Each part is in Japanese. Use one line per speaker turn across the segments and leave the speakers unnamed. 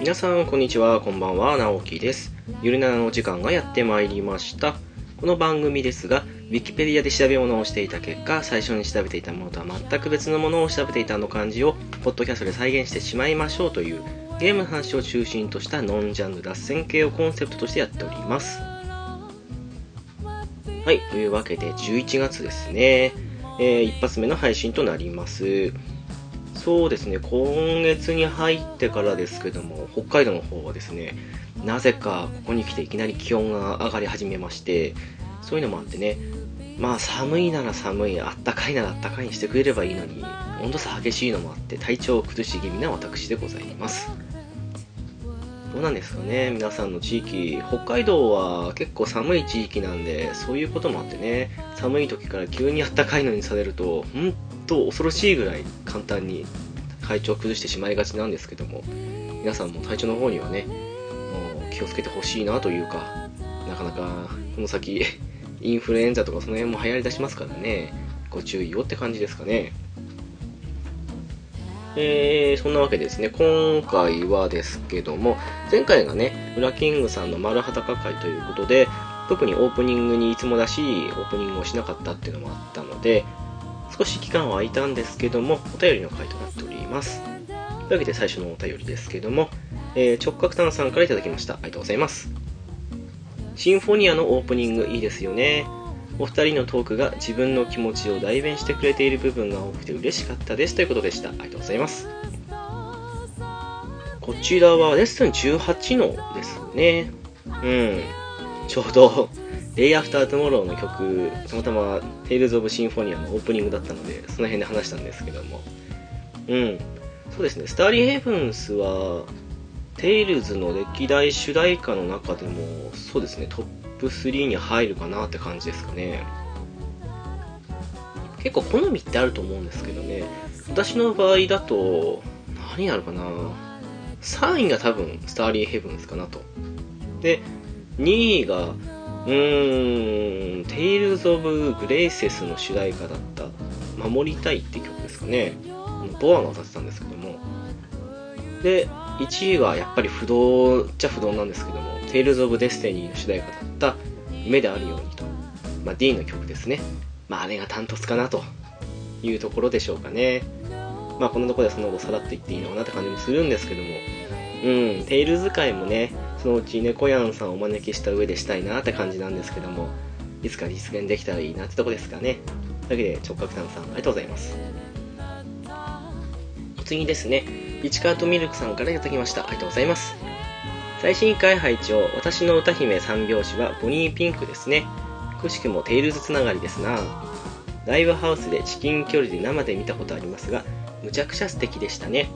皆さんこんにちはこんばんは直樹ですゆるななのお時間がやってまいりましたこの番組ですが Wikipedia で調べ物をしていた結果最初に調べていたものとは全く別のものを調べていたあの漢字をポッドキャストで再現してしまいましょうというゲームの話を中心としたノンジャンル脱線系をコンセプトとしてやっておりますはいというわけで11月ですね、えー一発目の配信となりますそうですね今月に入ってからですけども北海道の方はですねなぜかここに来ていきなり気温が上がり始めましてそういうのもあってねまあ寒いなら寒いあったかいならあったかいにしてくれればいいのに温度差激しいのもあって体調を崩し気味な私でございますどうなんですかね皆さんの地域北海道は結構寒い地域なんでそういうこともあってね寒い時から急にあったかいのにされると本当恐ろしいぐらい簡単に体調を崩してしまいがちなんですけども皆さんも体調の方にはねもう気をつけてほしいなというかなかなかこの先 インフルエンザとかその辺も流行りだしますからねご注意をって感じですかねえー、そんなわけですね今回はですけども前回がね裏キングさんの丸裸会ということで特にオープニングにいつもらしいオープニングをしなかったっていうのもあったので少し期間は空いたんですけどもお便りの回となっておりますというわけで最初のお便りですけども、えー直角炭さんからいただきましたありがとうございますシンフォニアのオープニングいいですよねお二人のトークが自分の気持ちを代弁してくれている部分が多くて嬉しかったですということでしたありがとうございますこちらはレッスン18のですねうんちょうど Day After Tomorrow の曲たまたま Tales of Symphonia のオープニングだったのでその辺で話したんですけどもうんそうですねスターリーヘブンスは Tales の歴代主題歌の中でもそうですねトップ3に入るかなって感じですかね結構好みってあると思うんですけどね私の場合だと何になるかな3位が多分スターリーヘブンスかなとで2位がうーん「Tales of Graces」の主題歌だった「守りたい」って曲ですかねボアが歌ってたんですけどもで1位はやっぱり不動っちゃ不動なんですけども「Tales of Destiny」の主題歌だった「夢であるようにと」まあ、D の曲ですねまああれがダントツかなというところでしょうかねまあこのところでその後さらっと言っていいのかなって感じもするんですけどもうん、テイル使いもね、そのうち猫やんさんをお招きした上でしたいなって感じなんですけども、いつか実現できたらいいなってとこですかね。というわけで、直角炭さん、ありがとうございます。お次ですね、市川とミルクさんからいただきました。ありがとうございます。最新回配置を私の歌姫三拍子はボニーピンクですね。くしくもテイルズつながりですな。ライブハウスで至近距離で生で見たことありますが、むちゃくちゃ素敵でしたね。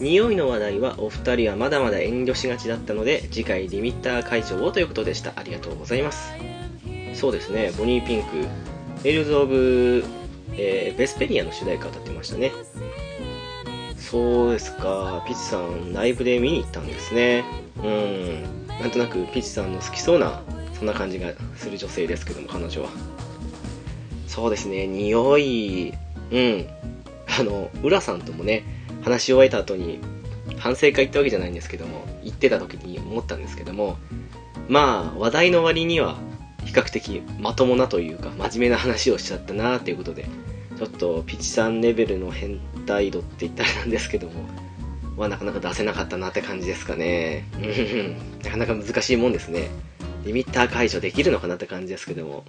匂いの話題はお二人はまだまだ遠慮しがちだったので次回リミッター解除をということでしたありがとうございますそうですねボニーピンク「エルズ・オブ、えーベスペリア」の主題歌を歌ってましたねそうですかピチさんライブで見に行ったんですねうんなんとなくピチさんの好きそうなそんな感じがする女性ですけども彼女はそうですね匂いうんあの浦さんともね話し終えた後に反省会行ったわけじゃないんですけども行ってた時に思ったんですけどもまあ話題の割には比較的まともなというか真面目な話をしちゃったなということでちょっとピチさんレベルの変態度って言ったらなんですけどもはなかなか出せなかったなって感じですかねうんなかなか難しいもんですねリミッター解除できるのかなって感じですけども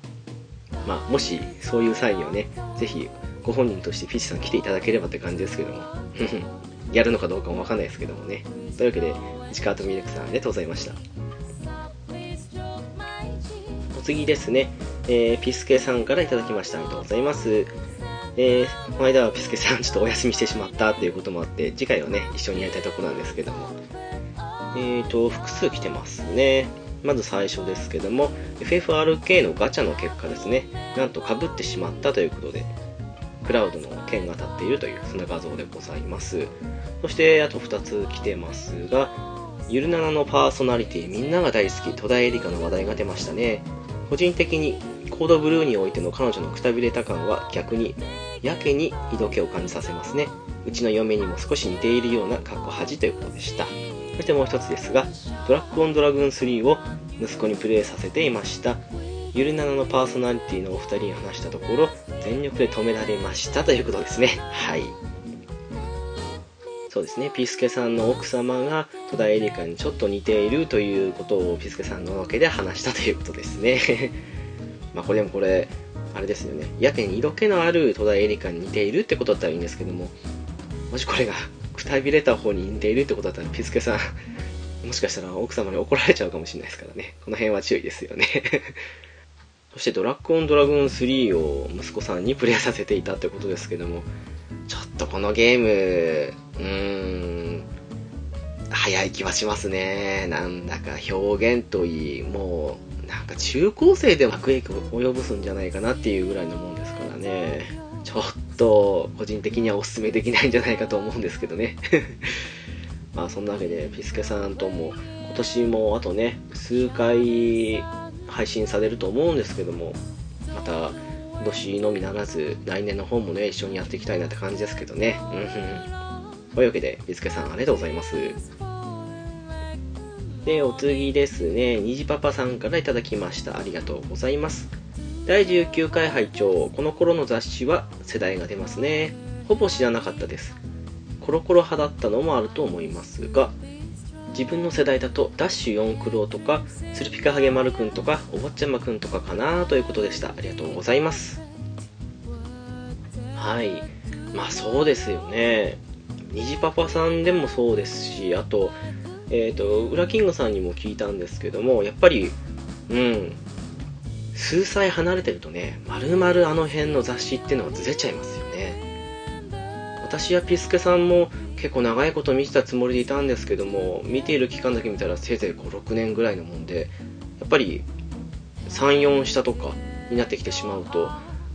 まあもしそういう際にはねぜひご本人としてピチさん来ていただければって感じですけどもふふやるのかどうかもわかんないですけどもねというわけで市川とミルクさんありがとうございましたお次ですね、えーピスケさんからいただきましたありがとうございますえーこの間はピスケさんちょっとお休みしてしまったということもあって次回はね一緒にやりたいところなんですけどもえーと複数来てますねまず最初ですけども FFRK のガチャの結果ですねなんとかぶってしまったということでクラウドの件が立っているというそんな画像でございますそしてあと2つ来てますがゆるななのパーソナリティみんなが大好き戸田恵梨香の話題が出ましたね個人的にコードブルーにおいての彼女のくたびれた感は逆にやけに色気を感じさせますねうちの嫁にも少し似ているようなかっこ恥ということでしたそしてもう一つですが、ドラッグオンドラグーン3を息子にプレイさせていました。ゆるななのパーソナリティのお二人に話したところ、全力で止められましたということですね。はい。そうですね、ピスケさんの奥様が戸田恵梨香にちょっと似ているということをピスケさんのわけで話したということですね。 まあこれでもこれ、あれですよね、やけに色気のある戸田恵梨香に似ているってことだったらいいんですけども、もしこれがくたびれた方に似ているってことだったらピスケさん、もしかしたら奥様に怒られちゃうかもしれないですからね、この辺は注意ですよね。 そしてドラッグオンドラグーン3を息子さんにプレイさせていたということですけども、ちょっとこのゲーム、うーん、早い気はしますね。なんだか表現といい、もう、なんか中高生でも悪影響を及ぼすんじゃないかなっていうぐらいのもんですからね。ちょっと、個人的にはお勧めできないんじゃないかと思うんですけどね。 まあそんなわけで、ピスケさんとも、今年もあとね、数回配信されると思うんですけども、また、今年のみならず来年の方もね一緒にやっていきたいなって感じですけどねうんうんというわけでビスケさんありがとうございますでお次ですねにじパパさんからいただきましたありがとうございます第19回拝聴この頃の雑誌は世代が出ますねほぼ知らなかったですコロコロ派だったのもあると思いますが自分の世代だとダッシュ四クロとかツルピカハゲマルくんとかおぼっちゃまくんとかかなということでしたありがとうございますはいまあそうですよね虹パパさんでもそうですしあとえっ、とウラキングさんにも聞いたんですけどもやっぱりうん数歳離れてるとねまるまるあの辺の雑誌っていうのはずれちゃいますよね私やピスケさんも結構長いこと見てたつもりでいたんですけども見ている期間だけ見たらせいぜい56年ぐらいのもんでやっぱり34下とかになってきてしまうと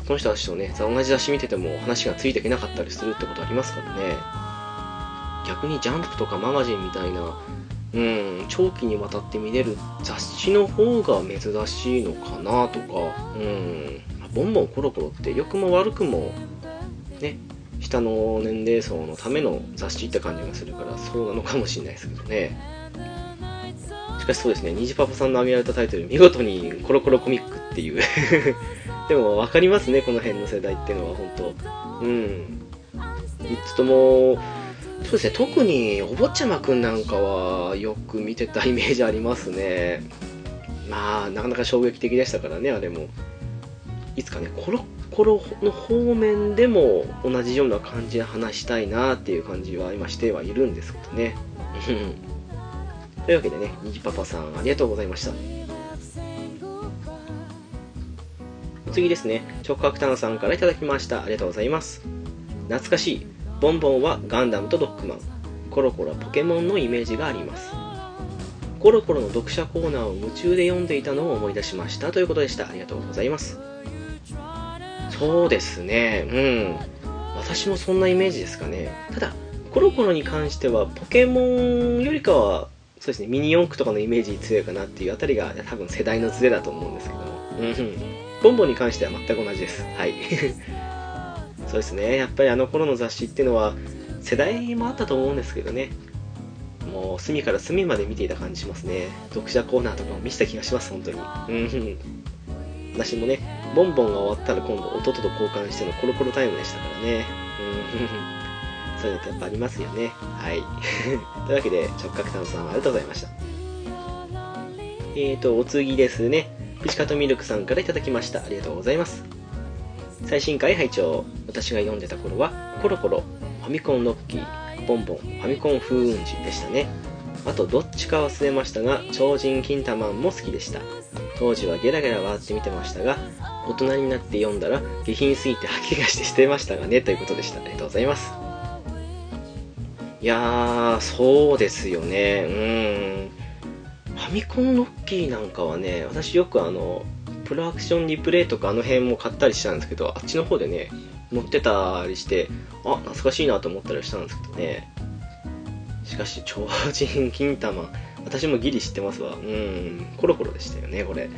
その人たちとね同じ雑誌見てても話がついていけなかったりするってことありますからね逆にジャンプとかマガジンみたいなうん長期にわたって見れる雑誌の方が珍しいのかなとかうんボンボンコロコロって良くも悪くもね下の年齢層のための雑誌って感じがするからそうなのかもしれないですけどねしかしそうですね虹パパさんの挙げられたタイトル見事にコロコロコミックっていう でも分かりますねこの辺の世代っていうのは本当うんいつともそうですね特にお坊ちゃまくんなんかはよく見てたイメージありますねまあなかなか衝撃的でしたからねあれもいつかねコロコロの方面でも同じような感じで話したいなっていう感じは今してはいるんですけどね うんというわけでねにじパパさんありがとうございました次ですね直角炭さんからいただきましたありがとうございます懐かしいボンボンはガンダムとドッグマンコロコロはポケモンのイメージがありますコロコロの読者コーナーを夢中で読んでいたのを思い出しましたということでしたありがとうございますそうですねうん私もそんなイメージですかねただコロコロに関してはポケモンよりかはそうですねミニ四駆とかのイメージ強いかなっていうあたりが多分世代のズレだと思うんですけどもうんうんボンボンに関しては全く同じですはいそうですねやっぱりあの頃の雑誌っていうのは世代もあったと思うんですけどねもう隅から隅まで見ていた感じしますね読者コーナーとかも見せた気がします本当にうんうん私もねボンボンが終わったら今度弟と交換してのコロコロタイムでしたからねうんそういうのってやっぱありますよねはい というわけで直角炭さんありがとうございましたえーとお次ですねピチカトミルクさんからいただきましたありがとうございます最新回拝聴私が読んでた頃はコロコロファミコンロッキーボンボンファミコン風雲児でしたねあとどっちか忘れましたが超人キンタマンも好きでした当時はゲラゲラ笑って見てましたが大人になって読んだら下品すぎて吐き気がして捨てましたがねということでしたありがとうございますいやーそうですよねうんファミコンロッキーなんかはね私よくあのプロアクションリプレイとかあの辺も買ったりしたんですけどあっちの方でね持ってたりしてあ懐かしいなと思ったりしたんですけどねしかし超人金玉私もギリ知ってますわうんコロコロでしたよねこれ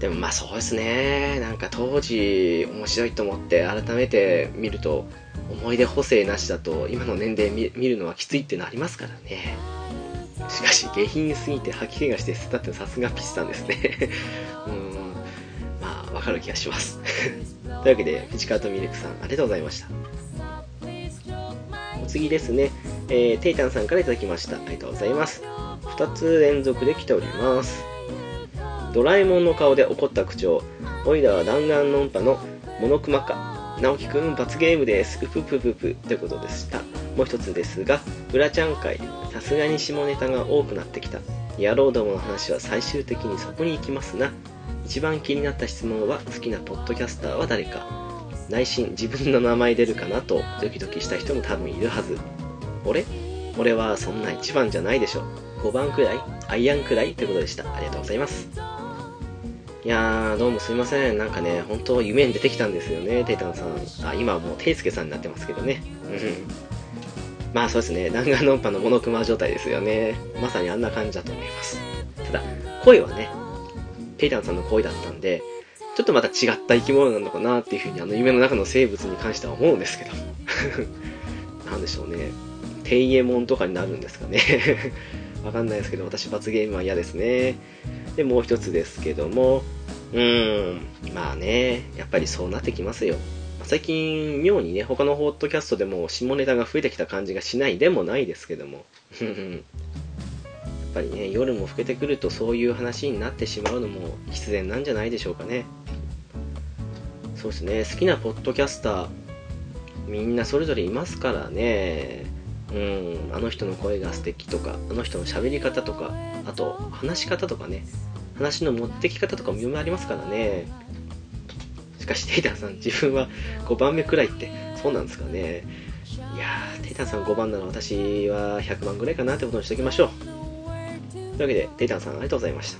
でもまあそうですねなんか当時面白いと思って改めて見ると思い出補正なしだと今の年齢見見るのはきついっていうのありますからねしかし下品すぎて吐き気がして吸ったってさすがピチさんですね うーんまあわかる気がします というわけでピチカートミルクさんありがとうございましたお次ですね、えー、テイタンさんから頂きましたありがとうございます2つ連続で来ておりますドラえもんの顔で怒った口調おいらは弾丸論破のモノクマか直樹くん罰ゲームですうぷぷぷぷということでしたもう一つですが裏ちゃん会さすがに下ネタが多くなってきた野郎どもの話は最終的にそこに行きますな一番気になった質問は好きなポッドキャスターは誰か内心自分の名前出るかなとドキドキした人も多分いるはず俺俺はそんな1番じゃないでしょ5番くらいアイアンくらいということでしたありがとうございますいやーどうもすいませんなんかね本当夢に出てきたんですよねテイタンさんあ今はもうテイスケさんになってますけどねうんまあそうですね弾丸論破のモノクマ状態ですよねまさにあんな感じだと思いますただ声はねテイタンさんの声だったんでちょっとまた違った生き物なのかなっていうふうにあの夢の中の生物に関しては思うんですけど なんでしょうね天右衛門とかになるんですかね わかんないですけど私罰ゲームは嫌ですねでもう一つですけどもうーんまあねやっぱりそうなってきますよ最近妙にね他のホットキャストでも下ネタが増えてきた感じがしないでもないですけども やっぱりね夜も更けてくるとそういう話になってしまうのも必然なんじゃないでしょうかねそうですね好きなポッドキャスターみんなそれぞれいますからねうんあの人の声が素敵とかあの人の喋り方とかあと話し方とかね話の持ってき方とかもいろいろありますからねしかしテイタンさん自分は5番目くらいってそうなんですかねいやーテイタンさん5番なら私は100番くらいかなってことにしておきましょうというわけでテイタンさんありがとうございまし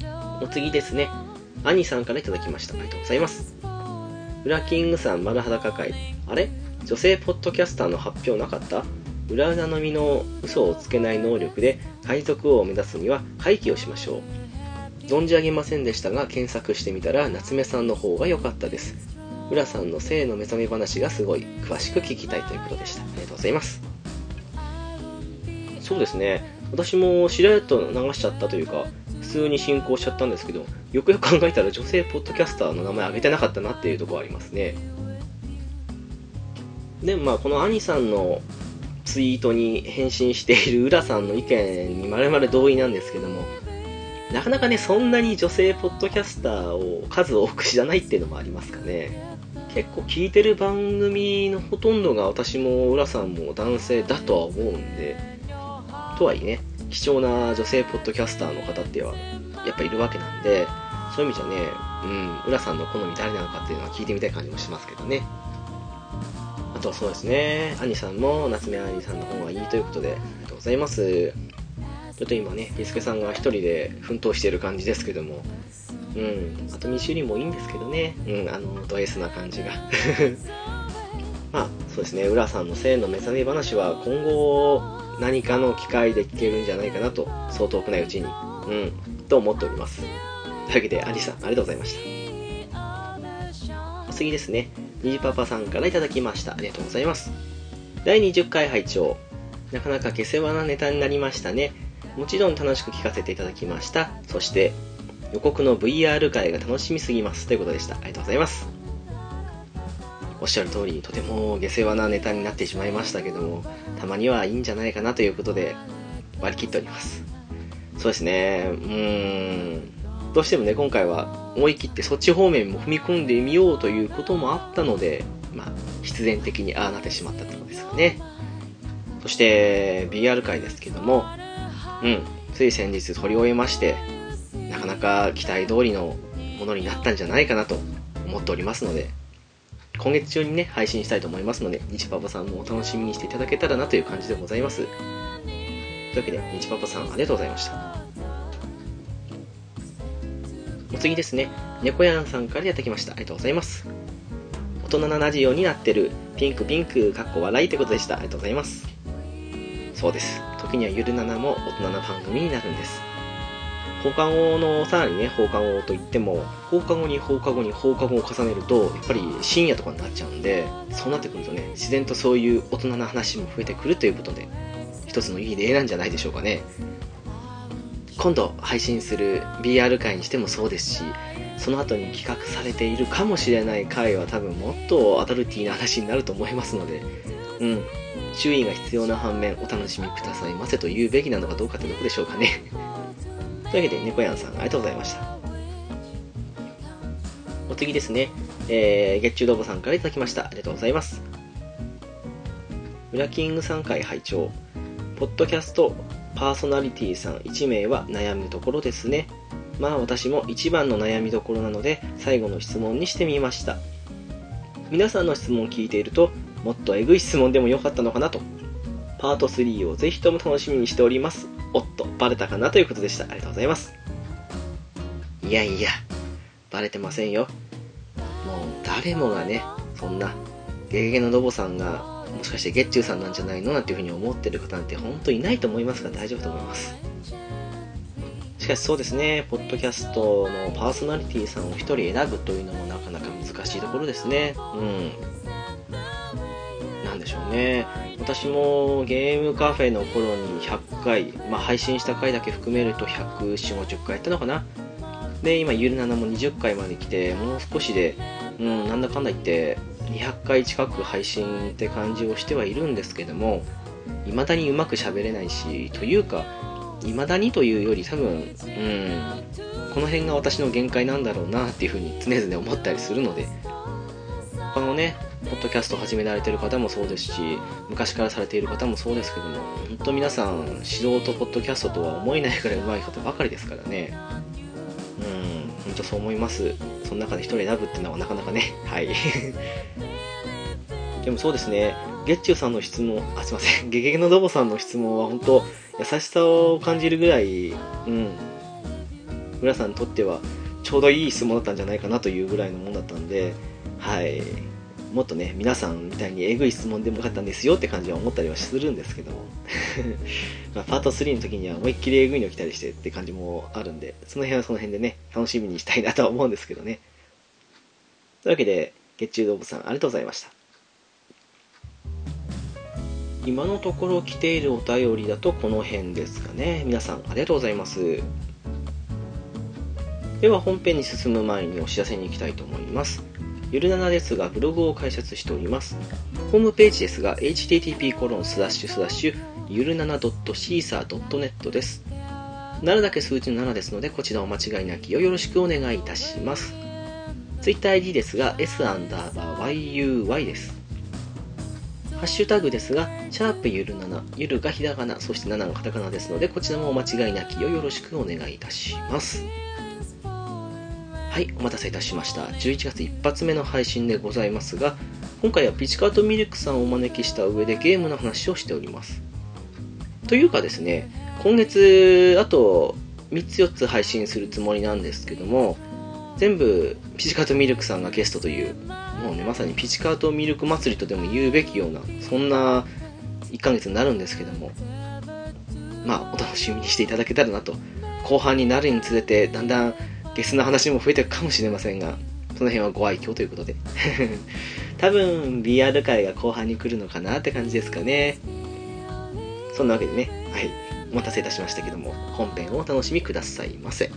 たお次ですねアニさんからいただきましたありがとうございます裏キングさん丸裸会あれ女性ポッドキャスターの発表なかった裏裏の身の嘘をつけない能力で海賊王を目指すには廃棄をしましょう存じ上げませんでしたが検索してみたら夏目さんの方が良かったです浦さんの性の目覚め話がすごい詳しく聞きたいということでしたありがとうございますそうですね私もしれっと流しちゃったというか普通に進行しちゃったんですけどよくよく考えたら女性ポッドキャスターの名前挙げてなかったなっていうところありますねでまあこの兄さんのツイートに返信している浦さんの意見にまるまる同意なんですけどもなかなかねそんなに女性ポッドキャスターを数多く知らないっていうのもありますかね結構聞いてる番組のほとんどが私も浦さんも男性だとは思うんでとはいえね貴重な女性ポッドキャスターの方ってはやっぱいるわけなんでそういう意味じゃねうん浦さんの好み誰なのかっていうのは聞いてみたい感じもしますけどねあとはそうですね、兄さんも夏目兄さんの方がいいということで、ありがとうございます。ちょっと今ね、ピスケさんが一人で奮闘している感じですけども、うん、あとミシュリもいいんですけどね、うん、あの、ド S な感じが。 まあ、そうですね、浦さんの性の目覚め話は今後、何かの機会で聞けるんじゃないかなと、そう遠くないうちに、うん、と思っております。というわけで、アリさん、ありがとうございました。お次ですね、にじパパさんから頂きましたありがとうございます第20回拝聴なかなか下世話なネタになりましたねもちろん楽しく聞かせていただきましたそして予告の VR 会が楽しみすぎますということでしたありがとうございますおっしゃる通りとても下世話なネタになってしまいましたけどもたまにはいいんじゃないかなということで割り切っておりますそうですねうーんどうしてもね今回は思い切ってそっち方面も踏み込んでみようということもあったので、まあ、必然的にああなってしまったってことですかねそして BR 界ですけどもうんつい先日撮り終えましてなかなか期待通りのものになったんじゃないかなと思っておりますので今月中にね配信したいと思いますので日パパさんもお楽しみにしていただけたらなという感じでございますというわけで日パパさんありがとうございましたお次ですね、猫やんさんからやってきました。ありがとうございます。大人なラジオになってる、ピンクピンク、かっこ笑いってことでした。ありがとうございます。そうです。時にはゆるななも大人な番組になるんです。放課後の、さらにね、放課後といっても、放課後に放課後に放課後を重ねると、やっぱり深夜とかになっちゃうんで、そうなってくるとね、自然とそういう大人な話も増えてくるということで、一つのいい例なんじゃないでしょうかね今度配信する BR 会にしてもそうですしその後に企画されているかもしれない回は多分もっとアダルティーな話になると思いますのでうん注意が必要な反面お楽しみくださいませと言うべきなのかどうかってどこでしょうかね というわけで猫やんさんありがとうございましたお次ですね、えー、月中どぼさんからいただきましたありがとうございます裏キングさん会拝聴ポッドキャストパーソナリティさん1名は悩むところですねまあ私も一番の悩みどころなので最後の質問にしてみました皆さんの質問を聞いているともっとえぐい質問でもよかったのかなとパート3をぜひとも楽しみにしておりますおっとバレたかなということでしたありがとうございますいやいやバレてませんよもう誰もがねそんなゲゲゲのロボさんがもしかしてゲッチューさんなんじゃないのなんていうふうに思ってる方なんて本当いないと思いますが大丈夫と思いますしかしそうですねポッドキャストのパーソナリティさんを1人選ぶというのもなかなか難しいところですねうんなんでしょうね私もゲームカフェの頃に100回、まあ、配信した回だけ含めると14050回やったのかなで今ゆるななも20回まで来てもう少しで、うん、なんだかんだ言って200回近く配信って感じをしてはいるんですけども未だにうまく喋れないしというか未だにというより多分うんこの辺が私の限界なんだろうなっていうふうに常々思ったりするので他のねポッドキャスト始められてる方もそうですし昔からされている方もそうですけども本当皆さん素人ポッドキャストとは思えないくらい上手い方ばかりですからねうん本当そう思いますその中で1人選ぶってのはなかなかねはい でもそうですね、ゲッチュさんの質問、あ、すいません、ゲゲゲのドボさんの質問は本当、優しさを感じるぐらい、うん、村さんにとってはちょうどいい質問だったんじゃないかなというぐらいのものだったんで、はい、もっとね、皆さんみたいにえぐい質問でもよかったんですよって感じは思ったりはするんですけども、まあ、パート3の時には思いっきりえぐいの来たりしてって感じもあるんで、その辺はその辺でね、楽しみにしたいなとは思うんですけどね。というわけで、月中動物さんありがとうございました。今のところ来ているお便りだとこの辺ですかね皆さんありがとうございますでは本編に進む前にお知らせに行きたいと思いますゆるななですがブログを開設しておりますホームページですが http コロンスラッシュスラッシュゆるなな .caesar.net です7だけ数字の7ですのでこちらお間違いなきをよろしくお願いいたします TwitterID ですが s アンダーバー yuy ですハッシュタグですが、シャープゆる7、ゆるがひらがな、そして7がカタカナですので、こちらもお間違いなきをよろしくお願いいたします。はい、お待たせいたしました。11月1発目の配信でございますが、今回はピチカートミルクさんをお招きした上でゲームの話をしております。というかですね、今月、あと3つ4つ配信するつもりなんですけども、全部ピチカートミルクさんがゲストというもうねまさにピチカートミルク祭りとでも言うべきようなそんな1ヶ月になるんですけどもまあお楽しみにしていただけたらなと後半になるにつれてだんだんゲスの話も増えていくかもしれませんがその辺はご愛嬌ということで多分 BR 界が後半に来るのかなって感じですかねそんなわけでねはいお待たせいたしましたけども本編をお楽しみくださいませ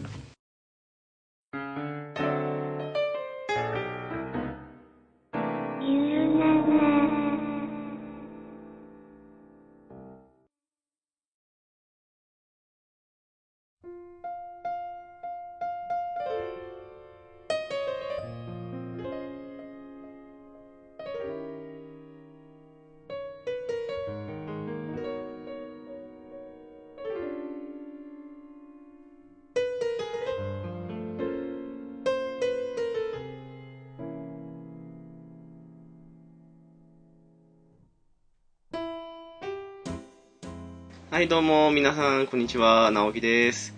はい、どうも、皆さん、こんにちは、直樹です。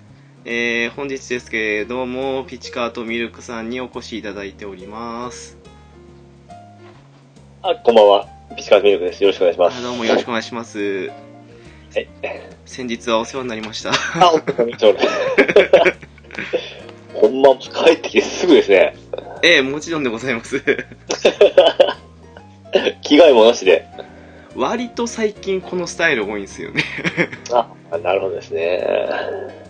えー、本日ですけれども、ピチカートミルクさんにお越しいただいております。
あ、こんばんは。ピチカートミルクです。よろしくお願いします。
どうも、よろしくお願いします。
はい。
先日はお世話になりました。
あ、お疲れ様です。ほんま、帰ってきてすぐですね。
ええー、もちろんでございます。
着替えもなしで。
割と最近このスタイル多いんですよね
あ、なるほどですね。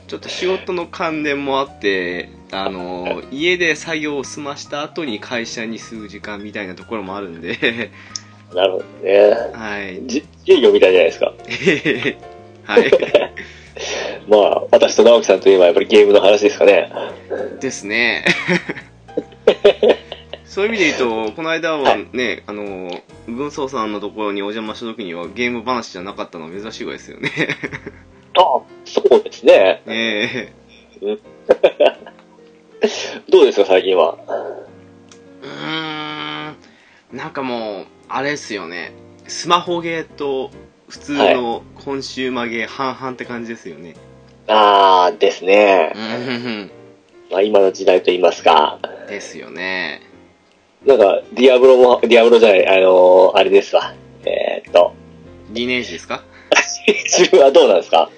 ちょっと仕事の関連もあってあの家で作業を済ました後に会社に数時間みたいなところもあるんで
なるほどね。
はい
じ自営業みたいじゃないですか。
はい
まあ、私と直樹さんといえばやっぱりゲームの話ですかね。
ですね そういう意味で言うとこの間はねあの軍曹さんのところにお邪魔した時にはゲーム話じゃなかったのは珍しいですよね
あそうですね。
え
どうですか、最近は。
えうーんなんかもうあれですよねスマホゲーと普通のコンシューマーゲー半々って感じですよね、
ああ、ですね。
うん
まあ、今の時代と言いますか。
ですよね
なんか、ディアブロも、ディアブロじゃない、あのーあれですわ。えー、っと、
リネージですか
自分はどうなんですか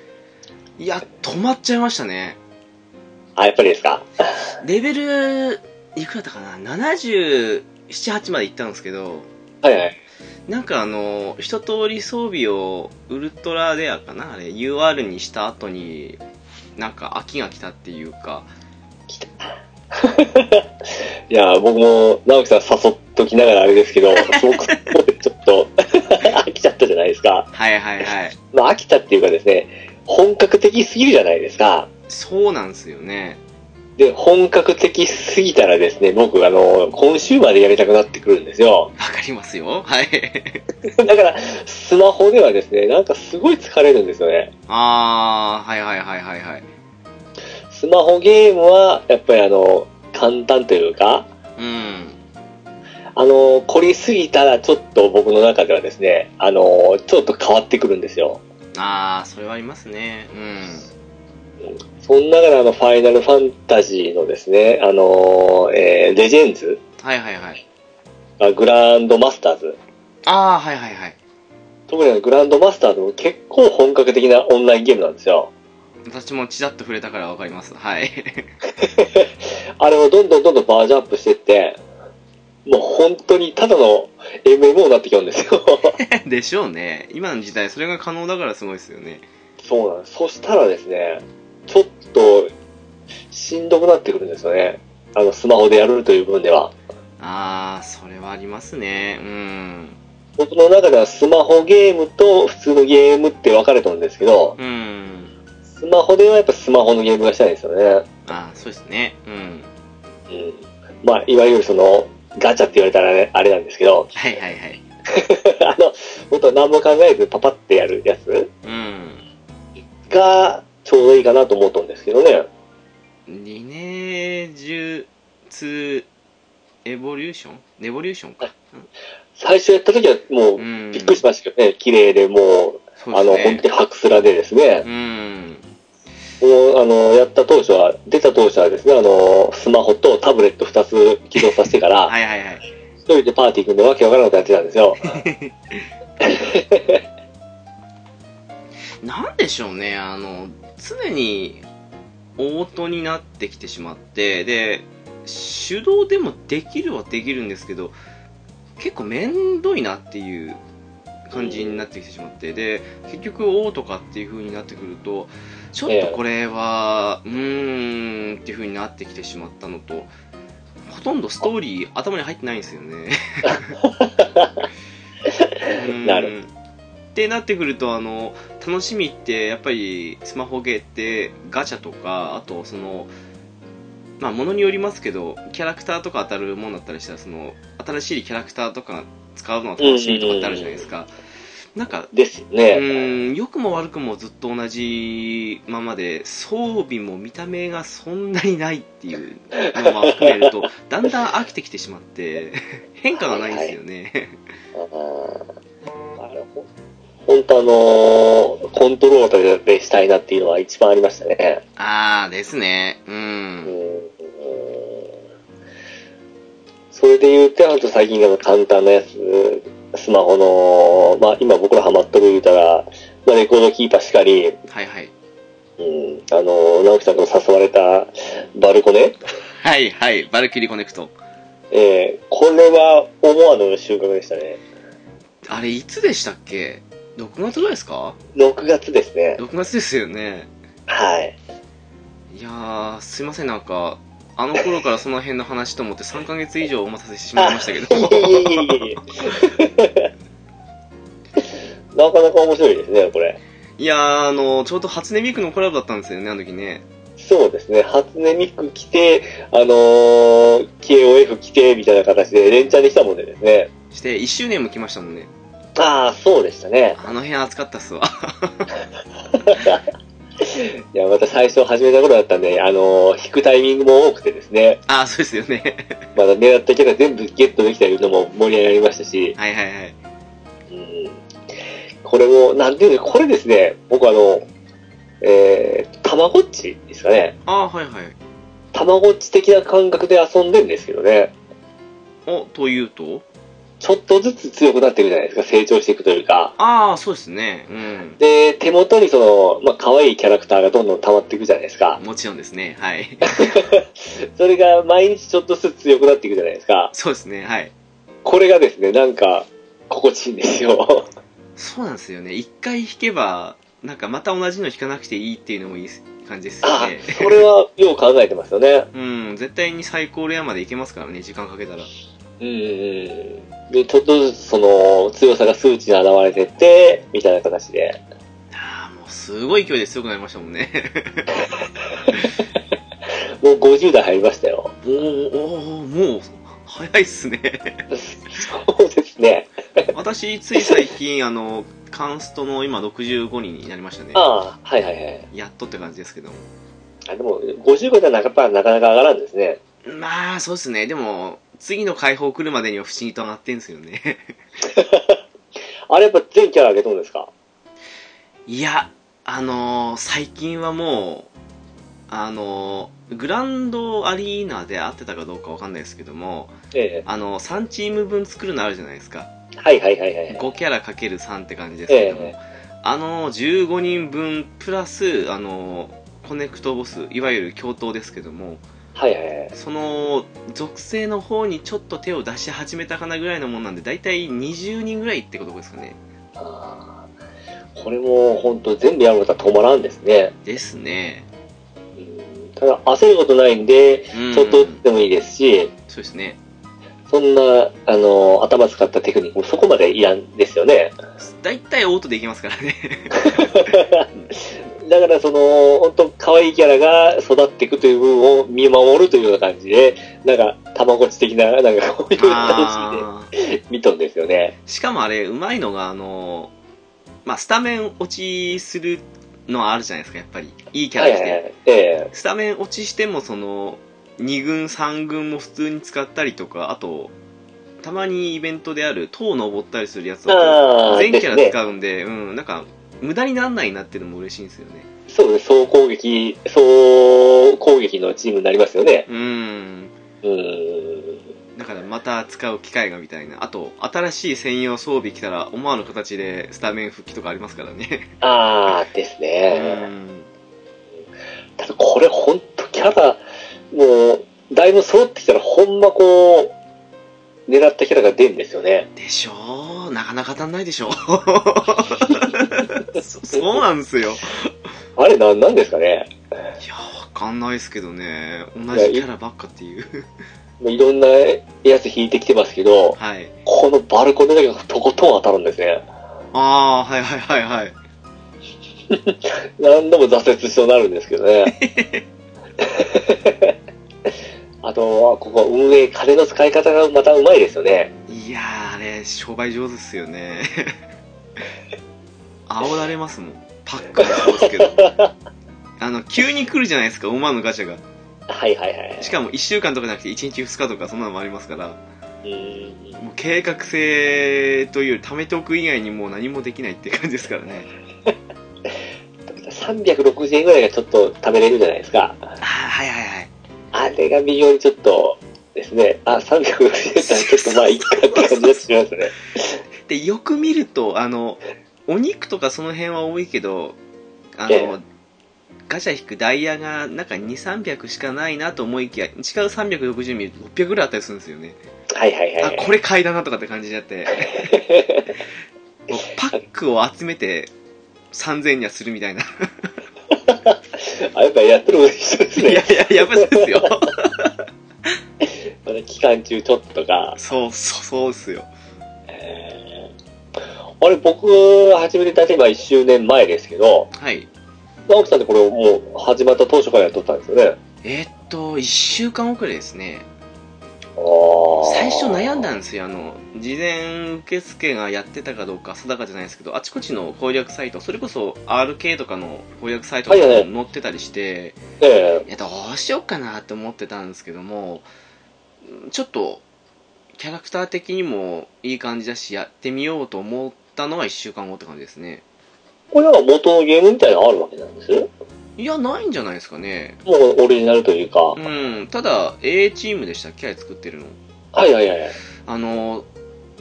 いや止まっちゃいましたね
あ、やっぱりですか
レベルいくらだったかな778まで行ったんですけど
はいはい。
なんかあの一通り装備をウルトラレアかなあれ UR にした後になんか飽きが来たっていうか
いや、僕も、直樹さん誘っときながらあれですけど、僕もちょっと、 飽きちゃったじゃないですか。
はいはいはい
まあ、飽きたっていうかですね、本格的すぎるじゃないですか。
そうなんですよね
で、本格的すぎたらですね、僕、あの、今週までやりたくなってくるんですよ。
わかりますよはい
だから、スマホではですね、なんかすごい疲れるんですよね。
ああはいはいはいはいはい
スマホゲームは、やっぱりあの、簡単というか、
うん
あの、凝りすぎたらちょっと僕の中ではですね、あの、ちょっと変わってくるんですよ。
ああそれはありますねうん
その中であの、ファイナルファンタジーのですね、あの、えーレジェンズ、
はいはいはい
あグランドマスターズ、
ああはいはいはい
特にあのグランドマスターズも結構本格的なオンラインゲームなんですよ。
私もちらっと触れたからわかりますはい
あれをどんどんどんどんバージョンアップしてって、もう本当にただの MMO になってきるんですよ。
でしょうね今の時代それが可能だからすごいですよね
そうなんです。そしたらですね、ちょっとしんどくなってくるんですよね。あの、スマホでやるという部分では。
ああそれはありますねうん
僕の中ではスマホゲームと普通のゲームって分かれてるんですけど、
うん。
スマホではやっぱスマホのゲームがしたいんですよね。
ああ、そうですね。うん。
うん。まあ、いわゆるその、ガチャって言われたらね、あれなんですけど、
はいはいはい。
あの、本当は何も考えずパパってやるやつ
うん。
がちょうどいいかなと思ったんですけどね。
リネージュ2エボリューションレボリューションか。
最初やった時は
う。
もうんびっくりしましたけどね、綺麗でもう、
そう
あの、
です
本
ね
当に白スラでですね、
うん。
もうあの、やった当初は、出た当初はですね、あの、スマホとタブレット2つ起動させてから、
はいはいはい。
一人でパーティー組んでわけわからなくなってたんで すよ。
なんでしょうね、あの、常にオートになってきてしまって、で、手動でもできるはできるんですけど、結構めんどいなっていう感じになってきてしまって、で、結局オートかっていう風になってくると、ちょっとこれは、うーんっていう風になってきてしまったのと、ほとんどストーリー頭に入ってないんですよ ね。うん
なる
ってなってくるとあの楽しみってやっぱりスマホゲーってガチャとかあとそのまあものによりますけどキャラクターとか当たるもんだったりしたらその新しいキャラクターとか使うのが楽しみとかってあるじゃないですかなんか
です
う
ね。
ーん良くも悪くもずっと同じままで装備も見た目がそんなにないっていうのも含める とだんだん飽きてきてしまって変化がないんですよね
あれほん本当あのコントローラーでしたいなっていうのは一番ありましたね。
ああですねう
うん
ん
それで言うと、あと最近の簡単なやつ、スマホの、まあ今僕らハマっとる言うたら、まあレコードキーパーしかり、うん、
はいはい
あの、直樹さんと誘われたバルコネ、
はいはいバルキリーコネクト
えーこれは思わぬ収穫でしたね。
あれ、いつでしたっけ ?6 月ぐらいですか
6月ですね。
?6 月ですよね。
はい。
いやー、すいません、なんか、あの頃からその辺の話と思って3ヶ月以上お待たせしてしまいましたけど。
い えいえいえいえ。なかなか面白いですね、これ。
いやー、あの、ちょうど初音ミクのコラボだったんですよね、あの時ね。
そうですね、初音ミク来て、あのー、KOF 来て、みたいな形で連チャンにしたもんでですね。
して、1周年も来ましたもんね。
ああ、そうでしたね。
あの辺暑かったっすわ。
いや、また最初始めた頃だったんで、あのー、引くタイミングも多くてですね、
あー、そうですよね。
まだ狙ったキャラ全部ゲットできたいうのも盛り上がりましたし、
はいはいはい。
うんこれも、なんていうの、これですね、僕あの、えー、たまごっちですかね。
あー、はいはい。
たまごっち的な感覚で遊んでんですけどね、
お、というと
ちょっとずつ強くなってるじゃないですか、成長していくというか。
あー、そうですね。うん。
で、手元にその、まあ、可愛いキャラクターがどんどん溜まっていくじゃないですか。
もちろんですね。はい。
それが毎日ちょっとずつ強くなっていくじゃないですか。
そうですね。はい。
これがですね、なんか、心地いいんです よ。
そうなんですよね。一回弾けば、なんかまた同じの弾かなくていいっていうのもいい感じですよ
あ
ね。、
それはよう考えてますよね。
うん、絶対に最高レアまでいけますからね、時間かけたら。
うんうんうん。で、ちょっとずつその、強さが数値に現れてって、みたいな形で。
ああ、もうすごい勢いで強くなりましたもんね。
もう50代入りましたよ。
おーおーもう、早いっすね。
そうですね。
私、つい最近、あの、カンストの今65人になりましたね。
ああ、はいはいはい。
やっとって感じですけども。
あでも、50代ではなかなかなか上がらんですね。
まあ、そうですね。でも、次の解放来るまでには不思議と上がってんですよね。
あれやっぱ全キャラ上げとるんですか
いや、あのー最近はもう、あのーグランドアリーナで合ってたかどうかわかんないですけども、
え
あの3チーム分作るのあるじゃないですか。
え。はいはいはいはい。
5キャラ ×3 って感じですけども、
ええ
あの15人分プラスあのコネクトボスいわゆる共闘ですけども
はいはいはい。
その属性の方にちょっと手を出し始めたかなぐらいのもんなんで大体20人ぐらいってことですかね
あーこれも本当全部やることは止まらんですね。
ですね
うんただ焦ることないんで、
うん
ちょっとずつでもいいですし、
そうですね
そんな、あの、頭使ったテクニックもそこまでいらんですよね。
大体オートでいきますから ね
だからその、本当可愛いキャラが育っていくという部分を見守るというような感じで、なんか、たまごっち的な、なんかこういう感じ
あー
で見とんですよね。
しかもあれうまいのがあのまあスタメン落ちするのはあるじゃないですかやっぱりいいキャラ
は
来
いは
て、
いはい。ええ
スタメン落ちしてもその2軍3軍も普通に使ったりとかあとたまにイベントである塔登ったりするやつだ
あ
と
あ、
全キャ
で
ラ
すね。
使うんでうんなんか無駄になんないなっていうのも嬉しいんですよね
そうです。総攻撃、総攻撃のチームになりますよね。
うん
うん。
だからまた使う機会がみたいなあと新しい専用装備来たら思わぬ形でスタメン復帰とかありますからね
ああ、です
う
ね。
ん
ただこれほんとキャラ、もう、だいぶ揃ってきたらほんまこう、狙ったキャラが出るんですよね。
でしょうな かなか足んないでしょうそそうなんですよ
あれな、なんですかね。
いやわかんないですけどね同じキャラばっかっていう
もういろんなやつ引いてきてますけど、
はい
このバルコネだけがとことん当たるんですね。
ああーはいはいはいはい
何度も挫折しそうになるんですけどね。 あと、ここ運営、金の使い方がまたうまいですよね。
いやーあれ商売上手っすよね煽られますもんパックもそうですけどあの急に来るじゃないですか思わぬガチャが
はいはいはい。
しかも1週間とかじゃなくて1日2日とかそんなのもありますから
うん
もう計画性というより貯めておく以外にもう何もできないって感じですからね
360円ぐらいがちょっと食べれるじゃないですか。
ああはいはいはい
あれが微妙にちょっとですね、あ、360円さんちょっとまあいいかって感じがしますね。
でよく見るとあのお肉とかその辺は多いけどあの、
え
ガチャ引くダイヤがなんか2、300しかないなと思いきや、違う360ミリ、600ぐらいあったりするんですよね。
はいはいはい
あ
はい。、
これ買いだなとかって感じにな って、もうパックを集めて3000円にはするみたいな。
あ、やっぱやってる人です
いや
ね。
いや、やばいですよ。
まだ期間中ちょっとか。
そうそう、そうですよ。
えーあれ、僕、始めて例えば1周年前ですけど、
はい。
直樹さんってこれもう始まった当初からやっとったんですよね。
えーっと、1週間遅れですね。最
最
初悩んだ
ん
んですよ。あの、事前受付がやってたかどうか定かじゃないですけど、あちこちの攻略サイト、それこそ RK とかの攻略サイトとか
はいはい
にも載ってたりして、
え
いや、どうしようかなって思ってたんですけども、ちょっと、キャラクター的にもいい感じだし、やってみようと思ったのは1週間後って感じですね。
これは元のゲームみたいなのあるわけなんですよ。
いや、ないんじゃないですかね。
もうオリジナルというか。
うん、ただ、A チームでしたっけあれ作ってるの。
はいはいはいはい。
あの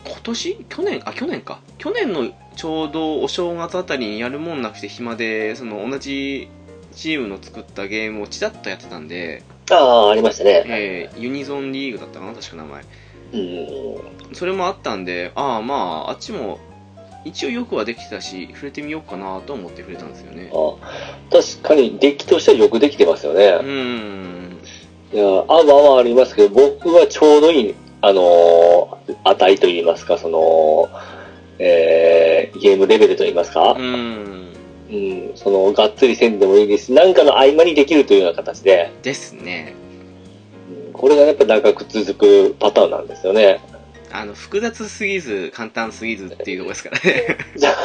今年去年あ去年か去年のちょうどお正月あたりにやるもんなくて暇でその同じチームの作ったゲームをチラッとやってたんで、
ああ、ありましたね。
えーユニゾンリーグだったかな確か名前
うん。
それもあったんでああまああっちも一応よくはできてたし触れてみようかなと思って触れたんですよね
あ確かに、デッキとしてはよくできてますよ
う
ね。
ーん
いや、あわあわありますけど、僕はちょうどいい、あのー値といいますか、その、えー、ゲームレベルといいます
う
か、
ーん
うん、その、がっつりせんでもいいですし、なんかの合間にできるというような形で、
ですね
うんこれがやっぱ長く続くパターンなんですよね。
あの複雑すぎず簡単すぎずっていうとこですからね
じゃあ、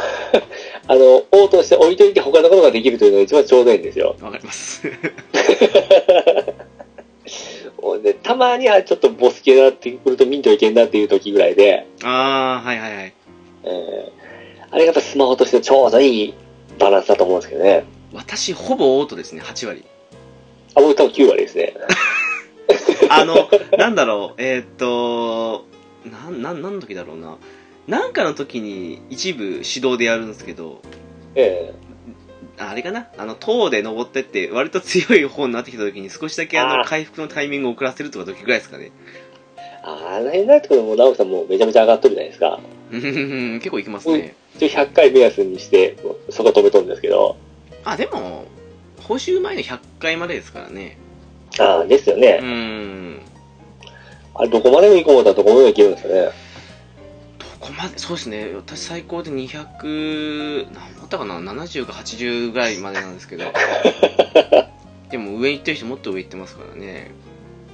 あの、応答して置いといて他のことができるというのが一番ちょうどいいんですよ。
わかります
でたまにはちょっとボス系になってくると見んといけんなっていう時ぐらいで、
ああはいはいはい
えーあれがやっぱスマホとしてちょうどいいバランスだと思うんですけどね。
私ほぼオートですね8割
あ、僕多分9割ですね。
あの なんだろうえーっとなんなんなんの時だろうななんかの時に一部指導でやるんですけど
え
ああれかなあの塔で登ってって割と強い方になってきた時に少しだけあの
あー
回復のタイミングを遅らせるとか時ぐらいですかね
えあの辺になってくるともう直樹さんもうめちゃめちゃ上がっとるじゃないですか。
うん結構いきますね
一応100回目安にして、そこは止めとるんですけど。
あでも報酬前の100回までですからね
ああ、ですよ
う
ね。
ん
あれどこまでも行こうとはどこまでも行けるんですよね。
どこまでそうですね私最高で200何だったかな70か80ぐらいまでなんですけどでも上行ってる人もっと上行ってますからね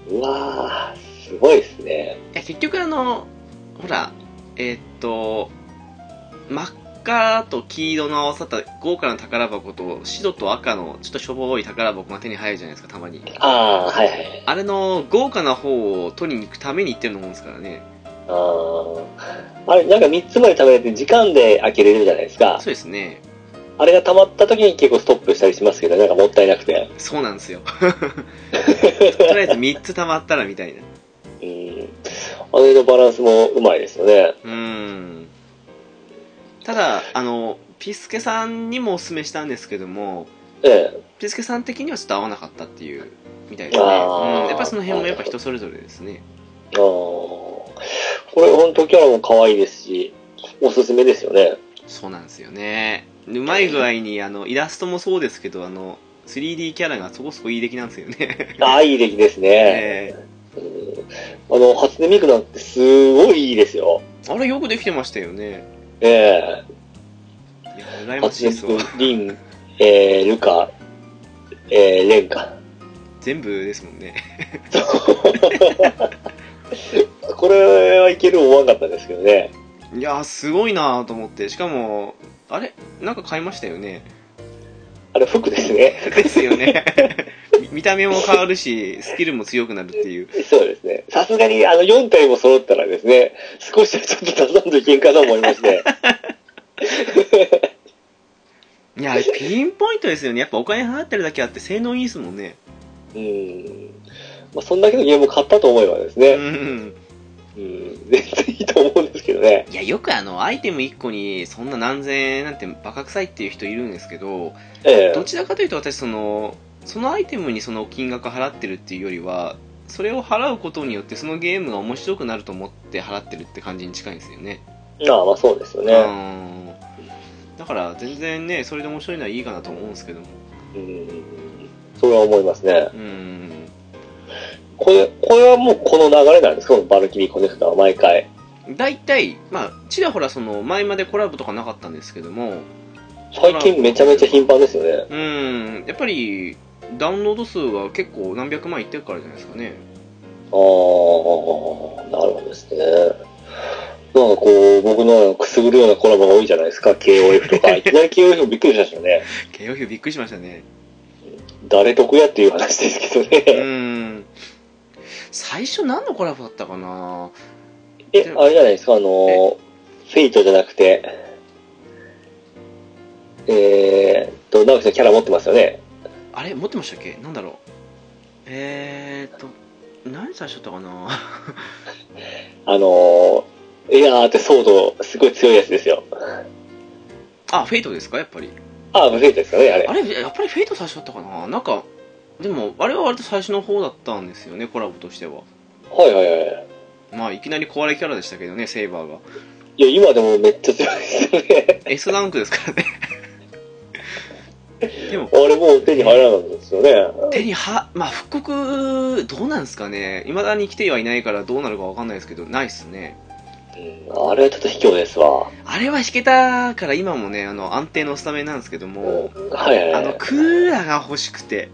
うわー、すごいですね。
いや結局あのほらえーっと真っ赤と黄色の合わさった豪華な宝箱と白と赤のちょっとしょぼい宝箱が手に入るじゃないですかたまに
ああ、はいはい。
あれの豪華な方を取りに行くために行ってるのもんですからね
あーあれ、なんか3つまで食べれて時間で開けれるじゃないですか
そ。うですね
あれが溜まった時に結構ストップしたりしますけど、なんかもったいなくて。
そうなんですよ とりあえず3つ溜まったらみたいな
うん。あれのバランスもうまいですよね。
うーんただあのピスケさんにもおすすめしたんですけども
え
ピスケさん的にはちょっと合わなかったっていうみたいですね、
あー
うんやっぱその辺もやっぱ人それぞれですね
え。ああ。これほんとキャラも可愛いですし、おすすめですよね。
そうなんですよねうまい具合にあのイラストもそうですけどあの 3D キャラがそこそこいい出来なんですよね、
ああ、いい出来ですね。
え
うんあの、初音ミクなんてすごいいいですよ。
ーあれよくできてましたよね
え
いや
え。
羨ましい
初
です
音
わ
ミク、リン、えー、ルカ、えー、レンカ。
全部ですもんね
これはいける思わんかったですけどね。
いやーすごいなーと思ってしかもあれなんか買いましたよね
あれ、服ですね。
ですよね見見た目も変わるしスキルも強くなるっていう
そうですね。さすがに、あの、4体も揃ったらですね、少しはちょっと出さんといけんかと思いま して。
いやピンポイントですよねやっぱお金払ってるだけあって性能いいですもんね
うん。まあ、そんだけのゲームを買ったと思えばです
う
ね、
ん
うん、全然いいと思うんですですけどね。
いや、よくあの、アイテム1個にそんな何千円なんてバカ臭いっていう人いるんですけど、
ええ
どちらかというと私、その、そのアイテムにその金額払ってるっていうよりは、それを払うことによってそのゲームが面白くなると思って払ってるって感じに近いんですよね。
ああ、まあそうですよね。
ねだから全然ね、それで面白いのはいいかなと思うんですけども。
うん。それは思いますね。
うん。
これ、これはもうこの流れなんですかこのバルキリーコネクタは毎回。
大体、まあ、ちらほらその、前までコラボとかなかったんですけども、
最近めちゃめちゃ頻繁ですよね。
うん、やっぱり、ダウンロード数は結構何百万いってるからじゃないですかね。
ああ、なるほどですね。なんかこう、僕のくすぐるようなコラボが多いじゃないですか、KOF と か。いきなり KOF びっくりしましたよね。
慶応表びっくりしましたね。
誰得やっていう話ですけど
う
ね。
ん。最初何のコラボだったかな
え、あれじゃないですか、あの、フェイトじゃなくて、えーっと、直樹さんキャラ持ってますよね。
あれ持ってましたっけなんだろうえーっと、何最初だったかな
あの、エアーってソード、すごい強いやつですよ。
あ、フェイトですかやっぱり。
あ、フェイトですかね、あれ
あ。れ、やっぱりフェイト最初だったかななんか、でも、あれは割と最初の方だったんですよね、コラボとしては。
はいはいはい。
まあ、いきなり壊れキャラでしたけどね、セイバーが。
いや、今でもめっちゃ強いですよね。
S ランクですからね。でも、
あれもう手に入らなかったですよね。
手には、まあ、復刻、どうなんですかね。未だに来てはいないからどうなるかわかんないですけど、ないっすね。
うんあれはちょっと卑怯ですわ。
あれは引けたから今もね、あの、安定のスタメンなんですけども、
はいは
あ
い
の、
は
クーラーが欲しくて、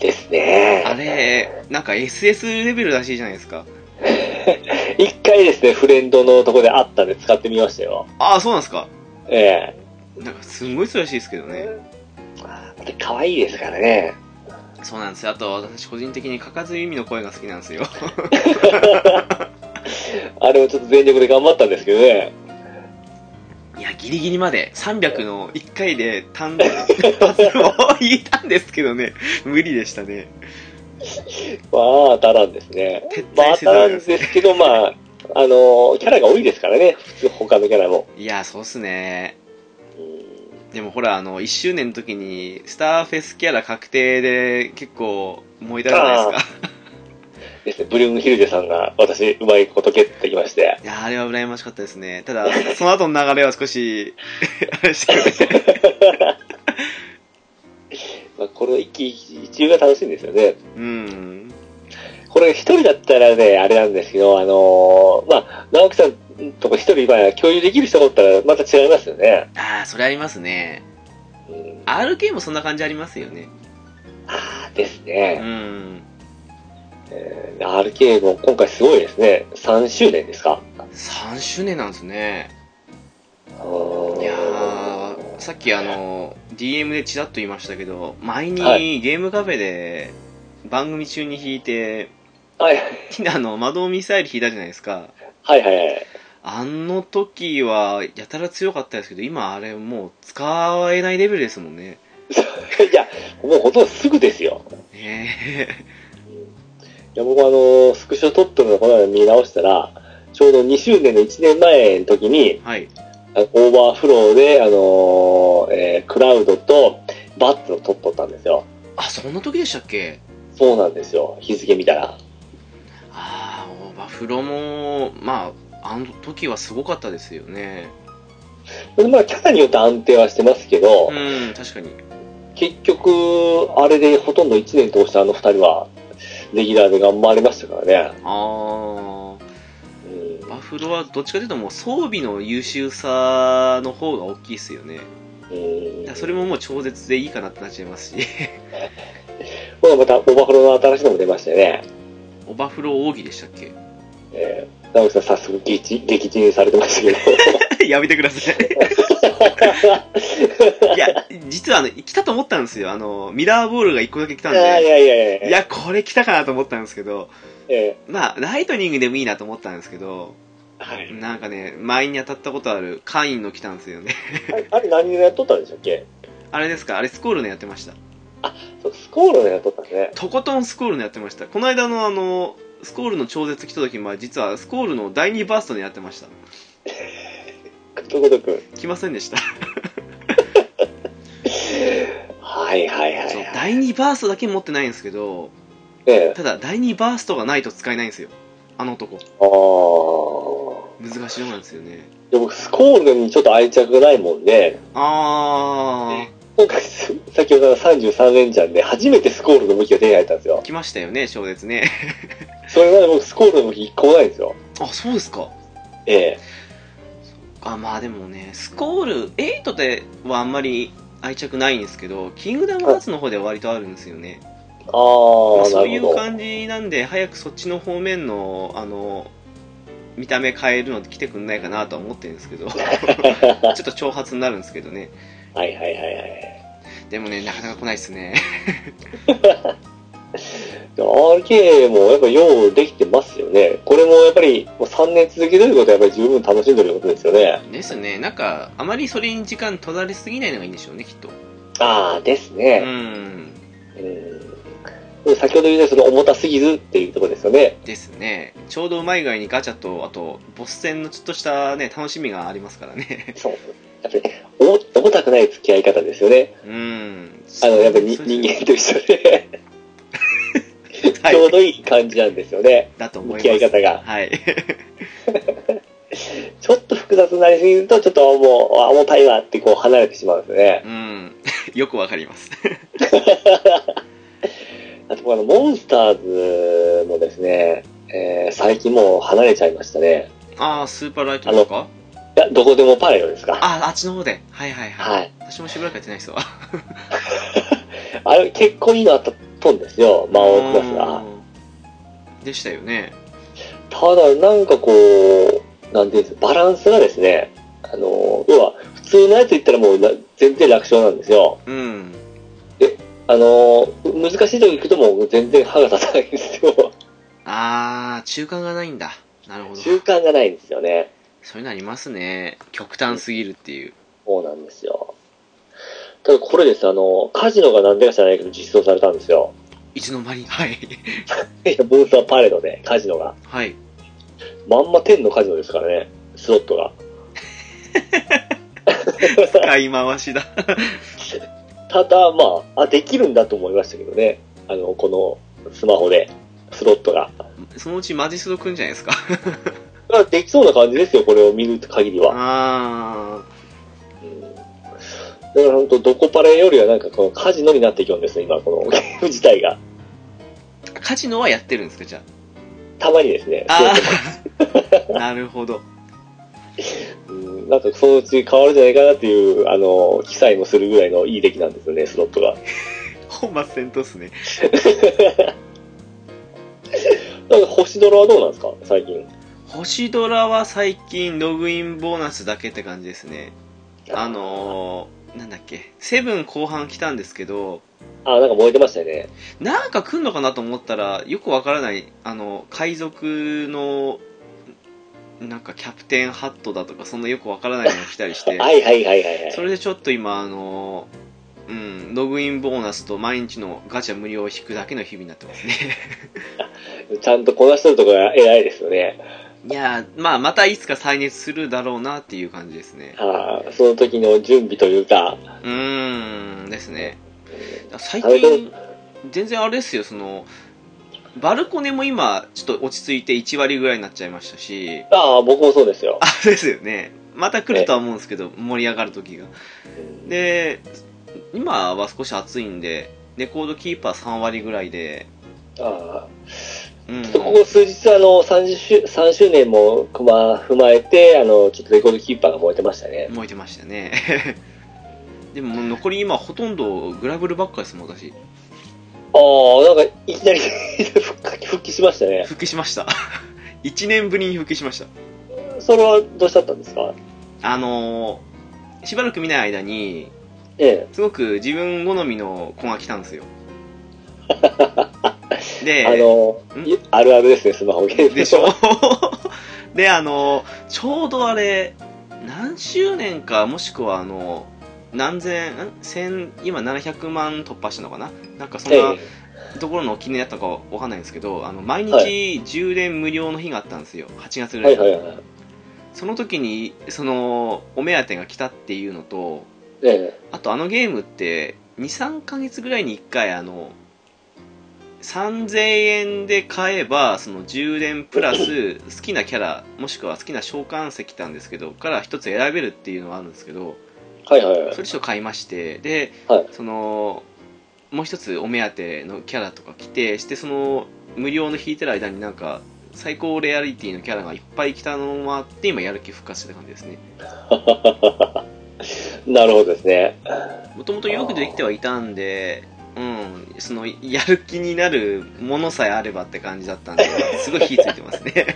い。ですね。
あれ、なんか SS レベルらしいじゃないですか。
一回ですね、フレンドのとこであったんで使ってみましたよ。
ああ、そうなんですか。
え
なんか、すごい強いらしいですけど
え
ね。
あれ可愛いですからね。
そうなんですよ。あと、私個人的にかかずゆみの声が好きなんですよ。
あれをちょっと全力で頑張ったんですけどね。
いや、ギリギリまで、300の1回で単、パズルを言えたんですけどね、無理でしたね。
まあ、当たらんですね。
撤
まあ、
退
当
せ
た
ざ
ら
る
ん
を
ですけど、まあ、あのキャラが多いですからね、普通、他のキャラも。
いや、そうっすね。
うん
でもほら、あの、1周年の時に、スターフェスキャラ確定で結構燃えたじゃないですか。
ですね、ブリュンヒルデさんが私、うまいことゲットできまして。
いや、あれは羨ましかったですね。ただ、その後の流れは少し、 あれでしたよね。
まあ、これ、一喜一憂が楽しいんですよね。
うん。
これ一人だったらね、あれなんですけど、あのーまあ、直樹さんとか一人、まあ、共有できる人だったらまた違いますよね。
ああ、それありますね。
うん、
RK もそんな感じありますよね。
あーです
う
ね、
ん。
えー RK も今回すごいですね。3周年ですか
3周年なんですね。
いやー
いやー、 さっきあの、DM でちらっと言いましたけど、前に
は
ゲームカフェで番組中に弾いて、
はい、
あの、魔導ミサイル弾いたじゃないですか。
はいはいはい。
あの時は、やたら強かったですけど、今あれもう使えないレベルですもんね。
いや、もうほとんどすぐですよ。
え
いや、僕あのースクショ撮ってるのこの間見直したら、ちょうど2周年の1年前の時に、
え はい。
あのオーバーフローで、あのーえークラウドとバッツを撮っとったんですよ。
あ、そんな時でしたっけ
そうなんですよ。日付見たら。
ああ、オーバフロも、まあ、あの時はすごかったですよね。
まあ、キャラによって安定はしてますけど、
うん、確かに。
結局、あれでほとんど1年通してあの2人は、レギュラーで頑張りましたからね。
ああ。
うん
バフロはどっちかというともう装備の優秀さの方が大きいですよね。
うん
だからそれももう超絶でいいかなってなっちゃいますし、
まあまた、オバフロの新しいのも出ましたよね。
オバフロ奥義でしたっ
えー、直樹さん早速撃沈撃沈されてました け
け やめてください。いや、実はあの、来たと思ったんですよ。あの、ミラーボールが1個だけ来た
ど。
ん
いやい
で。
やいやいや
いや、これ来たかなと思ったんですけど、
え
まあ、ライトニングでもいいなと思ったんですけど、
ーはい、
なんかね、前に当たったことあるカインの来たんですよね。
あれあれ何でやっとったんでしたっけ
あれですかあれスコールのやってました。
そうスコールのやっとったね。
とことんスコールのやってました。この間のあの、スコールの超絶来た時まあ実はスコールの第2バーストにやってました
ことごとく。
来ませんでした
はいはいはい
そう
はい。
第2バーストだけ持ってないんですけど
ええ。
ただ第2バーストがないと使えないんですよあの男
ああ。
難しいのなんですよね
でも、スコールにちょっと愛着がないもんで、
あ
今回、す先ほどの33連チャンで、初めてスコールの向きが手に入ったんですよ
ー。来ましたよね超絶ね
それまで僕、スコールの向き一個もないんですよ。
あそうですか
ええ。
あまあでもねスコール8ではあんまり愛着ないんですけどキングダムハーツの方では割とあるんですよね
ああ、
まあ、そう
ないるほ
う
ど。
感じなんで早くそっちの方面のあの見た目変えるの来てくんないかなとは思ってるんです けどちょっと挑発になるんですけどね
はいはいはいはい。
でもねなかなか来ないですね
RK もやっぱようできてますよね。これもやっぱりもう3年続けてることはやっぱり十分楽しんでることですよね。
ですねなんかあまりそれに時間取られすぎないのがいいんでしょうねきっと
ああ、です
う
ね。
ん
うん。先ほど言ったその重たすぎずっていうところですよね。
ですねちょうどうまい具合にガチャとあとボス戦のちょっとしたね楽しみがありますからね
そう。やっぱり、重重たくない付き合い方ですよね。
うん
あの、やっぱり人
そう
人間と一緒で、
はい
ちょうどいい感じなんですよね。
だと思い
向
ます
き合い方が。
はい
ちょっと複雑になりすぎると、ちょっともう、あ重たいわってこう離れてしまうんですよね。
うん よくわかります
あと、あの、モンスターズもですね、えー最近もう離れちゃいましたね。
ああスーパーライトですか
いや、どこでもパレオですか。
ああ、あっちの方で。はいはいはい。
はい。
私もしばらくやってないですわ。
あれ、結構いいのあったとんですよ、魔王クラスが。
うんでしたよね。
ただ、なんかこう、なんていうんですか、バランスがですね、あの、要は、普通のやつ言ったらもうな全然楽勝なんですよ。
うん。
あの、難しいとこ行くともう全然歯が立たないんですよ。
ああ、中間がないんだ。なるほど。
習慣がないんですよね。
そういうのありますね。極端すぎるっていう。
そうなんですよ。ただこれです、あの、カジノが何でか知らないけど実装されたんですよ。
いつの間に。はい。
いや、ブースはパレードで、カジノが。
はい。
まんま天のカジノですからね、スロットが。
使い回しだ。
ただ、まあ、あ、できるんだと思いましたけどね。あの、このスマホで、スロットが。
そのうちマジスロくんじゃないですか。
まあできそうな感じですよ、これを見る限りは。
あ
うんだから本当、どこパレよりはなんかこのカジノになっていくんですね、今、このゲーム自体が。
あ。カジノはやってるんですか、じゃ
たまにですね。
あ。あ あ。なるほど。
うんなんかそのうち変わるんじゃないかなっていう、あの、記載もするぐらいのいい出来なんですよね、スロットが。
本末転倒っすね。
なんか星ドラはどうなんですか最近。
星ドラは最近ログインボーナスだけって感じですね。あ、のー、なんだっけ、セブン後半来たんですけど、
あ、なんか燃えてましたよね。
なんか来んのかなと思ったら、よくわからない、あの、海賊の、なんかキャプテンハットだとか、そんなよくわからないのが来たりして、
はいはいはいはいはい。
それでちょっと今、あのー、うん、ログインボーナスと毎日のガチャ無料を引くだけの日々になってます ね。
ちゃんとこなしてるとこが偉いですよね。
いやー、まあ、またいつか再熱するだろうなっていう感じですね。
あーその時の準備というか、
うーんですね最
あれだ
近全然あれですよそのバルコネも今ちょっと落ち着いて1割ぐらいになっちゃいましたし
ああ、僕もそうですよ。
あ れですよねまた来るとは思うんですけど盛り上がる時がで今は少し暑いんでレコードキーパー3割ぐらいで、
あ
うん
ーちょっとここ数日、あの、30周 ,3 周年も、まあ、踏まえて、あの、ちょっとレコードキーパーが燃えてましたね。
燃えてましたね でももう残り今ほとんどグラブルばっかりですもん私
ああ、なんか、いきなり 復帰復帰しましたね。
復帰しました1年ぶりに復帰しました
それはどうしちゃったんですか
あのーしばらく見ない間に、
え
すごく自分好みの子が来たんです よ。
え。
で、
あの
ん、
いあるあるですね、スマホゲーム。
でしょで、あのーちょうどあれ、何周年か、もしくはあのー何千、ん千、今700万突破したのかななんかそん
え
な
え
ところのお気に入りだったかわかんないんですけどあの毎
は
日充電無料の日があったんですよ8月ぐら
はいい
に、
はいはい。
その時にそのお目当てが来たっていうのと
え
あとあのゲームって23ヶ月ぐらいに1回あの3000円で買えばその充電プラス好きなキャラもしくは好きな召喚石なんですけどから一つ選べるっていうのがあるんですけど
えはいはいはい
そ。れちょっと買いましてで、
はい
そのもう一つお目当てのキャラとか来てしてその無料の引いてる間になんか最高レアリティのキャラがいっぱい来たのもあって今やる気復活した感じですね
なるほどですね。
もともとよくできてはいたんでうんそのやる気になるものさえあればって感じだったんですごい火ついてますね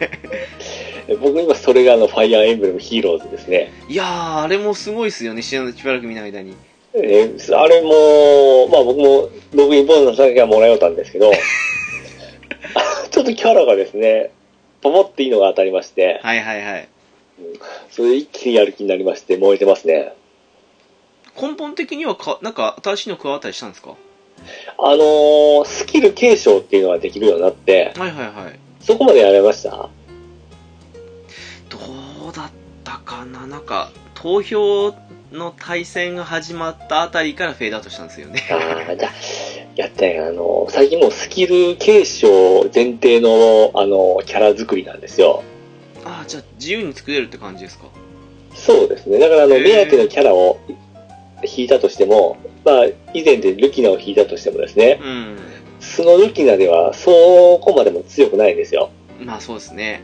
僕今それがあの、ファイアーエンブレムヒーローズですね。
いやーあれもすごいですよねしばしばらく見ない間に
えーあれも、まあ僕もログインボーナスだけはもらえたんで すけど、ちょっとキャラがですね、ポポっていいのが当たりまして、
はいはいはい
それで一気にやる気になりまして、燃えてますね。
根本的にはかなんか新しいの加わったりしたんですか
あのースキル継承っていうのができるようになって、
はいはいはい
そこまでやられました
どうだったかななんか投票の対戦が始まったあたりからフェードアウトしたんですよね
ああ、じゃあやったよ。あのー最近もうスキル継承前提の、あのーキャラ作りなんですよ。
ああじゃあ自由に作れるって感じですか
そうですね。だから、あの、
へー
目当てのキャラを引いたとしても、まあ、以前でルキナを引いたとしてもですね、
うん
素のルキナではそこまでも強くないんですよ。
まあそうですね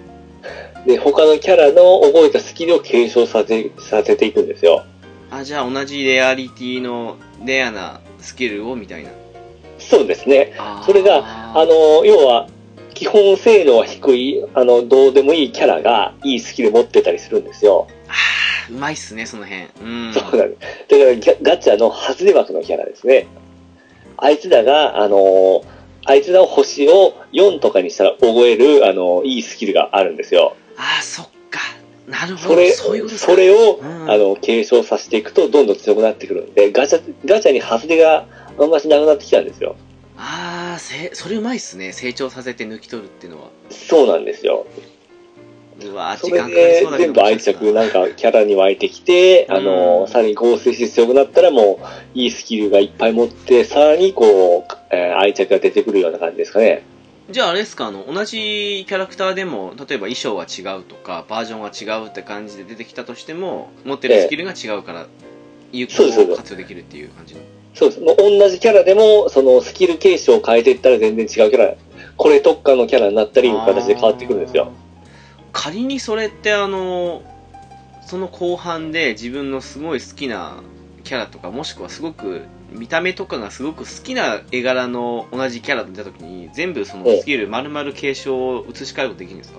で、他のキャラの覚えたスキルを継承させさせていくんですよ。
あじゃあ同じレアリティのレアなスキルをみたいな
そうですね。
あー
それが、あの、要は、基本性能は低い、あの、どうでもいいキャラがいいスキル持ってたりするんですよ。
うまいっすねその辺うん
そうなんです。だからギャガチャの外れ枠のキャラですね。あいつらが、あのーあいつらを星を4とかにしたら覚える、あのーいいスキルがあるんですよ。
ああそっかなるほ
そ
ど
れ、
そういうことですか
それを、
うん
あの、継承させていくと、どんどん強くなってくるんで、ガチャ、ガチャに外れがあんましなくなってきたんですよ。
ああせそれうまいっすね成長させて抜き取るっていうのは
そうなんですよ。
うわー
そ
時間かか
れ
り
で
そうだけ
全
ど
部愛着、なんかキャラに湧いてきて、あ
う
の
ん
ー、さらに合成して強くなったらもう、いいスキルがいっぱい持って、さらにこう、えー愛着が出てくるような感じですかね。
じゃああれですかあの同じキャラクターでも例えば衣装は違うとかバージョンが違うって感じで出てきたとしても持ってるスキルが違うから有効
そうですそうです
活用できるっていう感じの
そうです。もう同じキャラでも、そのスキル継承を変えていったら全然違うキャラ、これ特化のキャラになったりいう形で変わってくるんですよ。
仮にそれってあのその後半で自分のすごい好きなキャラとかもしくはすごく見た目とかがすごく好きな絵柄の同じキャラと出た時に全部そのスキル丸々継承を移し替えることできるんですか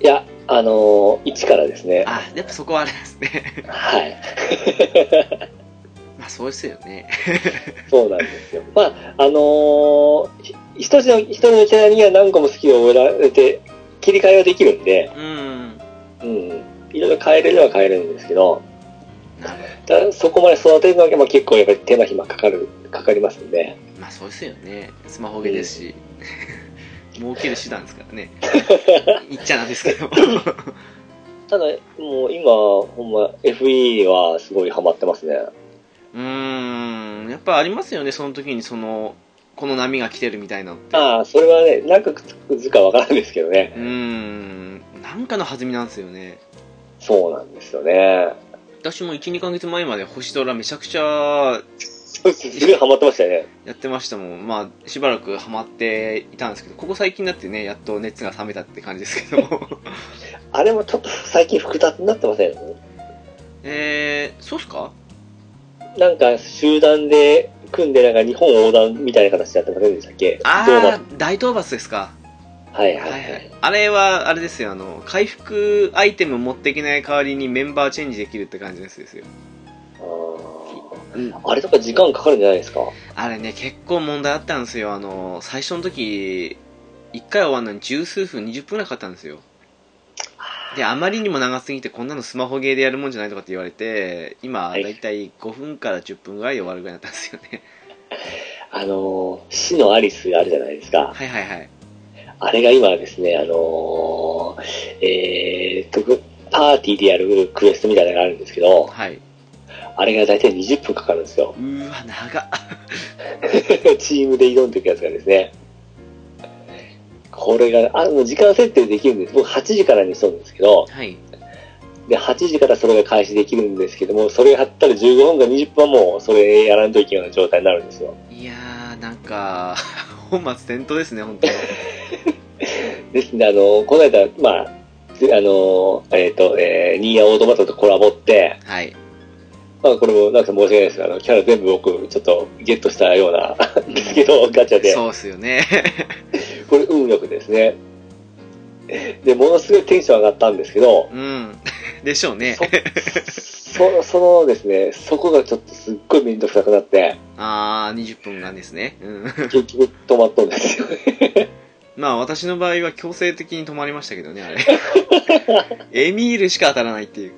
いや、あのー、一からですね。
あやっぱそこはあれですね
はい。
まあそうですよね
そうなんですよ。まあ、あのー、ひ一つの、一人のキャラには何個もスキルを覚えられて、切り替えはできるんで、
うん
うん。いろいろ変えれるのは変えれるんですけど、
なるほ
ただそこまで育てるのはまあ結構やっぱり手間暇かかる、かかりますんで。
どまあそうですよねスマホゲーですし、 儲ける手段ですから ね言っちゃなんですけど
ただ、もう今、ほんま FE はすごいハマってますね。
うーんやっぱありますよねその時にそのこの波が来てるみたいなのって
ああ、それはね、なんかつくづくかわからんですけどね。
うーんなんかの弾みなんですよね
そうなんですよね。
私も12ヶ月前まで星ドラめちゃくちゃ
すごいハマってましたよね。
やってましたもんまあしばらくハマっていたんですけどここ最近になってねやっと熱が冷めたって感じですけど
あれもちょっと最近複雑になってません
えー、そうっすか
なんか集団で組んでなんか日本横断みたいな形でやってませんでしたっけ
あ
ドーナ
あ
ツ
大討伐ですか
はいは
はいいは
はい
い。あれはあれですよあの回復アイテム持っていけない代わりにメンバーチェンジできるって感じのやつですよ、
あー
うん、
あれとか時間かかるんじゃないですか
あれね、結構問題あったんですよ。あの、最初の時、一回終わるのに十数分、20分くらいかかったんですよ。で、あまりにも長すぎて、こんなのスマホゲーでやるもんじゃないとかって言われて、今、
はい
だいたい5分から10分ぐらいで終わるぐらいだったんですよね。
ああの、死のアリスがあるじゃないですか。
はいはいはい。
あれが今ですね、あのーえーっと、パーティーでやるクエストみたいなのがあるんですけど、
はい。
あれが大体20分かかるんですよ。
うーわ、長っ。
チームで挑んでいくやつがですね。これが、あの、時間設定できるんです。僕8時からにしとるんですけど、
はい。
で、8時からそれが開始できるんですけども、それやったら15分か20分はもうそれやらんといけないような状態になるんですよ。
いやー、なんか、本末転倒ですね、本当に。
ですんで、あの、この間、まあ、であの、えっ、と、えー、ニーヤオートマトとコラボって、
はい。
まあ、これもなんか申し訳ないですが、あの、キャラ全部僕、ちょっとゲットしたような、 ですけど、ガチャで。
そうっすよね。
これ運よくですね。で、ものすごいテンション上がったんですけど、
うん。でしょうね。
そそそのですね、そこがちょっとすっごい面倒くさくなって、
あー、20分がですね。うん。
結局止まったんですよね。
まあ私の場合は強制的に止まりましたけどね、あれ。エミールしか当たらないっていう。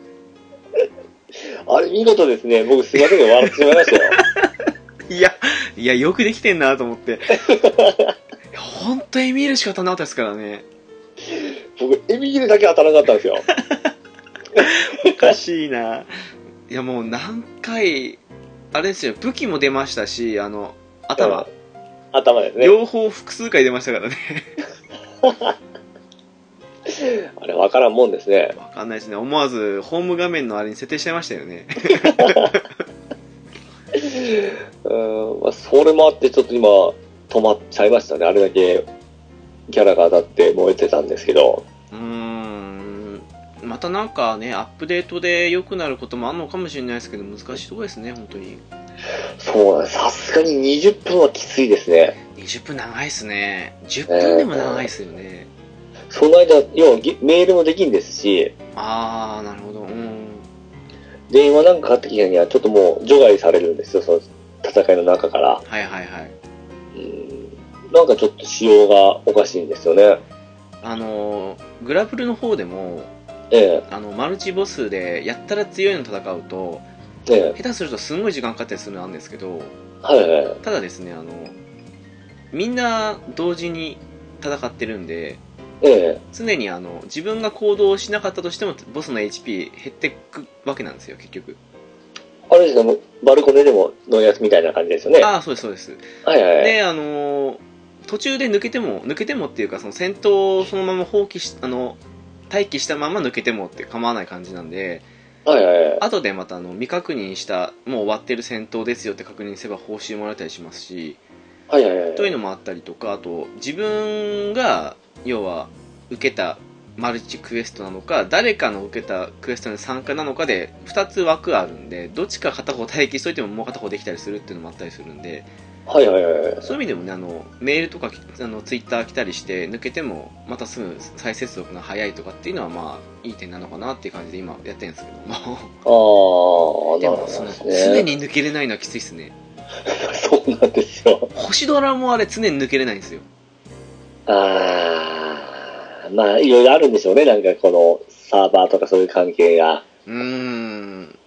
あれ見事ですね、僕すいませんが笑ってしまいましたよ。
いや、いや、よくできてんなと思って。ほんとエミールしか当たらなかったですからね。
僕、エミールだけ当たらなかったんですよ。
おかしいな。いや、もう何回、あれですよ、武器も出ましたし、あの、頭、
頭ですね。
両方複数回出ましたからね。
あれ、わからんもんですね。
わかんないですね。思わずホーム画面のあれに設定しちゃいましたよね。
うーん、まあ、それもあって、ちょっと今、止まっちゃいましたね。あれだけ、キャラが当たって燃えてたんですけど。
うーん。またなんかね、アップデートで良くなることもあるのかもしれないですけど、難しいとこですね、本当に。
そうなんです。さすがに20分はきついですね。
20分長いっすね。10分でも長いっすよね。
その間、要はぎメールもできんですし、
あー、なるほど。うん。
電話なんかかってきたには、ちょっともう除外されるんですよ、その戦いの中から。
はいはいはい。
うん、なんかちょっと仕様がおかしいんですよね。
あのー、グラブルの方でも、
え
あの、マルチボスで、やったら強いの戦うと、
え、ええ、
下手するとすごい時間かかったりするのあるんですけど、
はいはい。
ただですね、あの、みんな同時に戦ってるんで、
ええ、
常にあの、自分が行動しなかったとしても、ボスの HP 減ってくわけなんですよ、結局。
あれですね、もうバルコネでものやつみたいな感じですよね。は
ああ、そうですそうです。
いはいはい。
で、あのー途中で抜けても、抜けてもっていうか、その戦闘をそのまま放棄し、あの、待機したまま抜けてもって構わない感じなんで、
はいはいはい。
後でまたあの、未確認した、もう終わってる戦闘ですよって確認すれば報酬もらえたりしますし、
はいはいはい。
というのもあったりとか、あと、自分が、要は、受けたマルチクエストなのか、誰かの受けたクエストの参加なのかで、2つ枠あるんで、どっちか片方待機しといてももう片方できたりするっていうのもあったりするんで、
はいはいはいはい。
そういう意味でもね、あの、メールとかき、あの、ツイッター来たりして、抜けても、またすぐ再接続が早いとかっていうのは、まあ、いい点なのかなっていう感じで今やってるんですけども。
あー、
で
なる
も、
ほ
そ
ど
の、
です
常
ね。
に抜けれないのはきついっすね。
そうなんですよ。
星ドラもあれ、常に抜けれないんですよ。
あー、まあ、いろいろあるんでしょうね。なんかこの、サーバーとかそういう関係が。
うーん。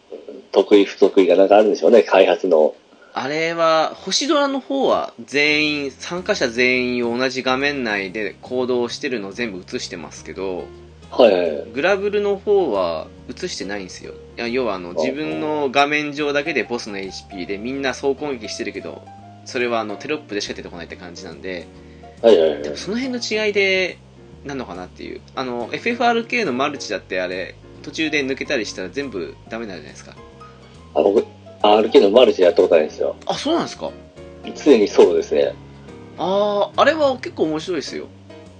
得意不得意がなんかあるんでしょうね、開発の。
あれは、星ドラの方は全員、参加者全員を同じ画面内で行動してるのを全部映してますけど、
はいはい。
グラブルの方は映してないんですよ。いや要はあの自分の画面上だけでボスの HP でみんな総攻撃してるけど、それはあのテロップでしか出てこないって感じなんで、
はいはい
で
は
も
い。
その辺の違いで、なのかなっていう。あの、FFRK のマルチだってあれ、途中で抜けたりしたら全部ダメになるじゃないですか。
あ、僕、RK のマルチでやったことないんですよ。
あ、そうなんですか
常にソロですね。
ああ、あれは結構面白いですよ。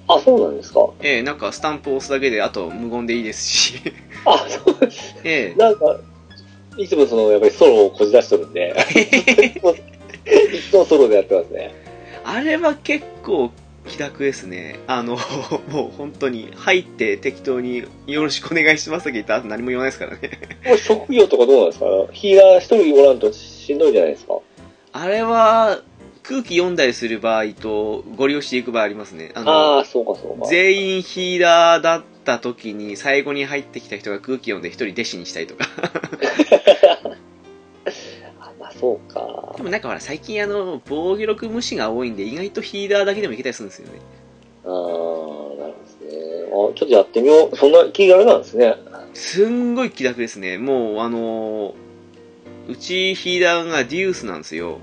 あ、そうなんですか
ええなんかスタンプを押すだけで、あと無言でいいです し。
あ、そうなんです。
ええ
なんか、いつもその、やっぱりソロをこじ出しとるんで、 いつもソロでやってますね。
あれは結構気楽ですね。あの、 もう本当に入って適当によろしくお願いしますと言ったら何も言わないですからね。
これ職業とかどうなんですかヒーラー一人おらんとしんどいじゃないですか。
あれは空気読んだりする場合とご利用していく場合ありますね。あの、
ああー、そうかそうか。
全員ヒーラーだった時に最後に入ってきた人が空気読んで一人弟子にしたりとか。
あまあ、そうか。
でもなんかほら、最近あの、防御力無視が多いんで、意外とヒーラーだけでもいけたりするんですよね。
あー、なるほどですね。あ、ちょっとやってみよう。そんな気軽なんですね。
すんごい気楽ですね。もう、あのーうちヒーラーがデュースなんですよ。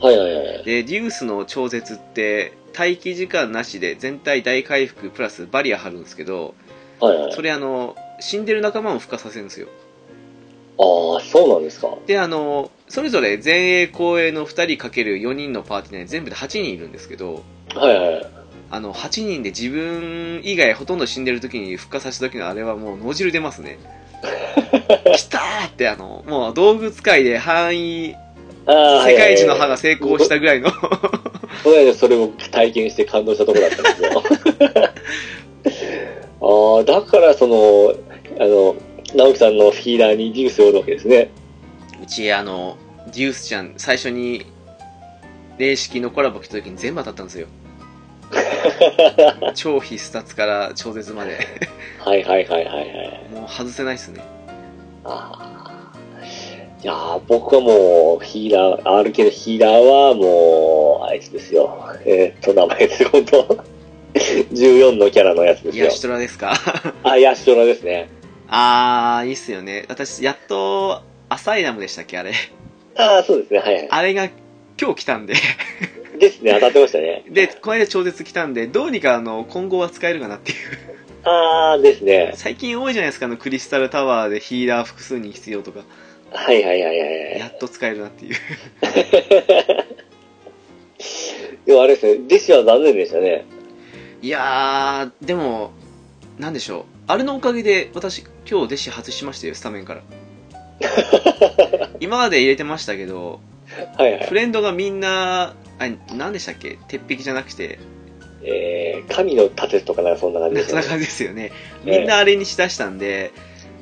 はいはいはい。
で、デュースの超絶って、待機時間なしで全体大回復プラスバリア張るんですけど、
はいはい。
それあの、死んでる仲間も孵化させるんですよ。
ああ、そうなんですか。
で、あの、それぞれ前衛後衛の2人かける4人のパーティー内に全部で8人いるんですけど、
はいはい。
あの、8人で自分以外ほとんど死んでる時に復活させた時のあれはもう脳汁出ますね。きたーってあの、もう道具使いで範囲、
ああ、
世界一の歯が成功したぐらいの、
この間それを体験して感動したところだったんですよ。 ああ、だからその、あの、直樹さんのフィーラーにデュースをおるわけですね。
うちあの、デュースちゃん最初に、霊式のコラボ来た時に全部当たったんです よ。超必殺から超絶まで。
はいはいはいはいはい。
もう外せないっすね。
あーいやー僕はもう、ヒーラー、RK のヒーラーはもう、あいつですよ。えーっと、名前です、本当 14のキャラのやつです
ヤ
よ。
シトラですか
あ、ヤシトラですね。
あー、いいっすよね。私、やっと、アサイラムでしたっけあれ。
ああ、そうですね、はいはい。
あれが今日来たんで。
ですね、当たってましたね。
で、この間超絶来たんで、どうにかあの、今後は使えるかなっていう。
ああ、ですね。
最近多いじゃないですか、あの、クリスタルタワーでヒーラー複数人必要とか。
はいはいはいはいはい
や。っと使えるなっていう。
でもあれですね、弟子は残念でしたね。
いやー、でも、なんでしょう。あれのおかげで、私、今日弟子外しましたよ、スタメ ンから。今まで入れてましたけど、
はいはい。
フレンドがみんな、あ、何でしたっけ鉄壁じゃなくて、
えー、神の盾とかなんかそんな感じでし
そん
た
な
ね。
感じですよね。
ええ
みんなあれにしだしたんで、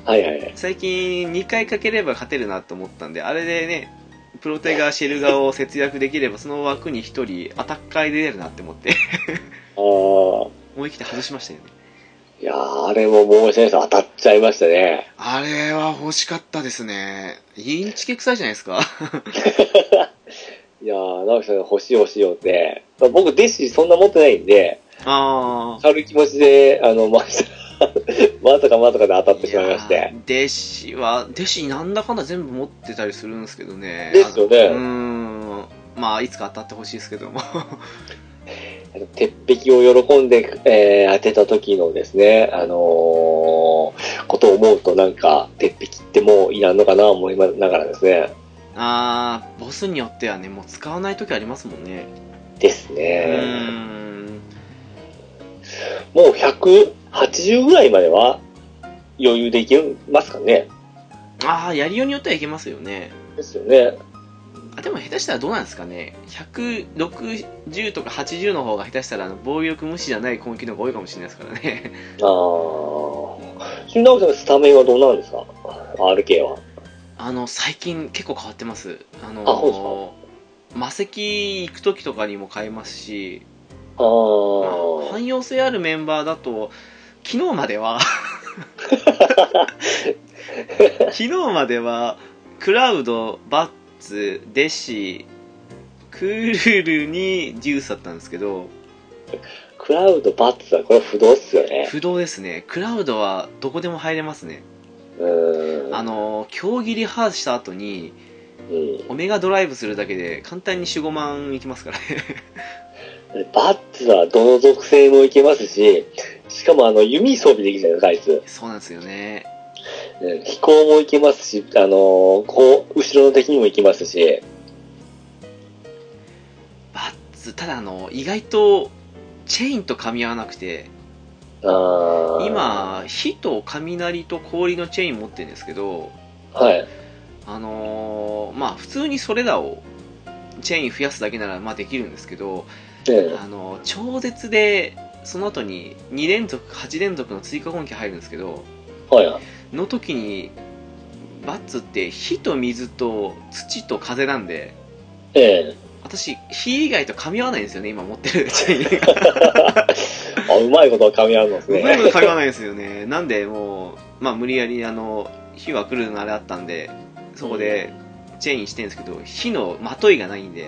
はいはいはい。
最近2回かければ勝てるなと思ったんで、あれでね、プロテガー、シェルガーを節約できれば、その枠に1人アタッカーで出れるなって思 って、
あー、
思い切って外しましたよね。
いやー、あれも申し訳ないです。当たっちゃいましたね。
あれは欲しかったですね。インチケ臭いじゃないですか。
いやー、直樹さんが欲しい欲しいよって。まあ僕、弟子そんな持ってないんで、
ああ。
軽い気持ちで、あの、まさか、 まさかまさかで当たってしまいまし
いや
て。
ー弟子は、弟子なんだかんだ全部持ってたりするんですけどね。
ですよね
あのうーん。まあ、いつか当たってほしいですけども。
あの鉄壁を喜んで、えー当てた時のですね、あのーことを思うとなんか、鉄壁ってもういらんのかな思いながらですね。
ああ、ボスによってはね、もう使わない時ありますもんね。
です
う
ね。
ーん。
もう180ぐらいまでは余裕でいけますかね。
ああ、やりようによってはいけますよね。
ですよね。
あでも下手したらどうなんですかね。160とか80の方が下手したら、あの防御力無視じゃない攻撃の方が多いかもしれないですからね。
あー。新直さんのスタメンはどうなんですか ?RK は。
あの、最近結構変わってます。あの
あそう
魔石行く時とかにも変えますし、
あ
まあ
ー。
汎用性あるメンバーだと昨日まで は昨日まではクラウドバッツデシクールルにデュースだったんですけど
クラウド、バッツはこれ不動っすよね。
不動ですねクラウドはどこでも入れますね
うーん。
あの競技リハーした後に
うん。
オメガドライブするだけで簡単に45万いきますからね
バッツはどの属性もいけますし、しかもあの弓装備できるじゃないですか、あいつ。
そうなんですよね
うん飛行もいけますし、あのーこう、後ろの敵にもいけますし。
バッツただあの意外とチェインと噛み合わなくて
あー。。
今火と雷と氷のチェイン持ってるんですけど
はい。
あのーまあ普通にそれらをチェイン増やすだけならまあできるんですけど、
うん。
あのー超絶でその後に2連続8連続の追加攻撃入るんですけど
はいはい。
の時にバッツって火と水と土と風なんで
ええ
私火以外と噛み合わないんですよね今持ってるチェインが
あ、うまいことは噛み合うんです
うまいこと
ね。
噛み合わないんですよ ねなんでもうまあ無理やりあの火は来るのあれあったんでそこでチェインしてるんですけど火のまといがないんで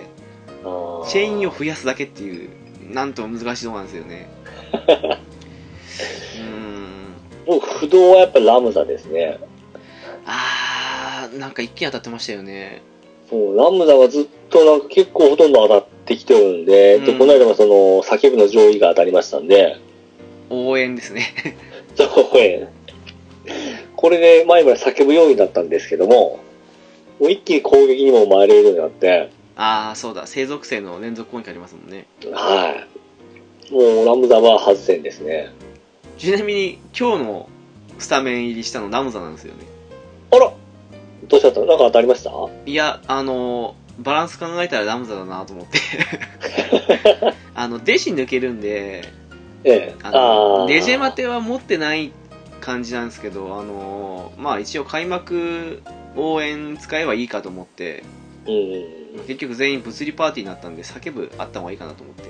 チェインを
振
増やすだけっていうなんとも難しいとこなんですよ ねうーん
僕、不動はやっぱラムザですね。
あーなんか一気に当たってましたよね
そう、ラムザはずっとなんか結構ほとんど当たってきてるんで、
う
で、
ん
この間もその、叫ぶの上位が当たりましたんで、
応援ですね
そうええこれで前まで叫ぶようになったんですけども、もう一気に攻撃にも回れるようになって、
ああそうだ生属性の連続攻撃ありますもんね
はい。もうラムザは外せんですね。
ちなみに今日のスタメン入りしたのラムザなんですよね
あらどうしちゃったなんか当たりました
いやあのバランス考えたらラムザだなと思って あの弟子抜けるんで
ええ。
あの
ー
レジェマテは持ってない感じなんですけどあのまあ一応開幕応援使えばいいかと思って
うん。
結局全員物理パーティーになったんで叫ぶあった方がいいかなと思って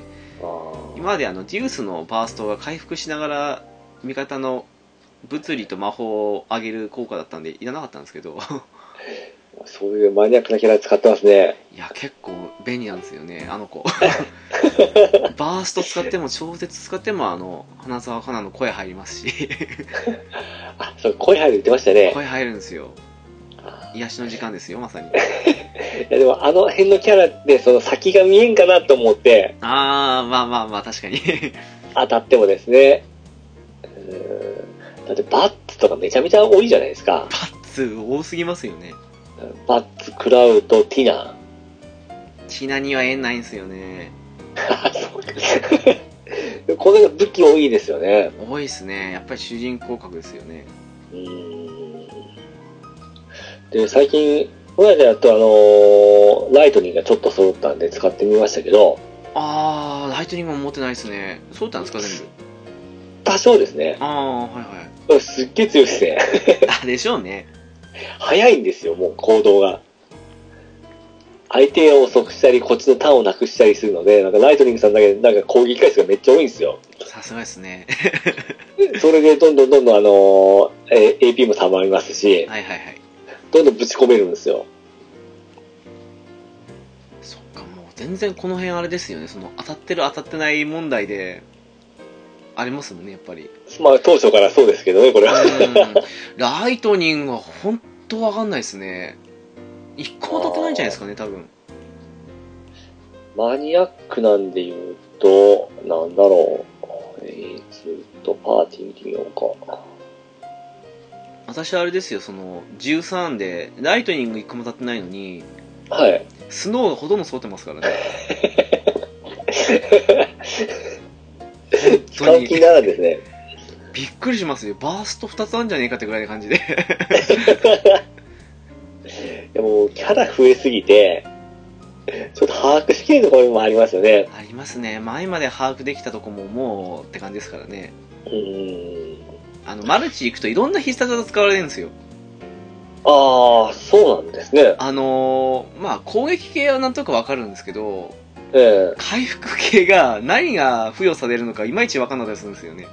あ
今まであのデュースのバーストが回復しながら味方の物理と魔法を上げる効果だったんでいらなかったんですけど
あ。そういうマニアックなキャラ使ってますね。
いや結構便利なんですよねあの 子バースト使っても超絶使ってもあの花澤香菜の声入りますし
あ、そう、声入る言ってましたね。
声入るんですよ癒しの時間ですよまさに
いやでもあの辺のキャラでその先が見えんかなと思って
あーまあまあまあ確かに
当たってもですね。うーんだってバッツとかめちゃめちゃ多いじゃないですか。
パッツ多すぎますよね
バッツ、クラウド、ティナ。
ティナには縁ないんですよね
あそうかこの辺が武器多いですよね。
多いですねやっぱり主人公格ですよね
うーんで、最近、この間やっとあのーライトニングがちょっと揃ったんで使ってみましたけど、
ああライトニングも持ってないですねそうだったんですか全部
多少ですね、
ああはいは
すっげえ強いですね。
いあでしょうね
早いんですよ、もう行動が。相手を遅くしたり、こっちのターンをなくしたりするので、なんかライトニングさんだけ、なんか攻撃回数がめっちゃ多いんですよ。
さすがですね
それでどんどんどんどんあのーえー AP も溜まりますし、
はいはいはい
どんどんぶち込めるんですよ。
そっかもう全然この辺あれですよねその当たってる当たってない問題でありますもんねやっぱり
まあ当初からそうですけどね、これ は。
うんライトニングは本当わかんないですね一個も当たってないんじゃないですかね多分
マニアックなんで言うと、なんだろう。えー、ずっとパーティー見てみようか。
私はあれですよその13でライトニング一個も当たってないのに
はい。
スノーがほとんど揃ってますからね
使う気にならんですね。
びっくりしますよバースト2つあんじゃねえかってぐらいの感じで
でも、キャラ増えすぎて、ちょっと把握しきれないところもありますよね。
ありますね前まで把握できたとこももうって感じですからね
うーん。
あのマルチ行くといろんな必殺技使われるんですよ
ああ、そうなんですね。
あのーまあ攻撃系はなんとかわかるんですけど
ええ
回復系が何が付与されるのかいまいちわかんなかったりするんですよね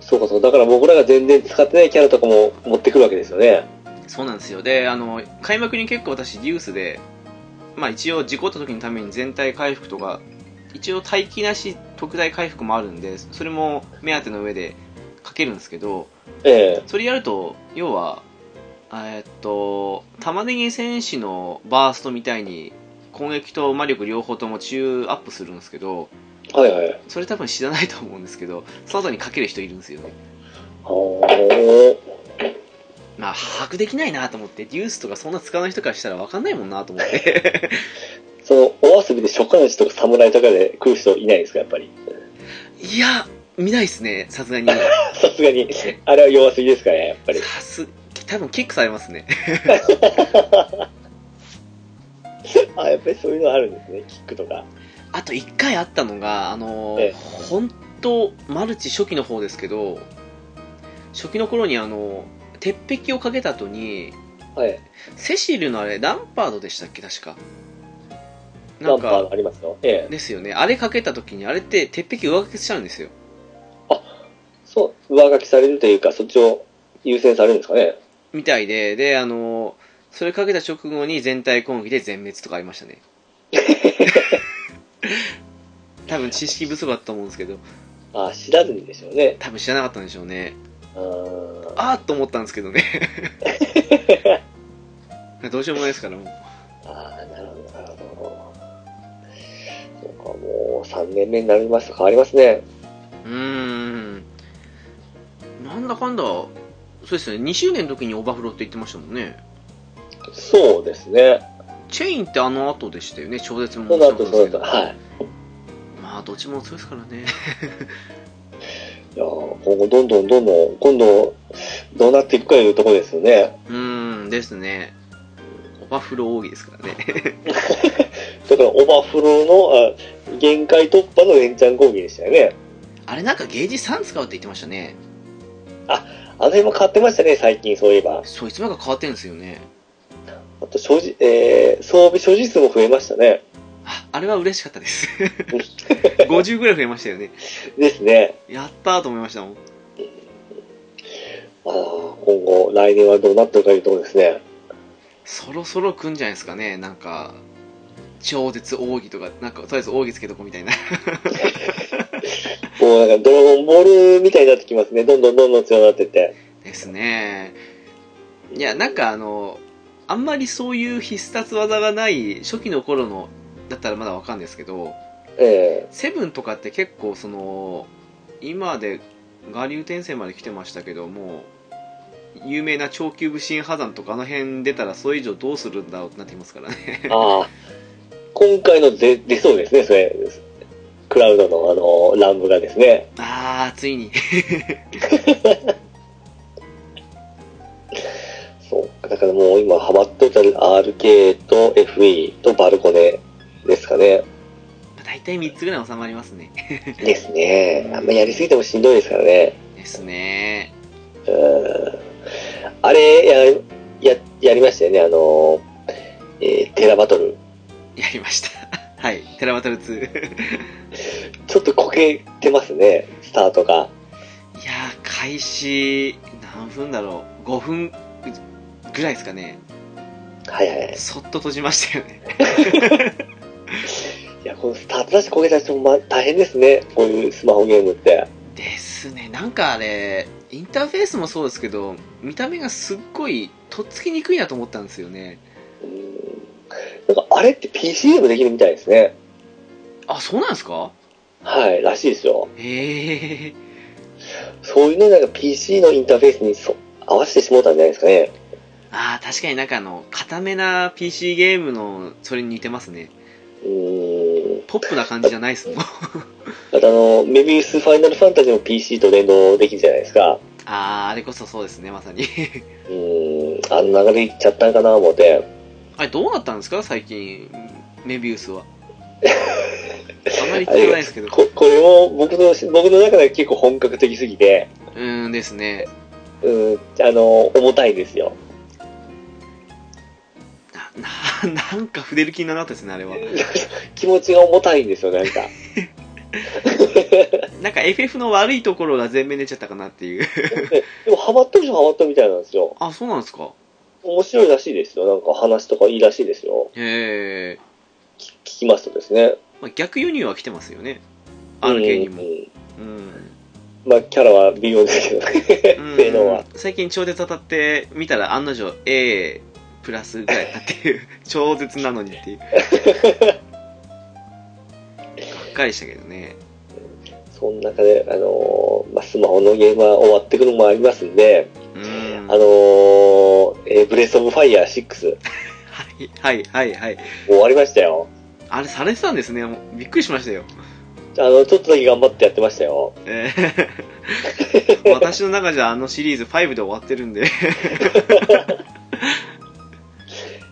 そうかそうか。だから僕らが全然使ってないキャラとかも持ってくるわけですよね。
そうなんですよであの開幕に結構私デュースでまあ一応事故った時のために全体回復とか一応待機なし特大回復もあるんでそれも目当ての上でかけるんですけど
え
それやると要はえーっと玉ねぎ戦士のバーストみたいに攻撃と魔力両方とも中アップするんですけど
えはいはい。
それ多分知らないと思うんですけどその後にかける人いるんですよね
ほー
まあ把握できないなと思ってデュースとかそんな使わない人からしたら分かんないもんなと思って
その、お遊びで初夏士とか侍とかで食う人いないですか、やっぱり。
いや見ないっすねさすがにさ
さすがに、あれは弱すぎですかね、やっぱり。
す多分キックされますね
あ、やっぱりそういうのあるんですね、キックとか。
あと1回あったのがあのー
ええ
本当マルチ初期の方ですけど初期の頃にあの鉄壁をかけた後に
はい。
セシルのあれランパードでしたっけ確かな
ラ
ん
ンパ
か
ーありますよ。ええ。
ですよねあれかけた時にあれって鉄壁上書きしちゃうんですよ
そう、上書きされるというか、そっちを優先されるんですかね。
みたいで、で、あの、それかけた直後に全体攻撃で全滅とかありま したね多分知識不足だったと思うんですけど
あ知らずにでしょうね。
多分知らなかったんでしょうね
うーん。
あーっと思ったんですけど ねどうしようもないですからもう
ああ、なるほど、なるほど。そうか、もう3年目になりますと変わりますね。
うーんなんだかんだそうですね2周年の時にオバフロって言ってましたもんね
そうですね。
チェインってあの後でしたよね超絶もも
そ
ち
の
ろん
後、
です
その
け
後、
ど
はい。
まあどっちもそうですからね
いやー今後どんどんどんどん、今度、どうなっていくかいうところですよね。
うーんですねオバフロ奥義ですからね
だから、オバフロのあ限界突破の連チャン攻撃でしたよね。
あれなんかゲージ3使うって言ってましたね
あの辺も変わってましたね、最近、そういえば。
そういつまか変わってるんですよね
あと、所持、えー、装備所持数も増えましたね。
ああれは嬉しかったです 50ぐらい増えましたよね
ですね。
やったーと思いましたもん
あー今後、来年はどうなってるかいうところですね。
そろそろ来んじゃないですかねなんか超絶奥義とかなんかとりあえず奥義つけとこみたいな
もうなんかドラゴンボールみたいになってきますね。どんどんどんどん強くなってって。
ですねいやなんかあのあんまりそういう必殺技がない初期の頃のだったらまだわかるんですけど
え
セブンとかって結構その今で我流転生まで来てましたけども有名な超級武神破山とかあの辺出たらそれ以上どうするんだろうってなってきますからね
えああ。今回の出、出そうですね、それ。クラウドのあの、乱舞がですね。
あーついに
そう。だからもう今ハマっとった RK と FE とバルコネですかね。
大体3つぐらい収まりますね
ですね。あんまやりすぎてもしんどいですからね。
ですね
うーんあれや、や、やりましたよね、あの、えーテラバトル。
やりました はいテラバトル2 いや
ちょっとこけてますね、スタートが。
ー開始何分だろう5分ぐらいですかね
はいはいはい。
そっと閉じましたよね
いや、このスタート出しこけた人も、ま、大変ですね、こういうスマホゲームって。
ですねなんかあれインターフェースもそうですけど見た目がすっごいとっつきにくいなと思ったんですよね
うーんなんか、あれって PC でもできるみたいですね。
あそうなんですか
はい、らしいですよ。
へえ
そういうのなんか PC のインターフェースにそ合わせてしもうたんじゃないですかね。
あー確かになんかあの固めな PC ゲームのそれに似てますね
うーん。
ポップな感じじゃないですもん
あとあの、メビウスファイナルファンタジーも PC と連動できるじゃないですか。
あーあれこそそうですねまさに
うーん、あの流れいっちゃったんかな思って。
あれどうなったんですか最近メビウスはあまり聞かないですけど
ここれも僕の僕の中では結構本格的すぎて、
うーんですね
うーん、あの、重たいんですよ。
なななんか触れる気にならなかったですねあれは
気持ちが重たいんですよ、なんか。
なんか FF の悪いところが全面に出ちゃったかなっていう
でもハマってる人はハマったみたいなんですよ。
あそうなんですか
面白いらしいですよ。なんか話とかいいらしいですよ。
へえ、
き聞きますとですね。
まあ、逆輸入は来てますよね RK にも
うん
う
うん
ん、
まあ、キャラは微妙ですけど ね。
うん
性能は。
最近超絶当たって見たら案の定 A プラスぐらいだってい う超絶なのにっていうがっかりしたけどね
その中で、あのーまあ、スマホのゲームは終わってくるのもありますんで、
うん
あのーえーブレスオブファイヤー6、
はいはいはいはい
終わりましたよ。
あれされてたんですねもうびっくりしましたよ、
あの、ちょっとだけ頑張ってやってましたよ。
え ー私の中じゃあのシリーズ5で終わってるんで
い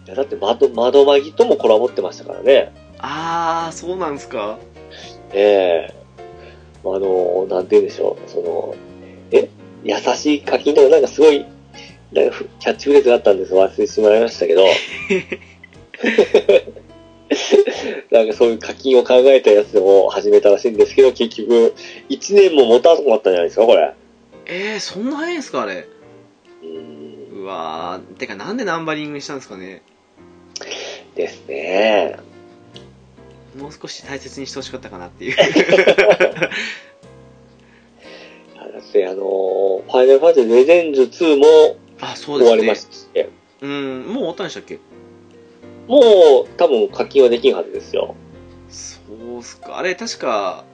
やだって窓、窓マギともコラボってましたからね。
ああそうなんですか
ええあの、なんて言うんでしょう。その、え、優しい課金とか、なんかすごい、なんかふキャッチフレーズがあったんです忘れてしまいましたけど。 なんかそういう課金を考えたやつでも始めたらしいんですけど、結局、1年も持たなかったんじゃないですか、これ。
えー、そんな早いんですかあれ
うーん
ううわーてかなんでナンバリングにしたんですかね
ですね。
もう少し大切にしてほしかったかなって いう
あだって、あのーファイナルファンタジーレジェンズ2も
あそうです
終
ね
わりましたし、
うんもう終わったんでしたっけ
もう多分課金はできんはずですよ。
そうっすかあれ確か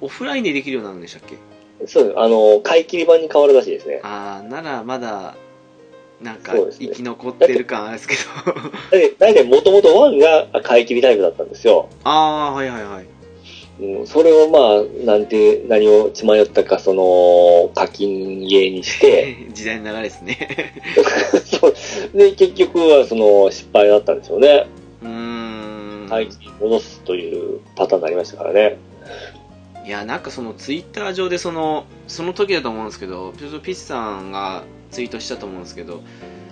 オフラインでできるようになるんでしたっけ
そうです。あのー買い切り版に変わるらしいですね。
ああならまだなんか
そうです
生
ね
き残ってる感あるんですけど
で、大体もともと1が買い切りタイプだったんですよ。
ああーはいはいはい
うん、それをまあ、なんて、何を血迷ったか、その、課金家にして、
時代の流れですね
そうで、結局はその、失敗だったんでしょうね。
うーん、
廃棄に戻すというパターンになりましたからね。
いやなんかそのツイッター上でそのその時だと思うんですけどちょっとピッチさんがツイートしたと思うんですけど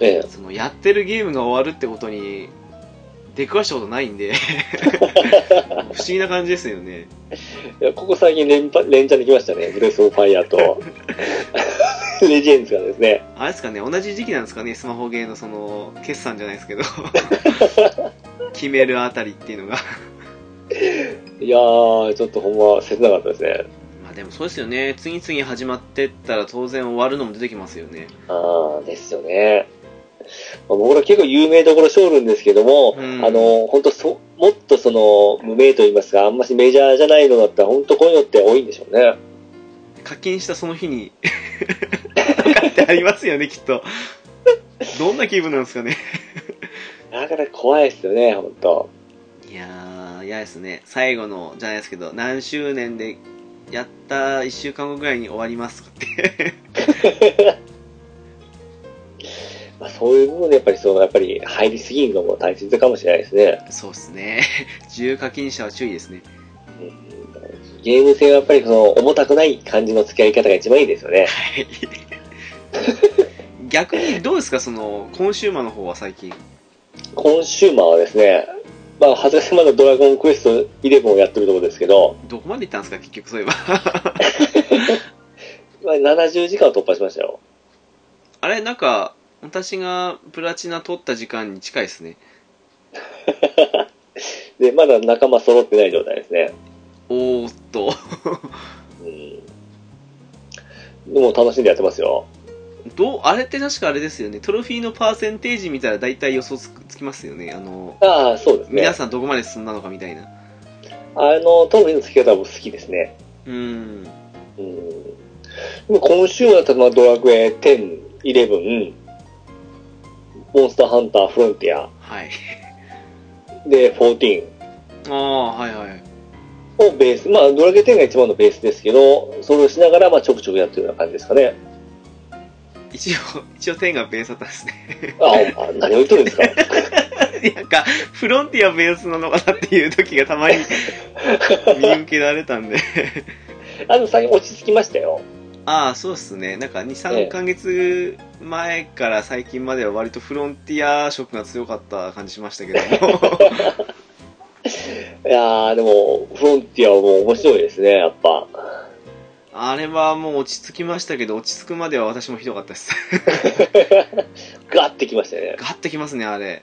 え
そのやってるゲームが終わるってことに出くわしたことないんで不思議な感じですよね
え。いやここ最近連覇、連チャンできましたね。ブレスオブファイヤ ーと、レジェンズがですね。
あれですかね同じ時期なんですかねスマホゲーのその決算じゃないですけど決めるあたりっていうのが
いやー、ちょっとほんま、切なかったですね。
まあでもそうですよね次々始まってったら当然終わるのも出てきますよね
ああ、ですよね。まあ僕ら結構有名どころ勝るんですけども、
うん
あの、本当そ、もっとその、無名と言いますか、あんましメジャーじゃないのだったら、本当こういうのって多いんでしょうね。
課金したその日に 書いてありますよねきっとどんな気分なんですかね
だから怖いですよね、本当
いやー嫌ですね最後のじゃないですけど何周年でやった1週間後ぐらいに終わりますとかって
まあ、そういう部分でやっぱりその、やっぱり入りすぎるのも大切かもしれないですね。
そうですね 重課金者は注意ですね
うんゲーム性はやっぱりその、重たくない感じの付き合い方が一番いいですよね。
はい 逆にどうですかそのコンシューマーの方は最近
コンシューマーはですね、まあ、恥ずかしながらドラゴンクエスト11をやってるところですけど、
どこまで行ったんですか結局そういえば
まあ、70時間を突破しましたよ。
あれなんか私がプラチナ取った時間に近いですね
で、まだ仲間揃ってない状態ですね。
おーっと
うん。でも楽しんでやってますよ。
どうあれって確かあれですよねトロフィーのパーセンテージ見たら大体予想つくつきますよねあの
ああ、そうですね
皆。さんどこまで進んだのかみたいな
あの、トロフィーの付け方も好きですね。
うん
うん。でも今週だったら、まあドラクエ10、11、モンスターハンターフロンティア、
はい
で、14
ああはいはい
をベース、まあ、ドラクエ10が一番のベースですけど、それをしながら、まあ、ちょくちょくやってるような感じですかね。
一応一応天がベースだったんですね
ああ、何を言ってるんですか
なんかフロンティアベースなのかなっていう時がた まに見受けられたんで
あの、でも最近落ち着きましたよ。
ああそうっすねなんか
え
23
え
ヶ月前から最近までは割とフロンティア色が強かった感じしましたけども
いやー、でも、フロンティアはもう面白いですね、やっぱ。
あれはもう落ち着きましたけど落ち着くまでは私もひどかったです
ガッてきましたよね。
ガッてきますねあれ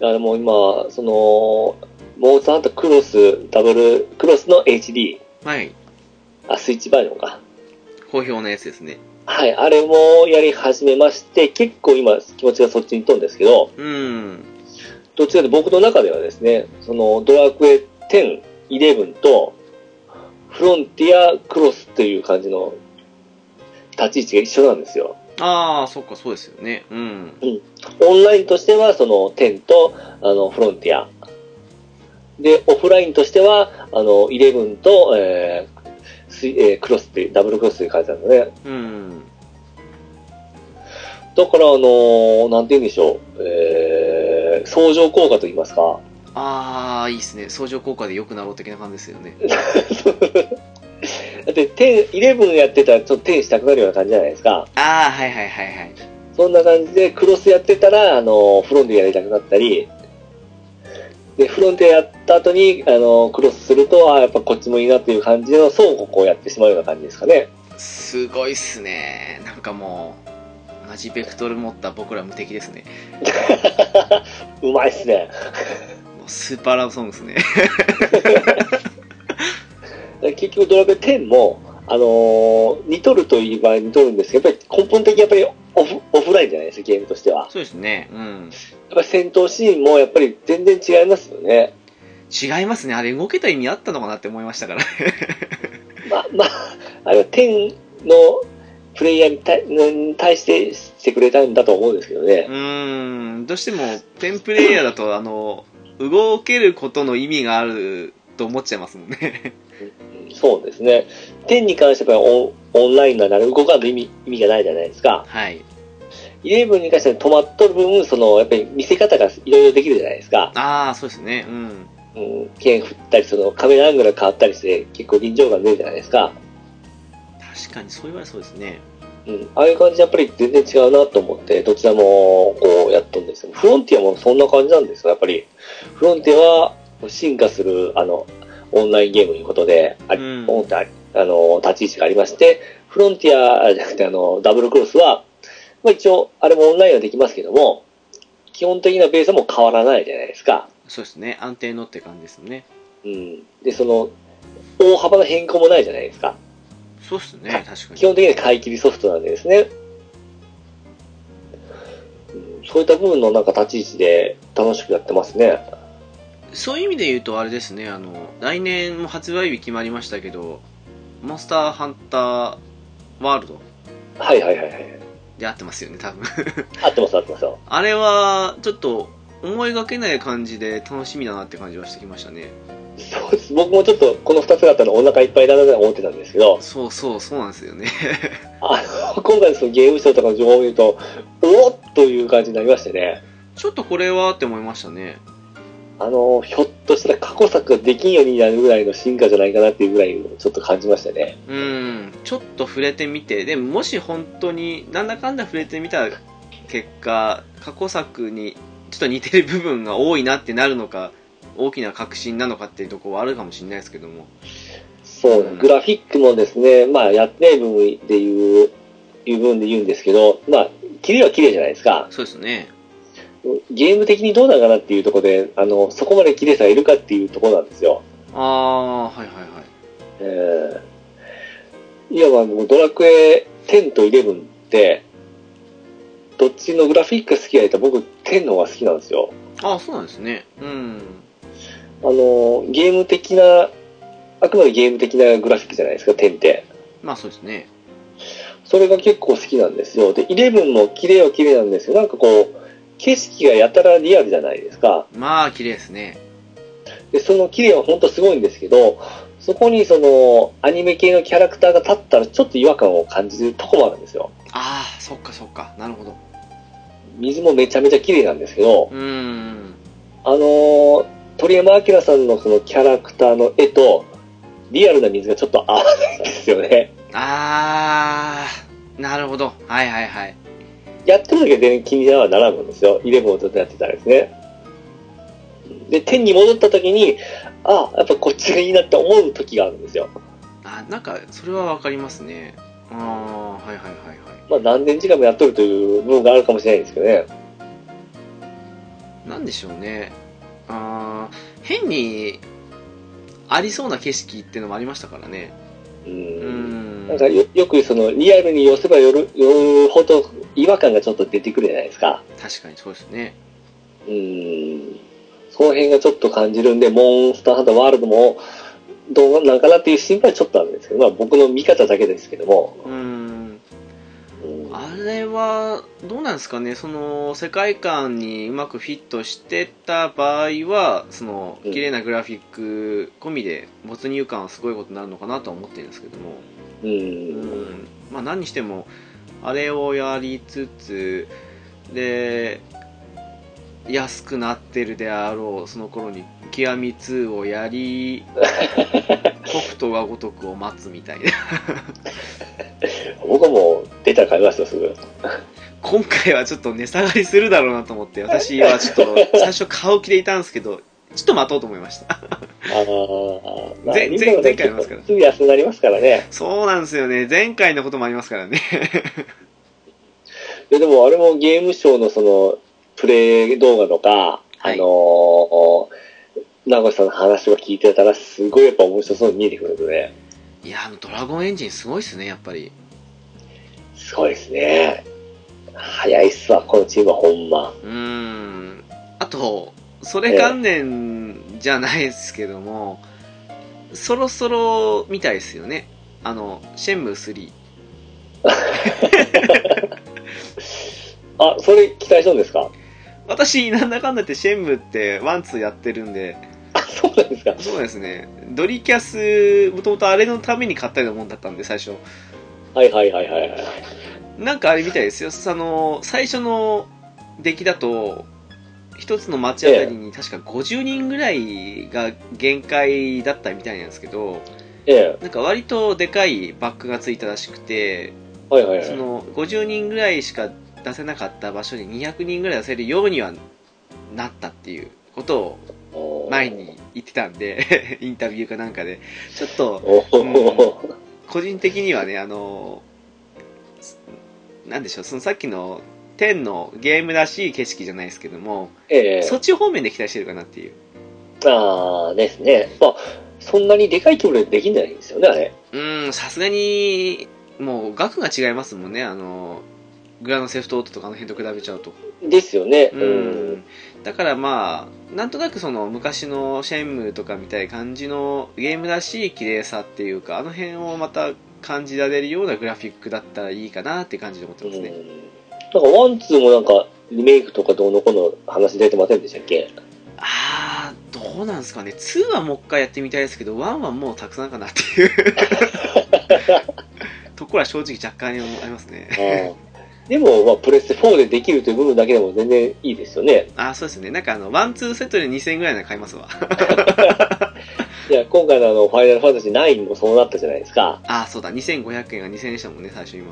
あのもう今、その、モンスターハンタークロス、ダブル、クロスの HD、
はい
あ、スイッチバージョンか。
好評なやつですね
はい、あれもやり始めまして、結構今気持ちがそっちに飛んですけど、
うん
どっちかというと僕の中ではですね、そのドラクエ10、11と、フロンティアクロスという感じの立ち位置が一緒なんですよ。
ああそっかそうですよねうん
オンラインとしては、その、10と、あの、フロンティア。で、オフラインとしては、あの、11と、えースイえークロスっていう、ダブルクロスという感じなので、ね、
うん
だから、あのーなんて言うんでしょう、えー、相乗効果と言いますか、
ああいいですね相乗効果で良くなろう的な感じですよね
だって、10、11やってたら、ちょっと10したくなるような感じじゃないですか。
ああはいはいはいはい
そんな感じで、クロスやってたら、あのーフロンティアやりたくなったり、で、フロンティアやった後に、あのークロスすると、あーやっぱこっちもいいなっていう感じの相互をこうやってしまうような感じですかね。
すごいっすねなんかもう同じベクトル持った僕ら無敵ですね。
うまいっすね。
もうスーパーラブソングですね。
結局ドラベ10も、あのー似とるといえば似とるんですけど、やっぱり根本的にやっぱりオフオフラインじゃないですか、ゲームとしては。
そうですね。うん。
やっぱり戦闘シーンもやっぱり全然違いますよね。
違いますね。あれ動けた意味あったのかなって思いましたから。
まあ、まあ、あの、天のプレイヤーに対に対してしてくれたんだと思うんですけど ね
う。ーん。どうしても、ペンプレイヤーだと、あの、動けることの意味があると思っちゃいますもんね。
そうですね。天に関してはやっぱりオンオンラインなら動かんと意味意味がないじゃないですか。
はい。
11に関しては止まっとる分、その、やっぱり見せ方がいろいろできるじゃないですか。
ああ、そうですね。うん。
うん、剣振ったり、そのカメラアングルが変わったりして、結構臨場感出るじゃないですか。
確かに、そう言われそうですね。
うん、ああいう感じでやっぱり全然違うなと思って、どちらもこうやったんですけど、フロンティアもそんな感じなんですよ、やっぱり。フロンティアは進化する、あの、オンラインゲームということで、あり
うん
オンラインあの、立ち位置がありまして、フロンティアじゃなくて、あの、ダブルクロスは、まあ一応、あれもオンラインはできますけども、基本的なベースはもう変わらないじゃないですか。
そうですね。安定のって感じですね。
うん。で、その、大幅な変更もないじゃないですか。
そうですね。確か
基
に。
本的には買い切りソフトなんでですね、うんそういった部分のなんか立ち位置で楽しくやってますね。
そういう意味で言うと、あれですね。あの、来年も発売日決まりましたけど、モンスターハンターワールド
はいはいはいはい。
で合ってますよね、多分。
合ってます合ってますよ。
あれは、ちょっと、思いがけない感じで楽しみだなって感じはしてきましたね。
そうです。僕もちょっとこの2つがあったのお腹いっぱいだなと思ってたんですけど、
そうそう、そうなんですよね。
あの、 今回のそのゲームショーとかの情報を見ると、おっという感じになりましてね。
ちょっとこれはって思いましたね。
あの、ひょっとしたら過去作ができんようになるぐらいの進化じゃないかなっていうぐらいちょっと感じましたね。
うん、ちょっと触れてみて、でももし本当になんだかんだ触れてみた結果、過去作にちょっと似てる部分が多いなってなるのか、大きな確信なのかっていうところはあるかもしれないですけども。
そう
うん
グラフィックもですね、まあ、やってない部分で言う、いう部分で言うんですけど、まあ、綺麗は綺麗じゃないですか。
そうですね。
ゲーム的にどうなのかなっていうところで、あの、そこまで綺麗さがいるかっていうところなんですよ。
あー、はいはいはい。
えー、いわばもうドラクエ10と11って、どっちのグラフィックが好きやったら僕10の方が好きなんですよ。
あー、そうなんですね。うん。
あの、ゲーム的な、あくまでゲーム的なグラフィックじゃないですか、10って。
まあそうですね。
それが結構好きなんですよ。で、11も綺麗は綺麗なんですよ。なんかこう、景色がやたらリアルじゃないですか。
まあ綺麗ですね。
で、その綺麗は本当すごいんですけど、そこにその、アニメ系のキャラクターが立ったらちょっと違和感を感じるとこもあるんですよ。
あー、そっかそっか。なるほど。
水もめちゃめちゃ綺麗なんですけど
う、ーん。
あのー鳥山明さんのそのキャラクターの絵と、リアルな水がちょっと合わないんですよね。
あー、なるほど。はいはいはい。
やってるだけで全然気にならならんんですよ。11をずっとやってたらですね。で、天に戻った時に、あ、やっぱこっちがいいなって思う時があるんですよ。
あなんかそれはわかりますねああはいはいはいは
まあ何年時間もやっとるという部分があるかもしれないんですけどね。
いなんでしょうねあー変にありそうな景色ってのもありましたからね
う。
うんん
なんかよよくそのリアルに寄せば寄る寄るほど違和感がちょっと出てくるじゃないですか。
確かにそうですね
うん。その辺がちょっと感じるんで、モンスターハンターワールドもどうなんかなっていう心配はちょっとあるんですけど、まあ僕の見方だけですけども。
うん
うん
あれはどうなんですかねその世界観にうまくフィットしてた場合はその
うん
綺麗なグラフィック込みで没入感はすごいことになるのかなとは思ってるんですけども
う。
うんんまあ何にしてもあれをやりつつで安くなってるであろうその頃に極み2をやり北斗が如くを待つみたいな
僕はもう出たら買いましたよすぐ。
今回はちょっと値下がりするだろうなと思って私はちょっと最初買う気でいたんですけどちょっと待とうと思いました
あのー
ぜんぜん前回ありますから
すぐ安くなりますからね。
そうなんですよね前回のこともありますからね
で、でもあれもゲームショーのその、プレイ動画とか、
はい
あのー、名越さんの話を聞いてたら、すごいやっぱ面白そうに見えてくるので、
いやあのドラゴンエンジンすごいっすねやっぱり
すごいですね。早いっすわ、このチームはほんま。
うーんあとそれ関連じゃないですけども、そろそろみたいですよねあのシェンムー3
あ、それ期待したんですか
私なんだかんだってシェンムーってワンツーやってるんで
あ、そうなんですか。
そうですねドリキャスもともとあれのために買ったようなもんだったんで最初
はいはいはいはいはい。
なんかあれみたいですよその最初の出来だと一つの町あたりに確か50人ぐらいが限界だったみたいなんですけど
ええ、
なんか割とでかいバックがついたらしくて
はいはいはい。
その50人ぐらいしか出せなかった場所に200人ぐらい出せるようにはなったっていうことを
おー
前。に言ってたんで インタビューかなんかでちょっと
おー
個人的にはねあのすなんでしょうそのさっきの天のゲームらしい景色じゃないですけども、
ええ。
そっち方面で期待してるかなっていう
あーですね。まあ、そんなにでかい規模でできないんですよね、あれ。
うーんさすがにもう額が違いますもんねあのグラノセフトオートとかあの辺と比べちゃうと
ですよね。
う
うん
んだからまあなんとなくその昔のシェンムーとかみたいな感じのゲームらしい綺麗さっていうかあの辺をまた感じられるようなグラフィックだったらいいかなって感じで思ってますね、
なんかワンツーもなんかリメイクとかどうのこうの話出てませんでしたっけ
あー、どうなんですかね。2はもう一回やってみたいですけど、1はもうたくさんかなっていう ところは正直若干に思いますね。
でも、まあ、プレステ4でできるという部分だけでも全然いいですよね。
あー、そうですね。なんかあの、ワンツーセットで2000円ぐらいなら買いますわ。
いや、今回のあの、ファイナルファンタジー9もそうなったじゃないですか。
あー、そうだ。2500円が2000円でしたもんね、最初今。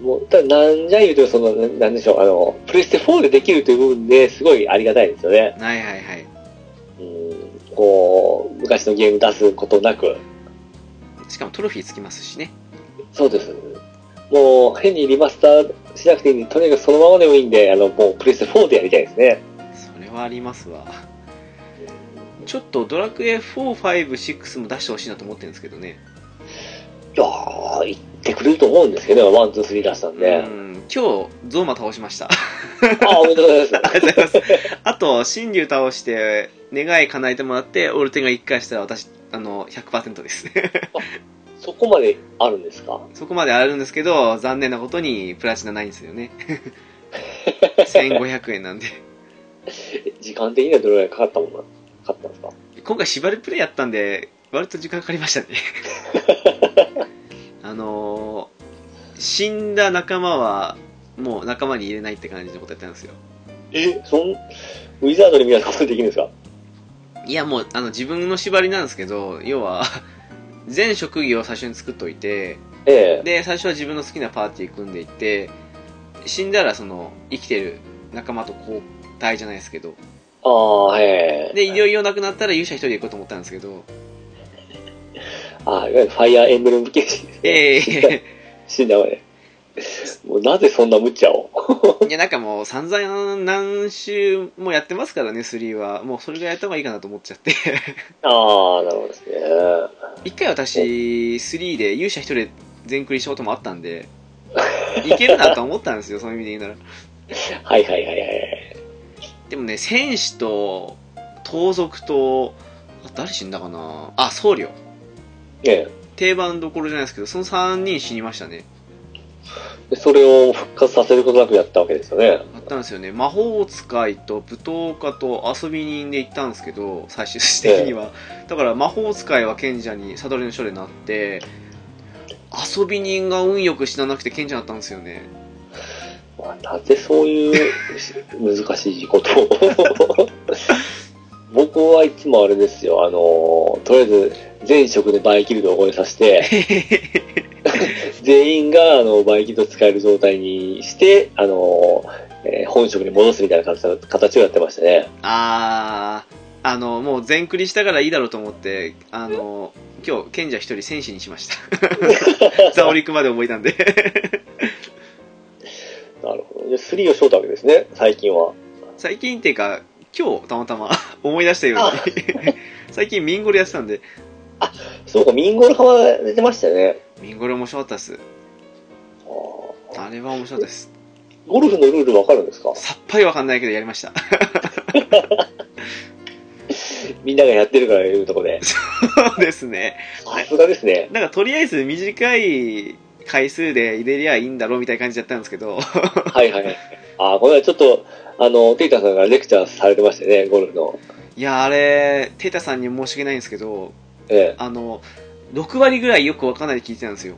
もう、ただなんじゃ言うと、その、ななんでしょう、あの、プレステ4でできるという部分ですごいありがたいですよね。
はいはいはい。
うん、こう、昔のゲーム出すことなく。
しかもトロフィーつきますしね。
そうです。もう、変にリマスターしなくていいんで、とにかくそのままでもいいんで、あの、もう、プレステ4でやりたいですね。
それはありますわ。ちょっとドラクエ4、5、6も出してほしいなと思ってるんですけどね。
いやー、言ってくれると思うんですけど、ワン、ツー、スリー出したんで。
う
あ
ん。今日、ゾーマ倒しました。
ー、おめでとうございます。
ありがとうございます。あと、新竜倒して、願い叶えてもらって、オルテンが1回したら私、あの、100%です。
そこまであるんですか
そこまであるんですけど、残念なことにプラチナないんですよね。1500円なんで。
え時間的にはどれぐらいかかったもんなかかったんですか
今回縛りプレイやったんで、割と時間かかりましたね。 あのー死んだ仲間は、もう仲間に入れないって感じのことやったんですよ。
えそん、ウィザードに見たいなことできるんですか
いやもう、あの、自分の縛りなんですけど、要は、 全職業を最初に作っといて、
ええ
で最初は自分の好きなパーティー組んでいって死んだらその生きてる仲間と交代じゃないですけど
ああ、ええ
でいよいよ亡くなったら勇者一人で行こうと思ったんですけど
あーいわゆるファイアーエンブレム形式ですね。
ええ
死んだまで。もうなぜそんな無茶を
いやなんかもう散々何週もやってますからね3はもうそれぐらいやった方がいいかなと思っちゃって
ああ、なるほどですね。
一回私3で勇者一人で全クリしたこともあったんでいけるなと思ったんですよそういう意味で言うなら
はいはいはいはい。
でもね戦士と盗賊とあ誰死んだかなあ僧侶
え
定番どころじゃないですけどその3人死にましたね
えでそれを復活させることなくやったわけですよね。
あったんですよね魔法使いと舞踏家と遊び人で行ったんですけど最終的には、だから魔法使いは賢者にサドルの書でなって遊び人が運よく死ななくて賢者だったんですよね
まあなぜそういう難しいことを僕はいつもあれですよ、あの、とりあえず前職でバイキルドを覚えさせて、全員があのバイキット使える状態にして、あの、えー本職に戻すみたいな形形をやってましたね。
あーあのもう全クリしたからいいだろうと思ってあの今日賢者一人戦士にしましたザオリクまで覚えたんで
なるほど。で、3をしょったわけですね、最近は。
最近っていうか、今日たまた ま思い出したように、 最近ミンゴルやってたんで、
そうか、ミンゴル派は出てましたよね。
ミンゴル面白かったです。
あー
あれは面白かったです。
ゴルフのルールわかるんですか
さっぱりわかんないけどやりました。
みんながやってるからいうとこで。
そうですね。
さすがですね。
なんかとりあえず短い回数で入れりゃいいんだろうみたいな感じだったんですけど、
はいはい。ああ、この間ちょっと、あの、ケイタさんがレクチャーされてましたよね、ゴルフの。
いや、あれ、テータさんに申し訳ないんですけど、
え
あの、6割ぐらいよくわかんないで聞いてたんですよ。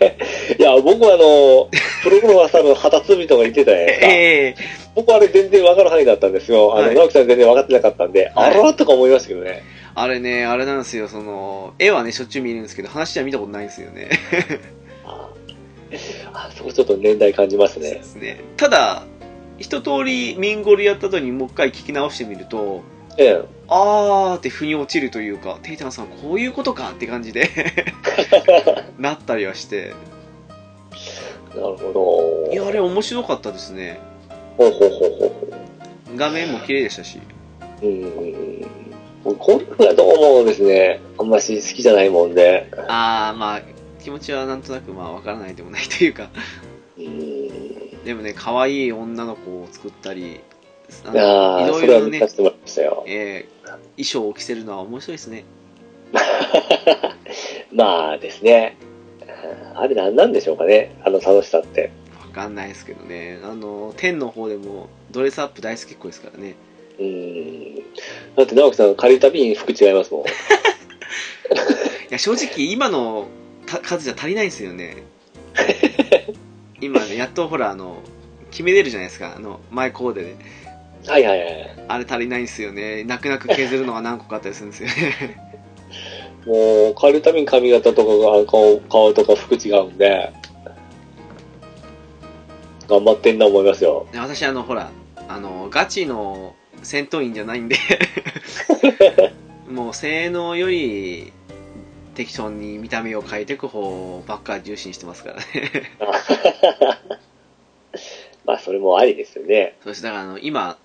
え。いや、僕はあの、プロゴルファーさんの旗つびとか言ってたじゃないですか。
ええ
僕あれ全然わかる範囲だったんですよ。あの、
はい
直樹さん全然わかってなかったんで、
はい
あらとか思いましたけどね。
あれね、あれなんですよ、その、絵はね、しょっちゅう見るんですけど、話は見たことないんですよね。
あーあ、そこちょっと年代感じます
そうで
ね。
すね。ただ、一通りミンゴルやった後にもう一回聞き直してみると、
ええ。
あーって腑に落ちるというか、テイタンさんこういうことかって感じ でなったりはして、
なるほど。
いや、あれ面白かったですね。
ほうほうほうほうほう。
画面も綺麗でしたし。
うーん。僕ゴルフはどうもですね、あんまし好きじゃないもんで。
あー、まあ、気持ちはなんとなくまあわからないでもないというか、
うーん。
でもね、可愛い女の子を作ったり、あ
いや
い
ー、
ろ
そ
い
れ
ろ
は見
ね
さ、せてもらいましたよ。
えー衣装を着せるのは面白いですね。
まあですね。あれ何なんでしょうかね、あの楽しさって。
わかんないですけどね。あの、天の方でもドレスアップ大好きっ子ですからね。
うーん。だって直樹さん借りるたびに服違い ますもん。
いや、正直今のた数じゃ足りないんですよね。今ね、やっとほら、あの、決めれるじゃないですか。あの、前コーデで。
はいはいはい。
あれ足りないんですよね。泣く泣く削るのが何個かあったりするんですよね。
もう借りるたびに髪型とかが顔顔とか服違うんで、頑張ってんな思いますよ。
で私、あの、ほら、あの、ガチの戦闘員じゃないんで、もう性能より適当に見た目を変えていく方ばっか重視してますからね。
まあそれもありですよね。
そうですだからあの今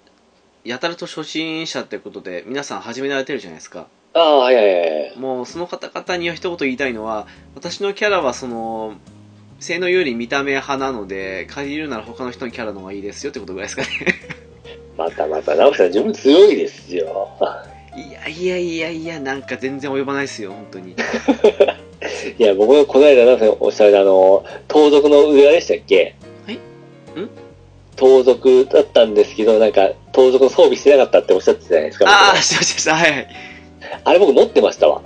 やたらと初心者ってことで皆さん始められてるじゃないですか
ああ、はいはいはい。
もうその方々には一言言いたいのは私のキャラはその性能より見た目派なので借りるなら他の人のキャラの方がいいですよってことぐらいですかね
またまた直樹さん自分強いですよ。
いやいやいやいやなんか全然及ばないですよ本当に
いや、僕のこの間、なんかおっしゃられた、あの、盗賊の上でしたっけ
はい
ん
ん
盗賊だったんですけど、なんか、盗賊の装備してなかったっておっしゃってたじゃないですか。
ああしましたしたはいはい
僕あれ僕乗ってましたわ。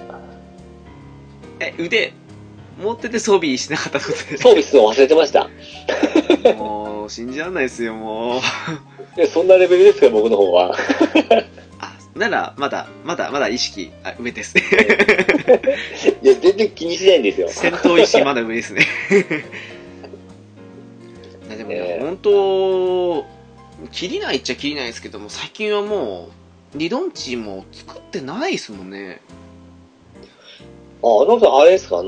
え腕持ってて装備しなかったってことで
装備するの忘れてました。
すもう信じられないですよもう
でそんなレベルですから、僕の方は。
あならまだまだまだ意識あ上です
いや、全然気にしないんですよ。
戦闘意識まだ上ですねいやでもね、
えー
本当切りないっちゃ切りないですけども最近はもう理論値も作ってないですもんね
あ、直樹さん、あれですか、あの
ん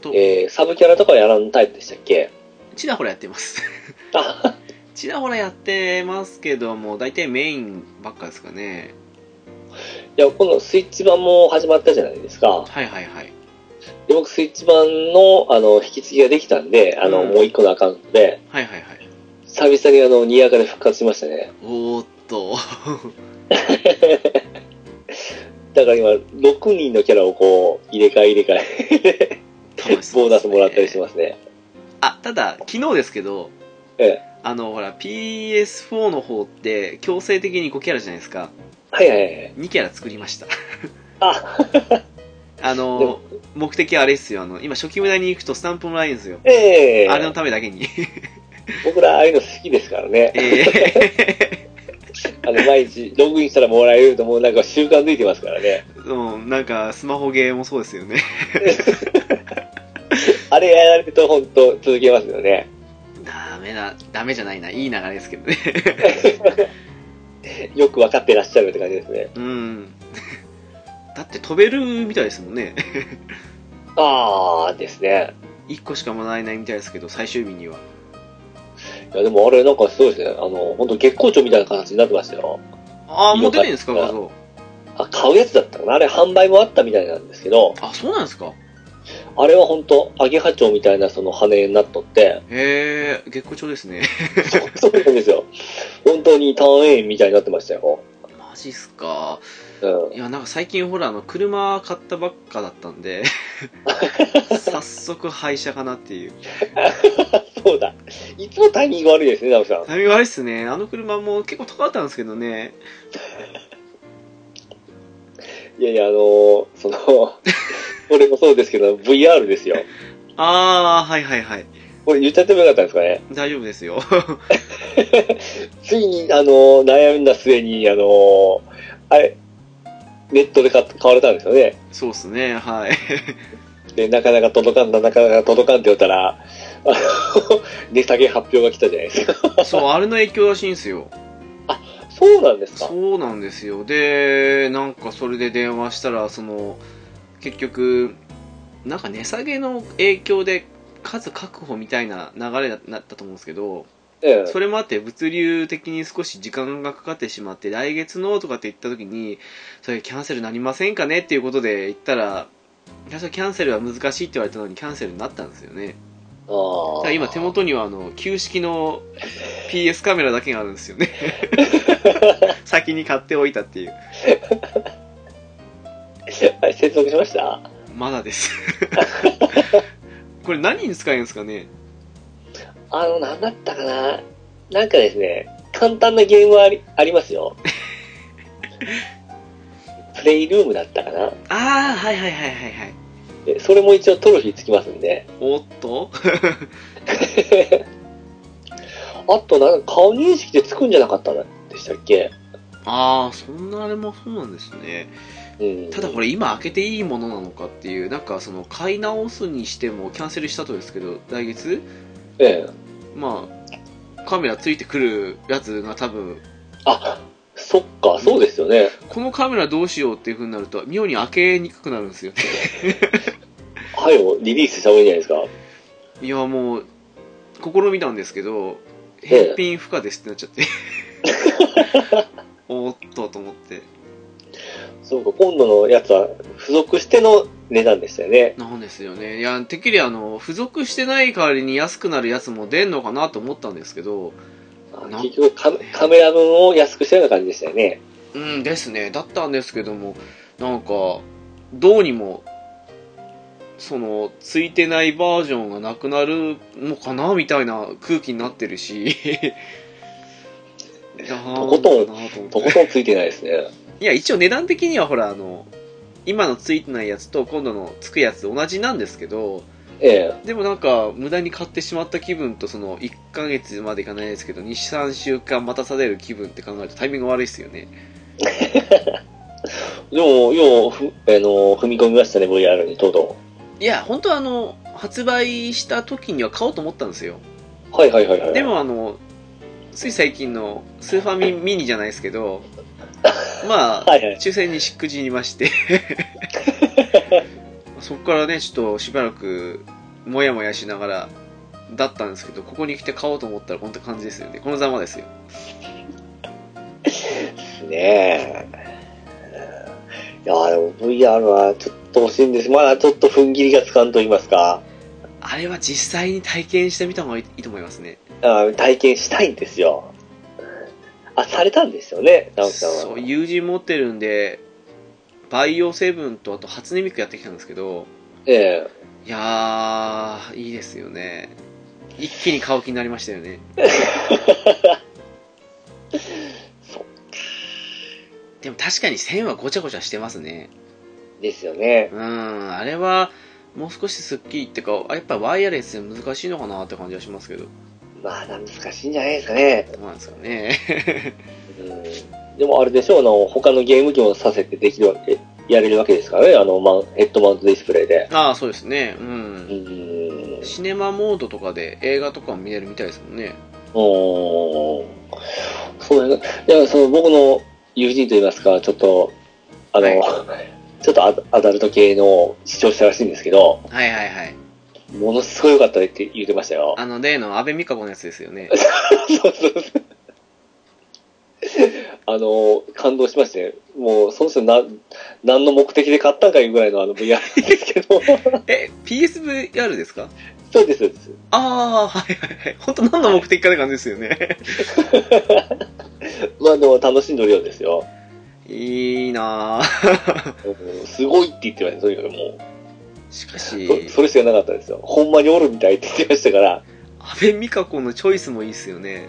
と
ー、えー、サブキャラとかはやらんタイプでしたっけ
ちらほらやってます
あ、
ちらほらやってますけども大体メインばっかですかね
いや、このスイッチ版も始まったじゃないですか。
はいはいはい
で、僕、スイッチ版の、あの、引き継ぎができたんで、あの、
うん
もう一個のアカウントで、
はいはいはい
久々にあの、にやかで復活しましたね。
おーっと
だから今、6人のキャラをこう、入れ替え入れ替え、
楽しそ
ボ
う
ー
で
ナ
す
ス
ね
もらったりしてますね。
あただ昨日ですけど
ええ。
あのほら PS4 の方って強制的に5キャラじゃないですか
はいはいはい。
2キャラ作りました
あ、
あ
で
の
も
目的はあれですよあの今初期無駄に行くとスタンプもらえるんですよ、
ええ
あれのためだけ に
僕らああいうの好きですからね。
ええ
あの、毎日ログインしたらもらえるともうなんか習慣づいてますからね。
うんなんかスマホゲーもそうですよね
あれやられると本当続けますよね。
ダメなダメじゃないないい流れですけどね
よく分かってらっしゃるって感じですね。
うん だって飛べるみたいですもんね
ああですね。
1個しかもらえないみたいですけど最終日には
いや、でもあれ、なんかすごいですね。あの、本当月光町みたいな形になってましたよ。
ああ、もう出てるんですか、画像。
あ、買うやつだったかなあれ、販売もあったみたいなんですけど、
あ、そうなんですか。
あれは本当アゲハチョウみたいなその羽になっとって、
へえ、月光町ですね。
そうなんですよ。本当にターンエインみたいになってましたよ。
マジっすか。
うん。
いや、なんか最近ほら、あの、車買ったばっかだったん で、早速廃車かなっていう。
そうだ。いつもタイミング悪いですね、ナムさん。
タイミング悪いっすね。あの車も結構高かったんですけどね。
いやいや、あのー その、俺もそうですけど、VR ですよ。
ああ、はいはいはい。
これ言っちゃってもよかったんですかね。
大丈夫ですよ。
ついに、あのー悩んだ末に、あのーあれ、ネットで買っ買われたんですよね。
そうっすね、はい。
で、なかなか届かんだ、なかなか届かんって言ったら、あの、値下げ発表が来たじゃないですか。
そう、あれの影響らしいんですよ。
そうなんですか
そうなんですよ。で、なんかそれで電話したら、その、結局、なんか値下げの影響で数確保みたいな流れだなったと思うんですけど、
ええ
それもあって物流的に少し時間がかかってしまって、来月のとかって言った時に、それキャンセルなりませんかねっていうことで言ったら、最初キャンセルは難しいって言われたのにキャンセルになったんですよね。だ
あ
から
あ。
今手元にはあの、旧式の PS カメラだけがあるんですよ ね。先に買っておいたっていう。
あれ接続しました
まだです。これ何に使えるんですかね
あの、なんだったかななんかですね、簡単なゲームはありありますよ。 プレイルームだったかな
ああ、はいはいはいはいはい。
でそれも一応トロフィーつきますんで。
おっと
あと、なんか顔認識でつくんじゃなかったんでしたっけ
ああ、そんなあれもそうなんですね。
うん。
ただこれ今開けていいものなのかっていう、なんかその買い直すにしてもキャンセルしたとですけど、来月
ええ。
まあ、カメラついてくるやつが多分、
あ、そっか、そうですよね。
このカメラどうしようっていう風になると、妙に開けにくくなるんですよね。
はよ、リリースした方がいいんじゃないです
いや、もう、試みたんですけど、返品不可ですってなっちゃって。おーっとと思って。
か。そうか、今度のやつは付属しての値段でしたよね。
なんですよね。いや、てっきりあの、付属してない代わりに安くなるやつも出んのかなと思ったんですけど、
あ
な
結局カ、カメラ分を安くしたような感じでしたよね。
うんですね。だったんですけども、なんか、どうにも、その、ついてないバージョンがなくなるのかなみたいな空気になってるし、な
とことん
んかなと思って
とことんついてないですね。
いや、一応値段的にはほら、あの、今のついてないやつと今度のつくやつ同じなんですけど、
ええ。
でもなんか、無駄に買ってしまった気分と、その、1ヶ月までいかないですけど、2、3週間待たされる気分って考えるとタイミング悪いですよね。
でも、よう、ふあの踏み込みましたね、VR に、とうと
いや、本当はあの、発売した時には買おうと思ったんですよ。
う。はいはいはいはい。
で、もあの、つい最近のスーファミミニじゃないですけ ど、まあ、
はいはい。
抽選にしっくじりま して、そこからね、ちょっとしばらく、もやもやしながら、だったんですけど、ここに来て買おうと思ったら、こんな感じですよね。このざまですよ。
ねえ。いや、でも VR はちょっと欲しいんです。まだちょっと踏ん切りがつかんと言いますか。
あれは実際に体験してみた方がいいと思いますね。
あ体験したいんですよ。あ、されたんですよね、直樹さんは。
そう、友人持ってるんで、バイオセブンとあと初音ミクやってきたんですけど、
ええ。
いやー、いいですよね。一気に買う気になりましたよね。でも確かに線はごちゃごちゃしてますね。
ですよね。
うん、あれは、もう少しスッキリってか、あやっぱワイヤレスで難しいのかなって感じはしますけど、ど
まあ、難しいんじゃないですかね。
うなんですかね。
うん。でもあれでしょう、あの、他のゲーム機もさせてできるわけ、やれるわけですからね、あの、マンヘッドマウントディスプレイで。
ああ、そうですね。う。
うんん。
シネマモードとかで映画とかも見れるみたいですもんね。
おーそうだね。いや、その僕の友人といいますか、ちょっと、あの、
はい
ちょっとアアダルト系の視聴者らしいんですけど、
はいはいはい。
ものすごい良かったって言ってましたよ。
あの、例の安倍美香子のやつですよね。
そうそうそう。あの、感動しまして、もう、その人な、何の目的で買ったんかいうぐらいのあの VR ですけど、
え、PSVR ですか
そうです、そうです。
ああ、はいはいはい。本当何の目的かって感じですよね。
まあでも楽しんどるようですよ。
いいなぁ。
うんすごいって言ってました、とにかくも
しか
う。
し
そ、それしかなかったですよ。ほんまにおるみたいって言ってましたから、
安倍美香子のチョイスもいいっすよね。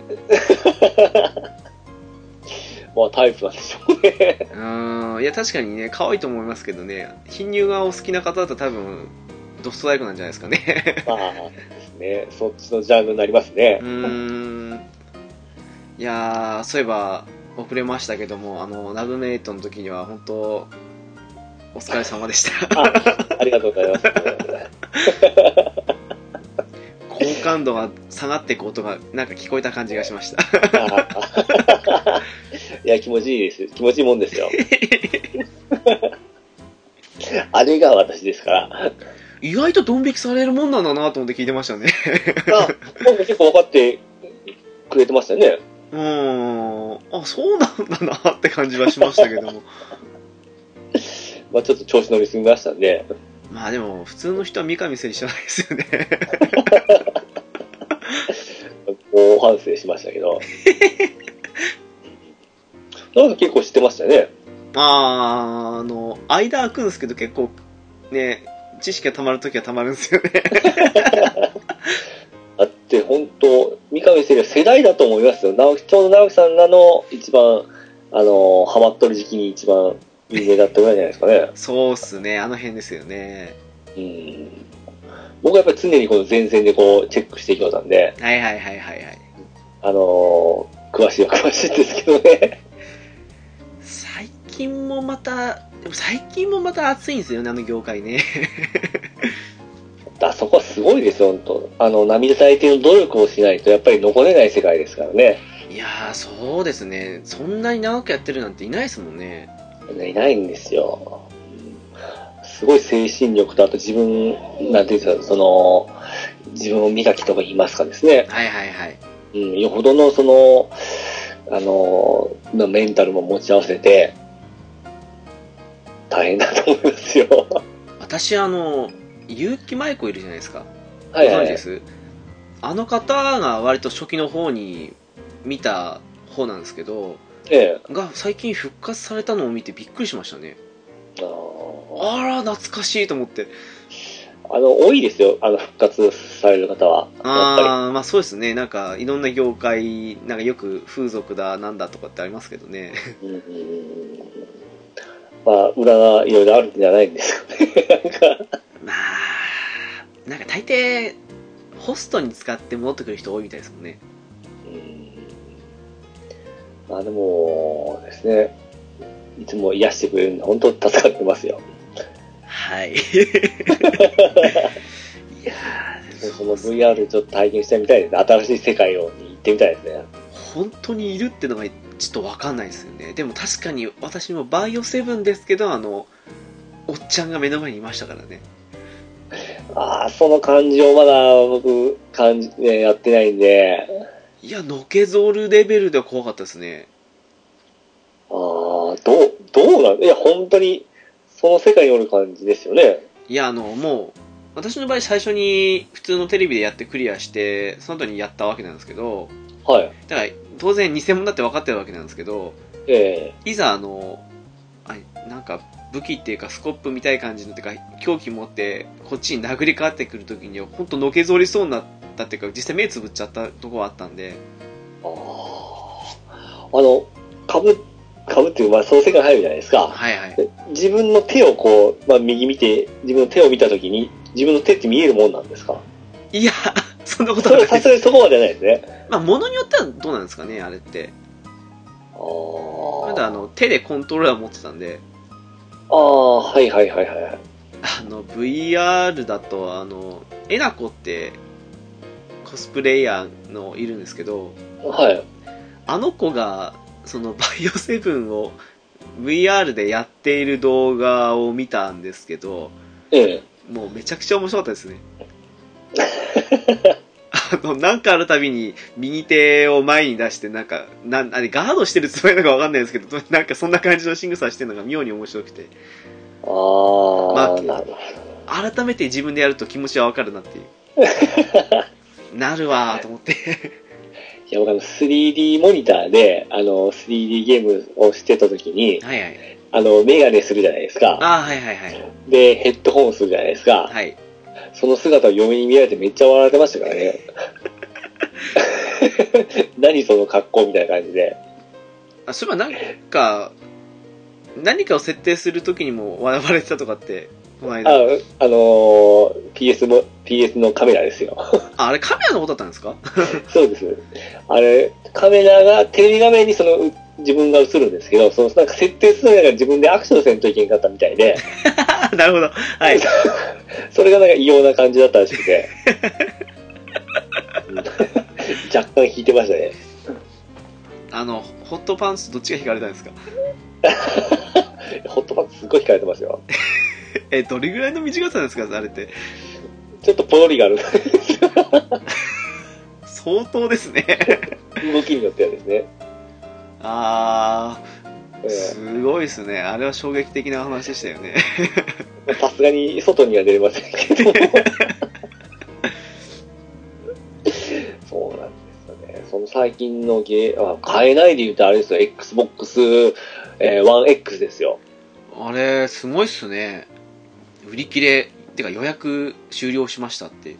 まあタイプなんでしょうね。
うん、いや確かにね、可愛いと思いますけどね、貧乳がお好きな方だと多分、ドストライクなんじゃないですかね。
まあ、ですね。そっちのジャンルになりますね
う。ーん。いやー、そういえば、遅れましたけども、あの、ラブメイトの時には本当、お疲れ様で した。
ありがとうございます。
好感度が下がっていく音がなんか聞こえた感じがしました。
いや、気持ちいいです。気持ちいいもんですよ。あれが私ですから。あ
意外とドン引きされるもんなんだなと思って聞いてましたね。
僕結構分かってくれてましたね。
うーん。あ、そうなんだなって感じはしましたけども。
まあちょっと調子乗りすぎましたんで。
まあでも、普通の人は三上選手じゃないですよね。
大反省しましたけど。なんか結構知ってましたね。
あー、あの、間空くんですけど結構、ね、知識が溜まるときは溜まるんですよ ね。
だって本当、三上選手は世代だと思いますよ。直樹ちょうど直樹さんがの一番、あの、ハマっとる時期に一番有名だったぐらいじゃないですかね。
そうっすね、あの辺ですよね。
うん。僕はやっぱり常にこの前線でこうチェックしていきようたんで、
はいはいはいはいはい。
あのー詳しいは詳しいんですけどね。
最近もまた、でも最近もまた熱いんですよね、あの業界ね。
あそこはすごいですよ、本当。あの、涙大抵の努力をしないとやっぱり残れない世界ですからね。
いやー、そうですね。そんなに長くやってるなんていないですもんね。
いないんですよ。すごい精神力と、あと自分、なんていうんですか、その、自分を磨きとか言いますかですね。
はいはいはい。
うん、よほどの、その、あの、まあメンタルも持ち合わせて、大変だと思いますよ。
私、あの、結城舞子いるじゃないですか。
は
ご存知
い
で。すあの方が割と初期の方に見た方なんですけど、
ええ。
が最近復活されたのを見てびっくりしましたね。
あの
あら、懐かしいと思って。
あの、多いですよ、あの、復活される方は。やっぱ
あー、まあそうですね。なんか、いろんな業界、なんかよく風俗だ、なんだとかってありますけどね。
り。うんまあ、裏がいろいろあるんじゃないんですかね。なんか、
まあ、なんか大抵、ホストに使って戻ってくる人多いみたいですもんね。
うんまあでもですね、いつも癒してくれるんで、本当助かってますよ。
はい。いやー
その VR ちょっと体験してみたいですね。新しい世界をに行ってみたいですね。
本当にいるってのがちょっとわかんないですよねでも確かに私もバイオセブンですけどあのおっちゃんが目の前にいましたからね
ああ、その感じをまだ僕、感じ、ね、やってないんで、
いやのけぞるレベルでは怖かったですね
ああ、どう、どうなんいや、本当に、その世界におる感じですよね。
いやあのもう私の場合最初に普通のテレビでやってクリアしてその後にやったわけなんですけど
はい。
だから当然偽物だって分かってるわけなんですけど
え
いざあのあなんか武器っていうかスコップみたい感じのてか凶器持ってこっちに殴りかかってくるときにほんとのけぞりそうになったっていうか実際目つぶっちゃったとこはあったんで
えああ。あの、株、株っていう、まあ、その世界に入るじゃないですか。
はいはい
で自分の手をこう、まあ、右見て、自分の手を見たときに、自分の手って見えるもんなんですか
いやそんなこと
そ
は
れ
な
は
です
いさすがにそこまではないですね。
まあ物によってはどうなんですかねあれって
あ
ま
あ。
だあの手でコントローラー持ってたんで
ああ、はいはいはいはい。
あの VR だとあのえなこってコスプレイヤーのいるんですけど
はい。
あの子が、そのバイオセブンを VR でやっている動画を見たんですけど、
ええ。
もうめちゃくちゃ面白かったですね。あの、なんかあるたびに右手を前に出して、なんか、なん、あれ、ガードしてるつもりなのかわかんないですけど、なんかそんな感じの仕草してるのが妙に面白くて、
あー、
マーキー
なるほど。
改めて自分でやると気持ちはわかるなっていう。なるわーと思って。
いや、僕あの 3D モニターで、あの、3D ゲームをしてた時に、
はいはい。
あの、メガネするじゃないですか。
ああ、はいはいはい。
で、ヘッドホンするじゃないですか。
はい。
その姿を嫁に見られてめっちゃ笑われてましたからね。 何その格好みたいな感じで。
あ、そういえばなんか、何かを設定するときにも笑われてたとかって、この
あ、
間。あ
あのー PS も、PS のカメラですよ。
あ、れカメラのことだったんですか
そうです。あれ、カメラが、テレビ画面にその、う自分が映るんですけど、その、なんか設定するのが自分でアクションせんといけんかったみたいで、
あなるほど。 はい。
それがなんか異様な感じだったらしく て。うん 若干引いてましたね。
あの、ホットパンツどっちが引かれたんですか
ホットパンツすっごい引かれてますよ。
え、どれぐらいの短さなんですかあれって。
ちょっとポロリがある
相当ですね。
動きによってはですね。
あー、
えー
すごいですね。あれは衝撃的な話でしたよね。
さすがに外には出れませんけども。そうなんですよね。その最近のゲー、あ買えないで言うとあれですよ、Xbox、えー 1X ですよ。
あれ、すごいっすね。売り切れ、てか予約終了しましたって。
い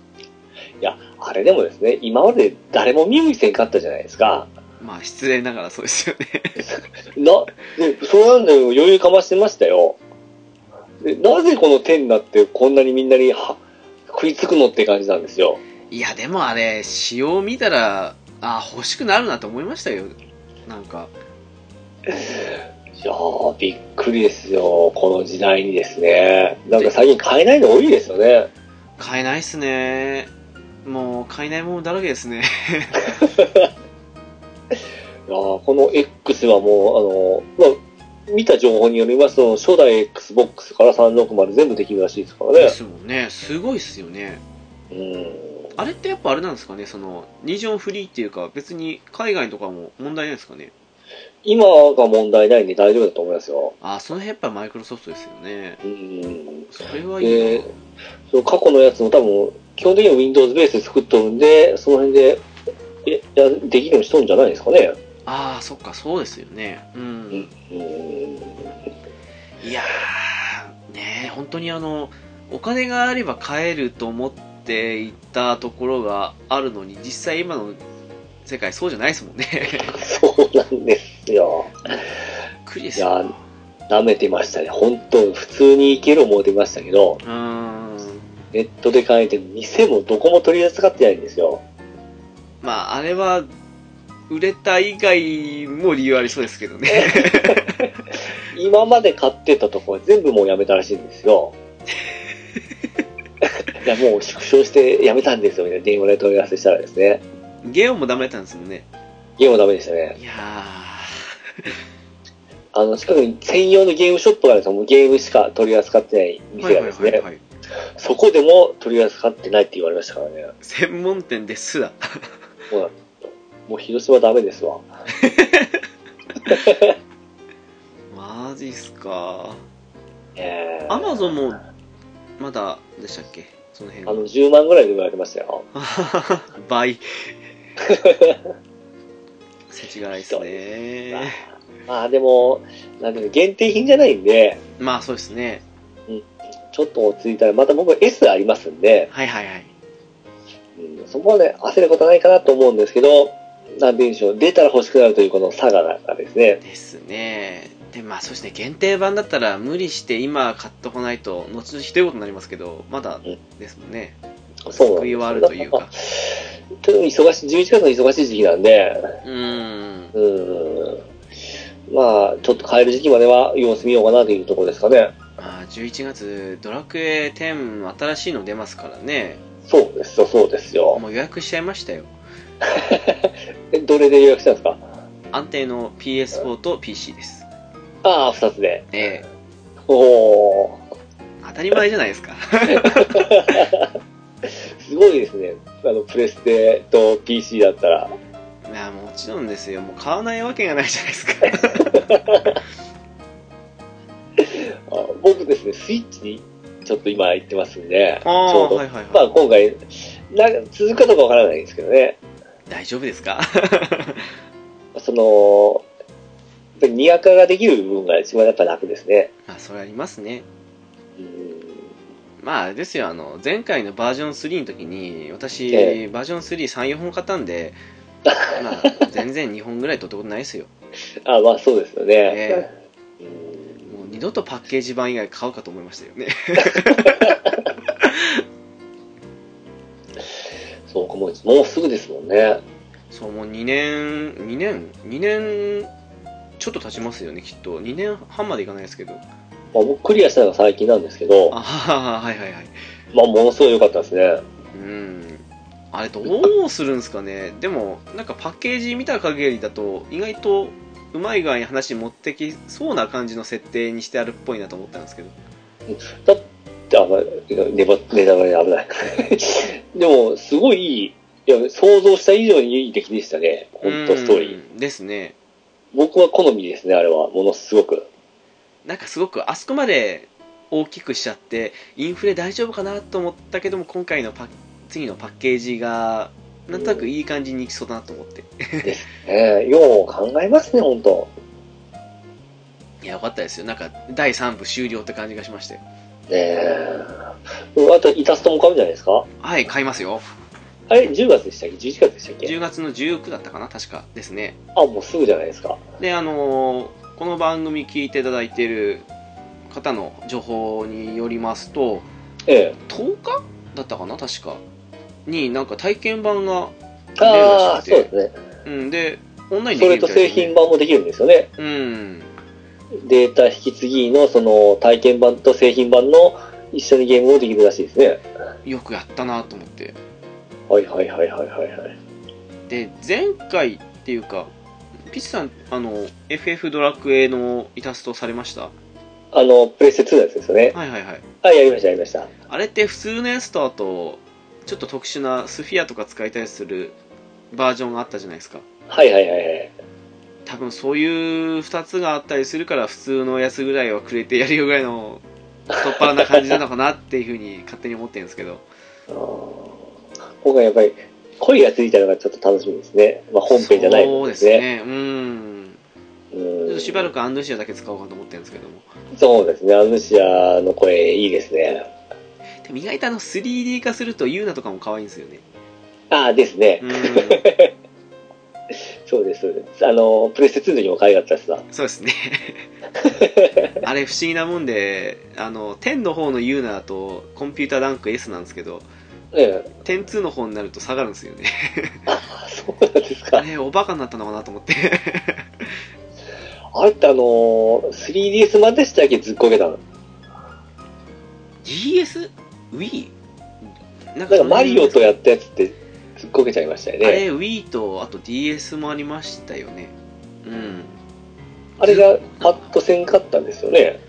や、あれでもですね、今まで誰も見向きせんかったじゃないですか。
まあ、失礼ながらそうですよね。
な、ねそうなんだよ、余裕かましてましたよ。でなぜこの手になってこんなにみんなには食いつくのって感じなんですよ。
いや、でもあれ、仕様見たら、あ欲しくなるなと思いましたよ。なんか。
いやー、びっくりですよ、この時代にですね。なんか最近買えないの多いですよね。
買えないっすね。もう、買えないものだらけですね。
いやーこの X はもう、あの、まあ、見た情報によりますと、初代 XBOX から360全部できるらしいですから
で
ね。
すもんね。すごいっすよね。
うん。
あれってやっぱあれなんですかね、その、二乗フリーっていうか、別に海外とかも問題ないですかね。
今が問題ないんで大丈夫だと思いますよ。
あ、その辺やっぱマイクロソフトですよね。
うん。
それはいいな。
えーその過去のやつも多分、基本的には Windows ベースで作っとるんで、その辺で、え、やできるようにしとるんじゃないですかね。
ああ、そっか、そうですよね。うん。
うん。
いやー、ねえ本当にあの、お金があれば買えると思っていたところがあるのに、実際今の世界そうじゃないですもんね。
そうなんですよ。
びっくりですよ。
いや舐めてましたね。本当、普通に行ける思ってましたけど、
うーん。
ネットで買えて、店もどこも取り扱ってないんですよ。
まあ、あれは、売れた以外も理由ありそうですけどね。
今まで買ってたとこは全部もうやめたらしいんですよ。 いや、もう縮小してやめたんですよ、みたいな電話で問い合わせしたらですね。
ゲオもダメだったんですもんね。
ゲームダメでしたね。
いや
あの、近くに専用のゲームショップがあるんですよ。もうゲームしか取り扱ってない
ー、
店がですね。
い。
そこでも取り扱ってないって言われましたからね。
専門店ですら。
そうなんですもう広島ダメですわ。
マジっすか。
えー
アマゾンも、まだでしたっけその辺
あ
は
の、10万ぐらいで売られてましたよ。
倍。世知辛いっす
まあ
ね。
まあでも、なんていうの限定品じゃないんで、
まあそうですね。
ちょっと落ち着いたら、また僕 S ありますんで、
はいはいはい。
うんそこはね、焦ることはないかなと思うんですけど、なんて言うんでしょう、出たら欲しくなるというこの差がなんかですね。
ですね。で、まあそうですね。限定版だったら無理して今買っとかないと、後々ひどいことになりますけど、まだですもんね。
そうなん
救いはあるというか。
ちょっと忙しい、11月の忙しい時期なんで、
うーん。
うん。まあ、ちょっと変える時期までは様子見ようかなというところですかね。
まあ11月、ドラクエ10新しいの出ますからね。
そうですよ、そうですよ。
もう予約しちゃいましたよ。
え、どれで予約したんですか
安定の PS4 と PC です。
ああ、二つで。
ええ
おお。
当たり前じゃないですか。
すすごいですね。あの、プレステと PC だったら。
いやもちろんですよもう買わないわけがないじゃないですか
あ僕ですね、スイッチにちょっと今行ってますんで、ち
あー
ょうど、
はいはいはい
まあ今回、なんか続くかどうかわからないんですけどね、
大丈夫ですか
その、やっぱりニアカができる部分が一番やっぱ楽ですね。
まあそれありますね
うん
まああれですよあの前回のバージョン3の時に私、
え
バージョン334本買ったん でまあ全然2本ぐらい取ったことないですよ
あ、まあそうですよね。
え
うん
もう二度とパッケージ版以外買うかと思いましたよね
そうかもう、もうすぐですもんね。
そうもう2年2年2年ちょっと経ちますよねきっと2年半までいかないですけど
まあ、僕クリアしたのが最近なんですけど、
ああはいはいはい
まあものすごい良かったですね。
うんあれどうするんですかねでもなんかパッケージ見た限りだと意外とうまい具合に話持ってきそうな感じの設定にしてあるっぽいなと思ったんですけど
だって、あ、まあ、ネバ、ネタバレ危ない。 でも、すごいいい、いや、想像した以上にいい出来でしたね。本当ストーリー。
ーですね
僕は好みですね、あれは。ものすごく。
なんかすごくあそこまで大きくしちゃってインフレ大丈夫かなと思ったけども今回のパッ次のパッケージがなんとなくいい感じにいきそうだなと思って
ええよう考えますね、本当
いやよかったですよなんか第3部終了って感じがしまして
ねえあと、イタストも買うんじゃないですか
はい買いますよ
あれ、10月でしたっけ ?11 月でしたっけ
10月の19だったかな確かですね
あ、もうすぐじゃないですか。
であのーこの番組聞いていただいている方の情報によりますと
ええ
10日だったかな確かになんか体験版が、
ああ、
出
そ
るらし
うですね。
うん、でオンライン
そ
で
れ
できる
と
みたいで
製
すね
品版もできるんですよね。
うん
データ引き継ぎの、その、体験版と製品版の一緒にゲームもできるらしいですね。
よくやったなと思って
はいはいはいはいはいはい。
で前回っていうかピッチさんあの FF ドラクエのイタストされました
あの、プレステ2のやつですよね。
はいはいはい
はい、やりました、やりました。
あれって普通のやつとあとちょっと特殊なスフィアとか使いたりするバージョンがあったじゃないですか
はいはいはいはい。
多分そういう2つがあったりするから普通のやつぐらいはくれてやるよぐらいの太っ腹な感じなのかなっていうふうに勝手に思ってるんですけど
あー今回やっぱり、声がついたのがちょっと楽しみですね。まあ、本編じゃない
そう
の
です。ねうん
う
ち
ん
ょっとしばらくアンドシアだけ使おうかと思ってるんですけども
そうですね。アヌシアの声いいですね。
でも意外とあの 3D 化するとユーナとかも可愛いんです よね。
ああ、ですね。
うん、
そうです、そうです。あの、プレステ2の時も可愛かったですな。
そうですね。あれ不思議なもんで、あの、10の方のユーナだとコンピューターランク S なんですけど、
ええ。
102の方になると下がるんですよね。
あそうなんです
あ
か。
れ、おバカになったのかなと思って。
あれってあのー、3DS までしたっけずっこけたの。
GS?Wii? なん
なんかマリオと
や
やったやつってずっこけちゃいましたよ
あれ
ね。
Wii とあと DS もありましたよね。う
あれがパッとせんかったんですよね。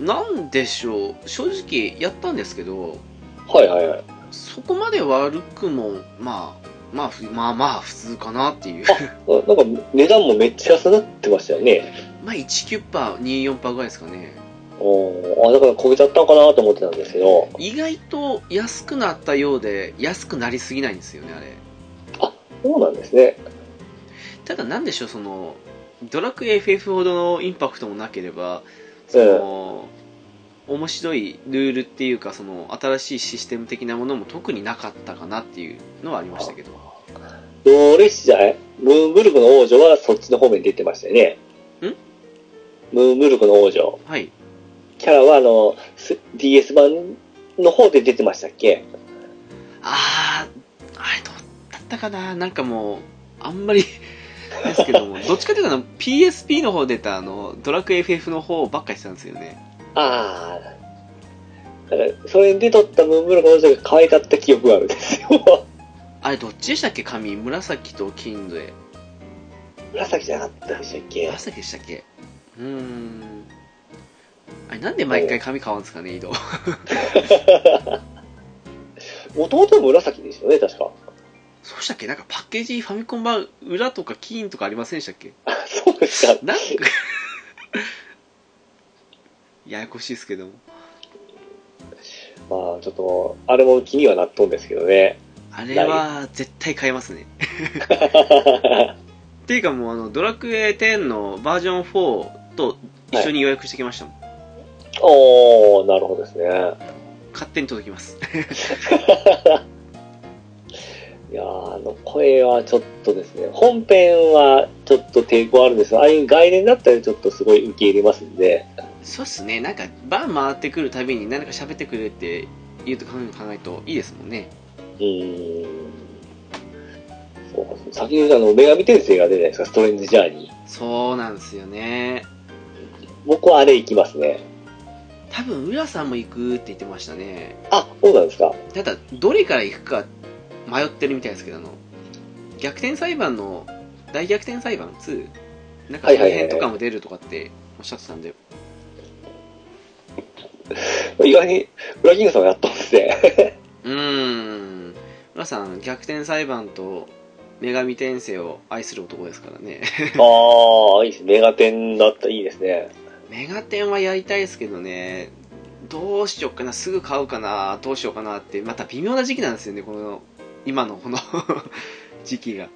ん。なんでしょう。正直やったんですけど、
はいはいはい。
そこまで悪くも、まあ、まあ、ふまあまあ普通かなっていう。
なんか値段もめっちゃ安なってましたよね。
まあ1キュッパー、24パーぐらいですかね。
おーあ、だからこけちゃったのかなと思ってたんですけど。
意外と安くなったようで、安くなりすぎないんですよね、あれ。
そうなんですね。
ただなんでしょう、その、ドラクエ FF ほどのインパクトもなければ、その、面白いルールっていうか、その、新しいシステム的なものも特になかったかなっていうのはありましたけど。
ローレシじゃないムーンブルクの王女はそっちの方面に出てましたよね。
ん
ムーンブルクの王女。
はい。
キャラはあの、す DS 版の方で出てましたっけ
あー、あれどうだったかななんかもう、あんまり、ですけど も、どっちかというとあの PSP の方出たあの、ドラクエ FF の方ばっかりしてたんですよね。
ああ。だから、それで撮ったムーンブルクの王女が可愛かった記憶があるんですよ。
あれどっちでしたっけ髪紫と金で。
紫じゃなかったでしたっけ
紫でしたっけうーん。あれなんで毎回髪変わるんですかね、移動。
弟は紫ですよね、確か。
そうしたっけなんかパッケージファミコン版裏とか金とかありませんでしたっけ
そうですか。
なんか ややこしいですけども
まあ、ちょっと、あれも気にはなっとんですけどね。
あれは絶対買えますねっていうかもうあのドラクエ10のバージョン4と一緒に予約してきましたもん、
おー、なるほどですね。
勝手に届きます
いやーあの声はちょっとですね、本編はちょっと抵抗あるんですが、ああいう概念だったらちょっとすごい受け入れますんで、
そうっすねなんかバン回ってくるたびに何か喋ってくれって言うと考えるといいですもんね
うーん。そうですね。先ほどあの、女神転生が出るじゃないですか、ストレンジジャーニー。
そうなんですよね
僕はあれ行きますね。
多分浦さんも行くって言ってましたね
あ、そうなんですか。
ただどれから行くか迷ってるみたいですけどあの逆転裁判の大逆転裁判2なんか
は
そ
いは
の
いはいはい
辺とかも出るとかっておっしゃってたんで、
意外に、ブラキングさんがやったんです ね。
うーん浦さん逆転裁判と女神転生を愛する男ですからね
ああ、いいですね。メガテンだったらいいですね。
メガテンはやりたいですけどねどうしよっかなすぐ買うかなどうしようかなってまた微妙な時期なんですよねこの今のこ の時期が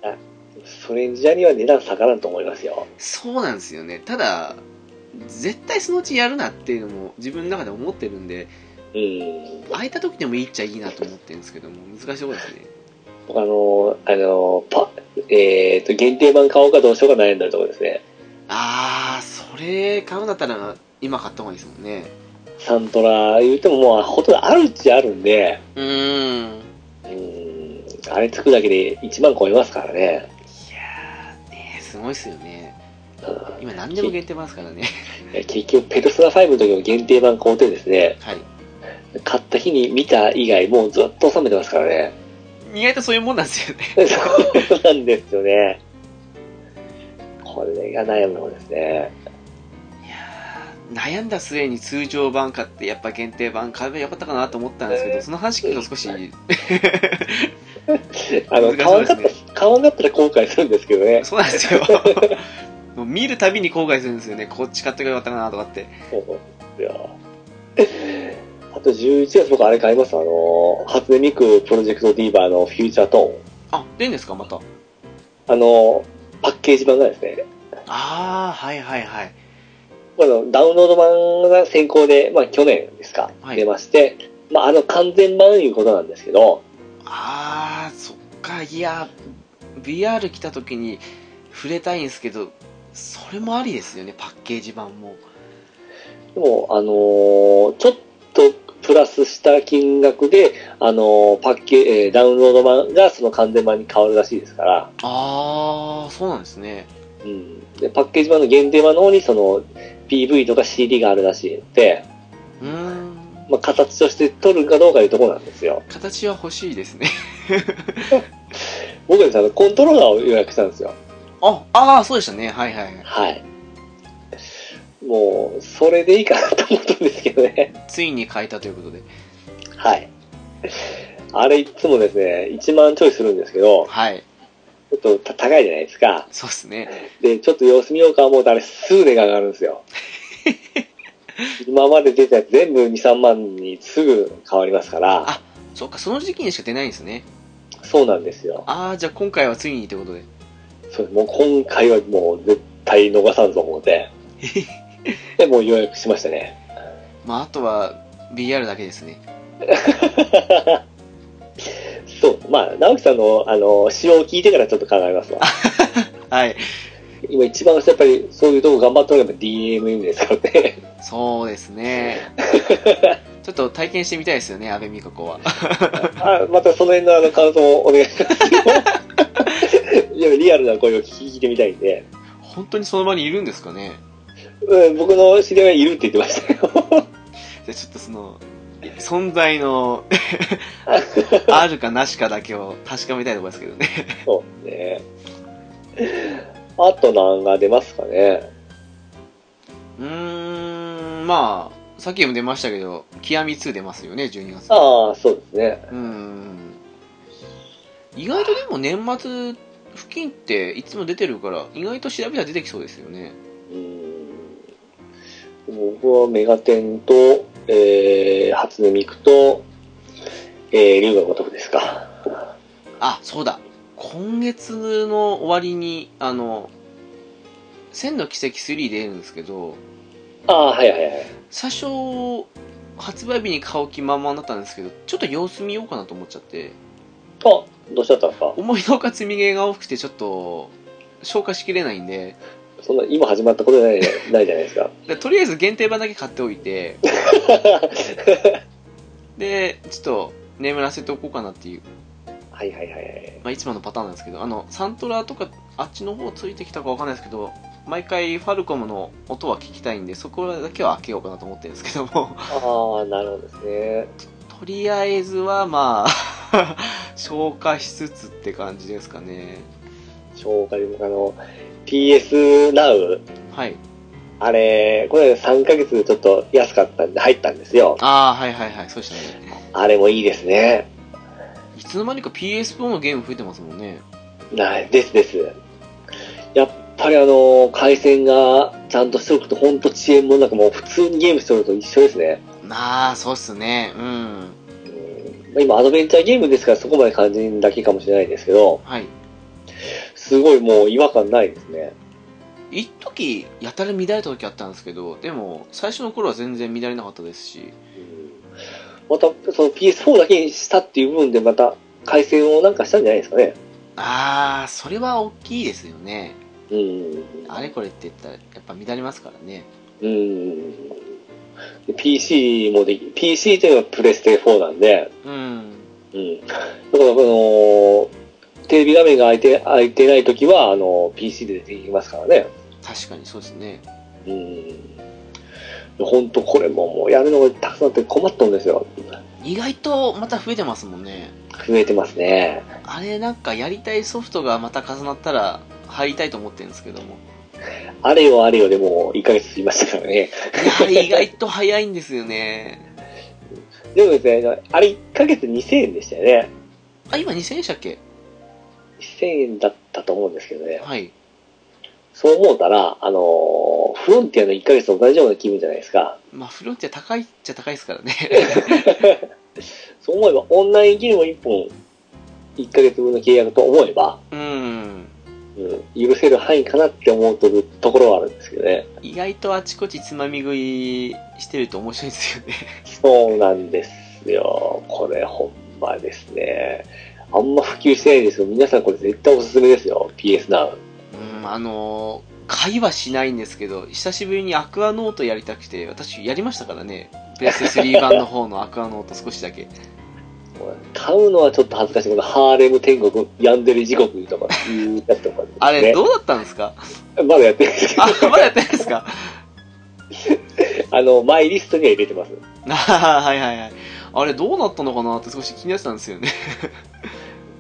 ストレンジジャーニーは値段下がらんと思いますよ。
そうなんですよねただ絶対そのうちやるなっていうのも自分の中で思ってるんで
うん。
空いた時でもいいっちゃいいなと思ってるんですけども難しいとこですね
僕あのー、あのー、パ、えっ、と、限定版買おうかどうしようか悩んでるところですね。
ああそれ買うんだったら今買った方がいいですもんね
サントラ言ってももうほとんどあるっちゃあるんで、
うーんい
うん、あれつくだけで1万超えますからね。
やーねえすごいっすよね
うん
今何でも限定版です からね
え結局、ペルソナ5の時の限定版買うてですね、
はい
買った日に見た以外もうずっと収めてますからね。
意外とそういうもんなんですよね
そうなんですよね。これが悩むところですね。
いやー悩んだ末に通常版買ってやっぱ限定版買えばよかったかなと思ったんですけどその話聞くと少し難しいです
あの、
ね
買わんかった、買わんかったら後悔するんですけどね。
そうなんです よもう見るたびに後悔するんですよねこっち買ってくればよかったかなとかって
そうなんですよ。あと11月僕あれ買います。あの、初音ミクプロジェクトディーバーのフューチャートーン。
あ出るんですかまた
あの、パッケージ版がですね、
ああはいはいはい
あのダウンロード版が先行で、まあ去年ですか、
はい
出まして、まああの完全版いうことなんですけど、
ああそっかいや VR 来た時に触れたいんですけどそれもありですよねパッケージ版も
でも、あのーちょっとプラスした金額で、あのーパッケージ、えーダウンロード版がその完全版に変わるらしいですから、
ああそうなんですね
うん。で、パッケージ版の限定版の方にその PV とか CD があるらしいので、
うーん
まあ形として取るかどうかいうところなんですよ。
形は欲しいですね
僕ですねあの、コントローラーを予約したんですよ。
あああそうでしたねはいはいはい
はい。もう、それでいいかなと思ったんですけどね。
ついに変えたということで
はい。あれいつもですね、1万ちょいするんですけど、
はい
ちょっと高いじゃないですか。
そうですね
で、ちょっと様子見ようか思うとあれすぐ値が上がるんですよ。今まで出たやつ全部2、3万にすぐ変わりますから、
あそっかその時期にしか出ないんですね
そうなんですよ。
ああじゃあ今回はついにということで
そうもう今回はもう絶対逃さんぞ思って。で、もう予約しましたね。
まああとは VR だけですね
そう、まあ、直樹さんの、あの、仕様を聞いてからちょっと考えますわ。
はい
今一番やっぱりそういうとこ頑張っておれば DMM ですからね。
そうです ねちょっと体験してみたいですよね阿部美香子は
あまたその辺のあの感想をお願いします。いやリアルな声を聞いてみたいんで、
本当にその場にいるんですかね
うん、僕の知り合いはいるって言ってましたよ。
じゃあちょっとその存在の あるかなしかだけを確かめたいところですけどね
そうね。あと何が出ますかね。
うーんまあさっきも出ましたけど「極み2」出ますよね12月
ああ、そうですね。
うーん意外とでも年末付近っていつも出てるから意外と調べたら出てきそうですよね
うん僕はメガテンと、えー、初音ミクと、えー、龍が如くですか。
あそうだ今月の終わりにあの「千の奇跡3」出るんですけど
ああ、はいはいはい。
最初発売日に買う気満々だったんですけどちょっと様子見ようかなと思っちゃって
あ、どうしちゃったんですか
思いのほか積みゲーが多くてちょっと消化しきれないんで
そんな、今始まったことじゃないないじゃないですか。
でとりあえず限定版だけ買っておいてでちょっと眠らせておこうかなっていう、
はいはいはいはい。
まあ、いつものパターンなんですけどあのサントラとかあっちの方ついてきたかわかんないですけど毎回ファルコムの音は聞きたいんでそこだけは開けようかなと思ってるんですけども
ああ、なるほどですね。
とりあえずはまあ 消化しつつって感じですかね
消化で僕あの、PS Now、
はい
あれ、これ3ヶ月ちょっと安かったんで入ったんですよ。
ああはいはいはいそうでしたね
あれもいいですね。
いつの間にか PS4 のゲーム増えてますもんね
なですです。やっぱりあの、回線がちゃんとしておくと、ほんと遅延もなくもう普通にゲームしてるのと一緒ですね。
まあそうっすねうん
うんまあ今アドベンチャーゲームですからそこまで感じるだけかもしれないですけど、
はい
すごいもう違和感ないですね。
一時やたら乱れた時あったんですけどでも最初の頃は全然乱れなかったですし
また、その PS4 だけにしたっていう部分でまた回線をなんかしたんじゃないですかね。
ああそれは大きいですよね
うん。
あれこれって言ったらやっぱ乱れますからね
うん。で PC もでき、PC というのはプレステ4なんで、
うん
うん。だから、あのテレビ画面が開いて、開いてないときは、あの PC でできますからね。
確かにそうですね
うん。本当これももうやるのがたくさんあって困ったんですよ。
意外とまた増えてますもんね
増えてますね。
あれなんかやりたいソフトがまた重なったら入りたいと思ってるんですけども
あれよあれよでもう1ヶ月過ぎましたからね。
いや意外と早いんですよね
でもですね、あれ1ヶ月2000円でしたよね。
あ今2000円でしたっけ
1000円だったと思うんですけどね。
はい
そう思うたら、あのフロンティアの1ヶ月と同じような気分じゃないですか。
まあフロンティア高いっちゃ高いですからね
そう思えば、オンラインゲーム1本、1ヶ月分の契約と思えば、
うん
うん許せる範囲かなって思うとるところはあるんですけどね。
意外とあちこちつまみ食いしてると面白いですよね
そうなんですよ。これほんまですね。あんま普及してないんですけど、皆さんこれ絶対おすすめですよ。PS Now。
うんあのー会話しないんですけど久しぶりにアクアノートやりたくて私やりましたからねプレステ3版の方のアクアノート少しだけ。
買うのはちょっと恥ずかしい。このハーレム天国、ヤンデレ地獄とかいうやつとか、ね
あれどうだったんですか
まだやってないですけど、
あまだやってないですか
あの、マイリストには入れてます。
あーはいはいはいあれどうなったのかなって少し気になってたんですよね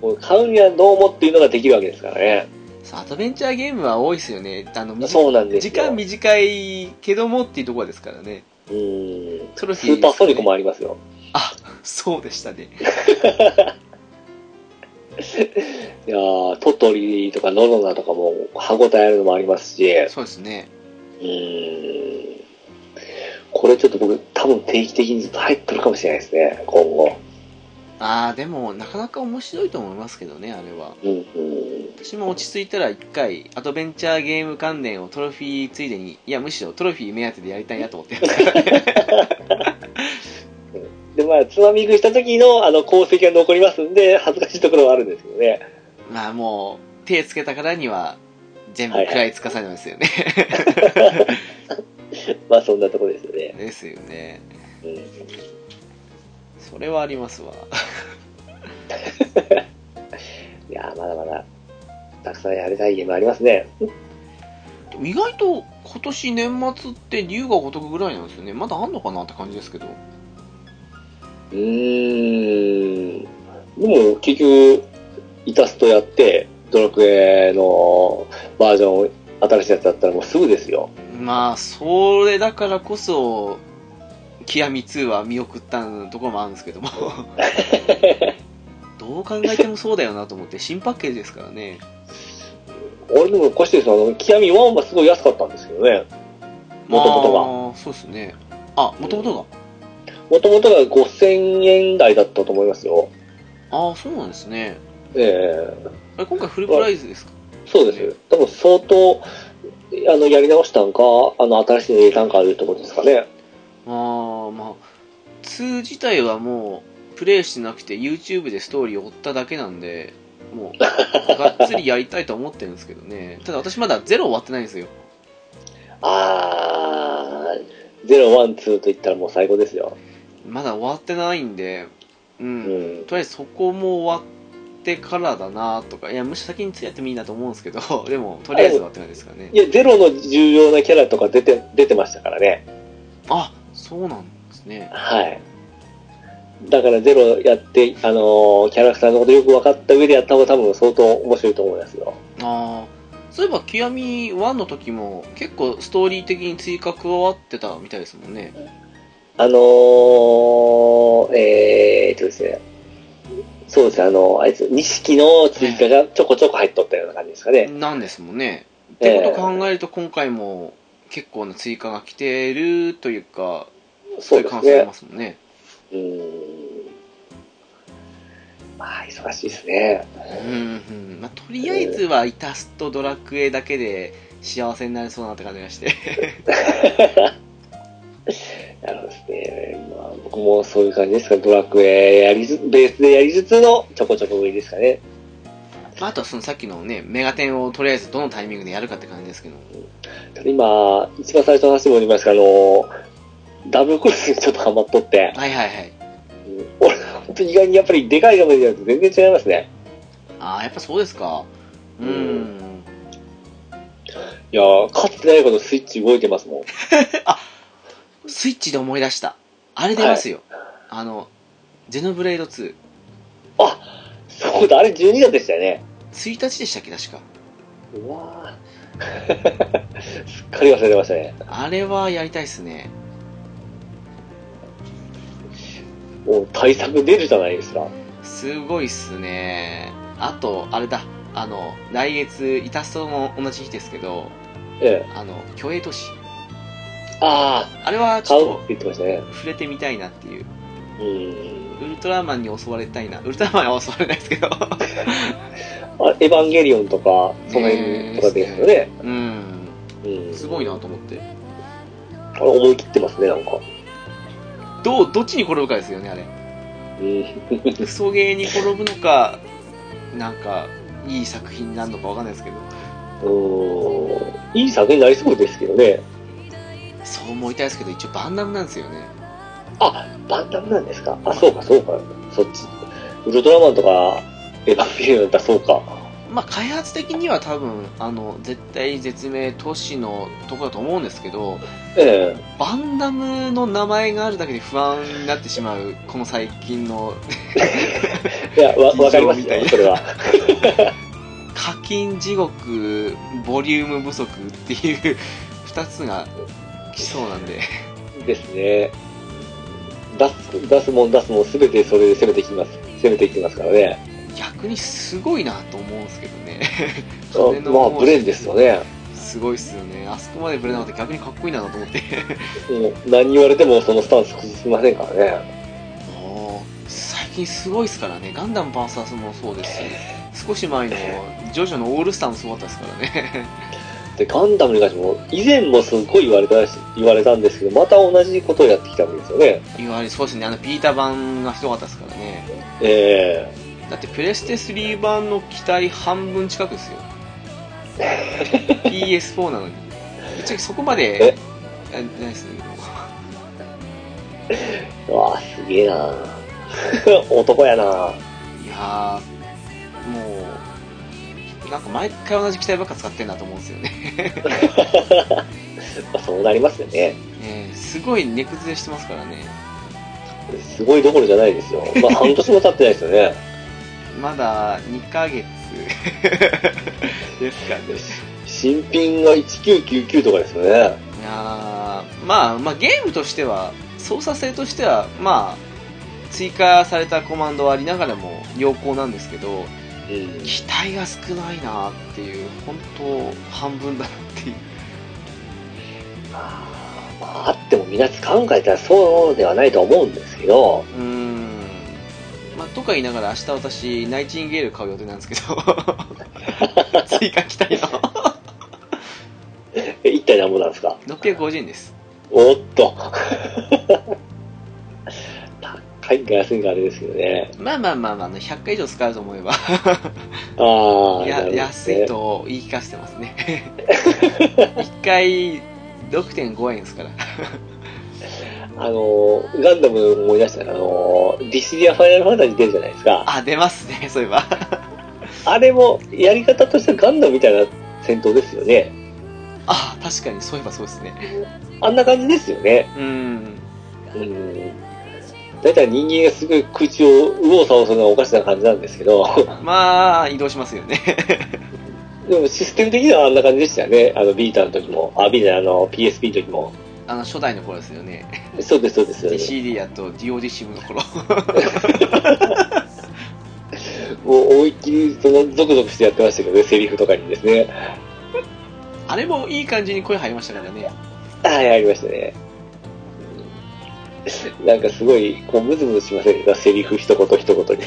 もう買うにはどうもっていうのができるわけですからね。
さあアドベンチャーゲームは多いですよねあの短い
そうなんです
時
よ。
間短いけどもっていうところですからね
うん。
それ
スーパーソニックもありますよ。
そうでしたね
いやー、トトリとかノロナとかも歯応えあるのもありますし、う
そうですね
ーん。これちょっと僕多分定期的にずっと入ってるかもしれないですね、今後。
ああでもなかなか面白いと思いますけどねあれは
うん、うん。
私も落ち着いたら一回アドベンチャーゲーム関連をトロフィーついでにいやむしろトロフィー目当てでやりたいなと思ってますからね
で、まあ、つまみ食いした時のあの功績が残りますんで、恥ずかしいところはあるんですけどね。
まあもう手つけたからには全部食らいつかされますよね
まあ、そんなところですよね。
ですよね
うん。
それはありますわ
いやー、まだまだ、たくさんやりたいゲームありますね。
でも意外と今年年末って竜が如くぐらいなんですよねまだあんのかなって感じですけど
うーん。でも、結局、イタストやって、ドラクエのバージョン、新しいやつだったらもうすぐですよ。
まあそれだからこそ極み2は見送ったところもあるんですけどもどどう考えてもそうだよなと思って、新パッケージですからね。
俺でも越してさん、あの、極み1はすごい安かったんですけどね。もともとが。
が。そうですね。あ、もともとが。
もともとが5000円台だったと思いますよ。
ああ、そうなんですね。
ええ
あれ今回フルプライズですか
そうです。多分相当、あの、やり直したんか、あの、新しいの入れたんかあるってことですかね。
ああ、まあ、2自体はもう、プレイしてなくて YouTube でストーリーを追っただけなんで、もう、がっつりやりたいと思ってるんですけどね。 ただ私まだゼロ終わってないんですよ。
あー、ゼロ、ワン、ツーと言ったらもう最高ですよ。
まだ終わってないんで、う。
うんん。
とりあえずそこも終わってからだなとか、いや、むしろ先につやってもいいなと思うんですけど、 でも、とりあえず終わってないですからね
い。や、ゼロの重要なキャラとか出て、出てましたからね。
あ、そうなんですね。
はい。だからゼロやって、あのーキャラクターのことよく分かった上でやった方が多分相当面白いと思いますよ。
ああ。そういえば、極み1の時も、結構ストーリー的に追加加わってたみたいですもんね。
あのー、えーっとですね。そうですね、あの、あいつ、錦の追加がちょこちょこ入っとったような感じですかね。
なんですもんね。っ
え
て
え
ことを考えると、今回も結構な追加が来てるというか、
そう
い
で
感
す
想あり
ね
ま。すもんね。
うーん。まあ、忙しいですね。
うん、うん。まあ、とりあえずは、イタスとドラクエだけで幸せになりそうだなって感じが して。
なるほどですね。まあ、僕もそういう感じですかドラクエやりつベースでやりつつのちょこちょこ上ですかね。
まあ、あとはそのさっきのね、メガテンをとりあえずどのタイミングでやるかって感じですけど、
今、一番最初の話もありましたけど、あの、ダブルクロスにちょっとハマっとって、
はいはいはい。
うん俺、本当に意外にやっぱりでかい画面でやると全然違いますね。
ああ、やっぱそうですか。う。
うんいやー、かつてないことスイッチ動いてますもん。
スイッチで思い出した。あれ出ますよ。あの、ゼノブレイド2。
あそうだ、あれ12月でしたよね。
1日でしたっけ、確か。
うわーすっかり忘れてましたね。
あれはやりたいっすね。
もう対策出るじゃないですか。
すごいっすね。あと、あれだ。あの、来月、イタストも同じ日ですけど、
ええ。
あの、虚栄都市。
あ
あれは
あ、
ち
買う
ょ
って
っ
言ってましたね。
と触れてみたいなっていう。
うん。
ウルトラマンに襲われたいな。ウルトラマンは襲われないですけど。
あエヴァンゲリオンとか、その辺とかですよね。
うん。
うん。
すごいなと思って。
あれ思い切ってますね、なんか。
どう、どっちに転ぶかですよ ね、あれ。
うん。
クソゲーに転ぶのか、なんか、いい作品になるのかわかんないですけど、
うーんいい作品になりそうですけどね。
そう思いたいですけど、一応バンダムなんですよね。
あ、バンダムなんですかあ、そうか、そうか。そっち。ウルトラマンとか、エヴァンゲリオンだったらそうか。
まあ、開発的には多分、あの、絶対絶命都市のとこだと思うんですけど、
え
バンダムの名前があるだけで不安になってしまう、この最近の
えい や、わ、わかります
以上みたい
よ、
な
それは。
課金地獄、ボリューム不足っていう二つが来そうなんで。
ですね。出す、出すもん出すもん、すべてそれで攻めてきます。攻めてきますからね。
逆にすごいなと思うんですけどね金
あ
の
まあ、ブレンですよね。
すごいっすよねあそこまでブレなかったら逆にかっこいいなと思って
もう何言われてもそのスタンス崩しませんからね。
もう最近すごいっすからねガンダム VS もそうですし少し前のジョジョのオールスターもすごかったですから ね
で、ガンダムに関しても、以前もすごい言われたし、言われたんですけど、また同じことをやってきたわけですよね。
いわゆるそうですねあのピーター版がひどかったですからね
ええ
だってプレステ3版の機体半分近くですよ PS4 なのにぶっちゃけそこまであないですね
うわあすげえな 男やない
やー、もう、なんか毎回同じ機体ばっか使ってんなと思うんですよね。
そうなりますよね。
ねえすごい根崩れしてますからね。
すごいどころじゃないですよ。まあ、半年も経ってないですよね。
まだ2ヶ月ですかね。
新品が1999とかですよね。
いやーまあ、まあゲームとしては、操作性としては、まあ、追加されたコマンドはありながらも良好なんですけど
うん
期待が少ないなっていう本当半分だなっていう
まああってもみんな使うんかいったらそうではないと思うんですけど、
うーんまあ、とか言いながら明日私ナイチンゲール買う予定なん ですけど追加期待 の
え一体何もなんですか
650円です
おっと高いか安いかあれですよね。
まあまあまあまああの100回以上使うと思えば
ああ、なるほ
や
どね
安い。と言い聞かせてますね 1回6.5円ですから
あの、ガンダム思い出したら、あの、ディシリアファイナルファンタジー出るじゃないですか。
あ出ますね そういえば
あれも、やり方としてはガンダムみたいな戦闘ですよね。
あ確かにそういえばそうですね
あんな感じですよね。
うん
うん。だいたい人間がすごい空中を右往左往するのがおかしな感じなんですけど、
まあ移動しますよね
でもシステム的にはあんな感じでしたよね。あの、ビータの時も、あ、ビータあの、PSP の時も。
あの初代の頃ですよね
そうです、そうです。
CD やと DOD シムの頃
もう思いっきり、その、ゾクゾクしてやってましたけどね、セリフとかにですね。
あれもいい感じに声入りましたからね
はい、ありましたね。なんかすごい、こう、ムズムズしませんかセリフ一言一言に。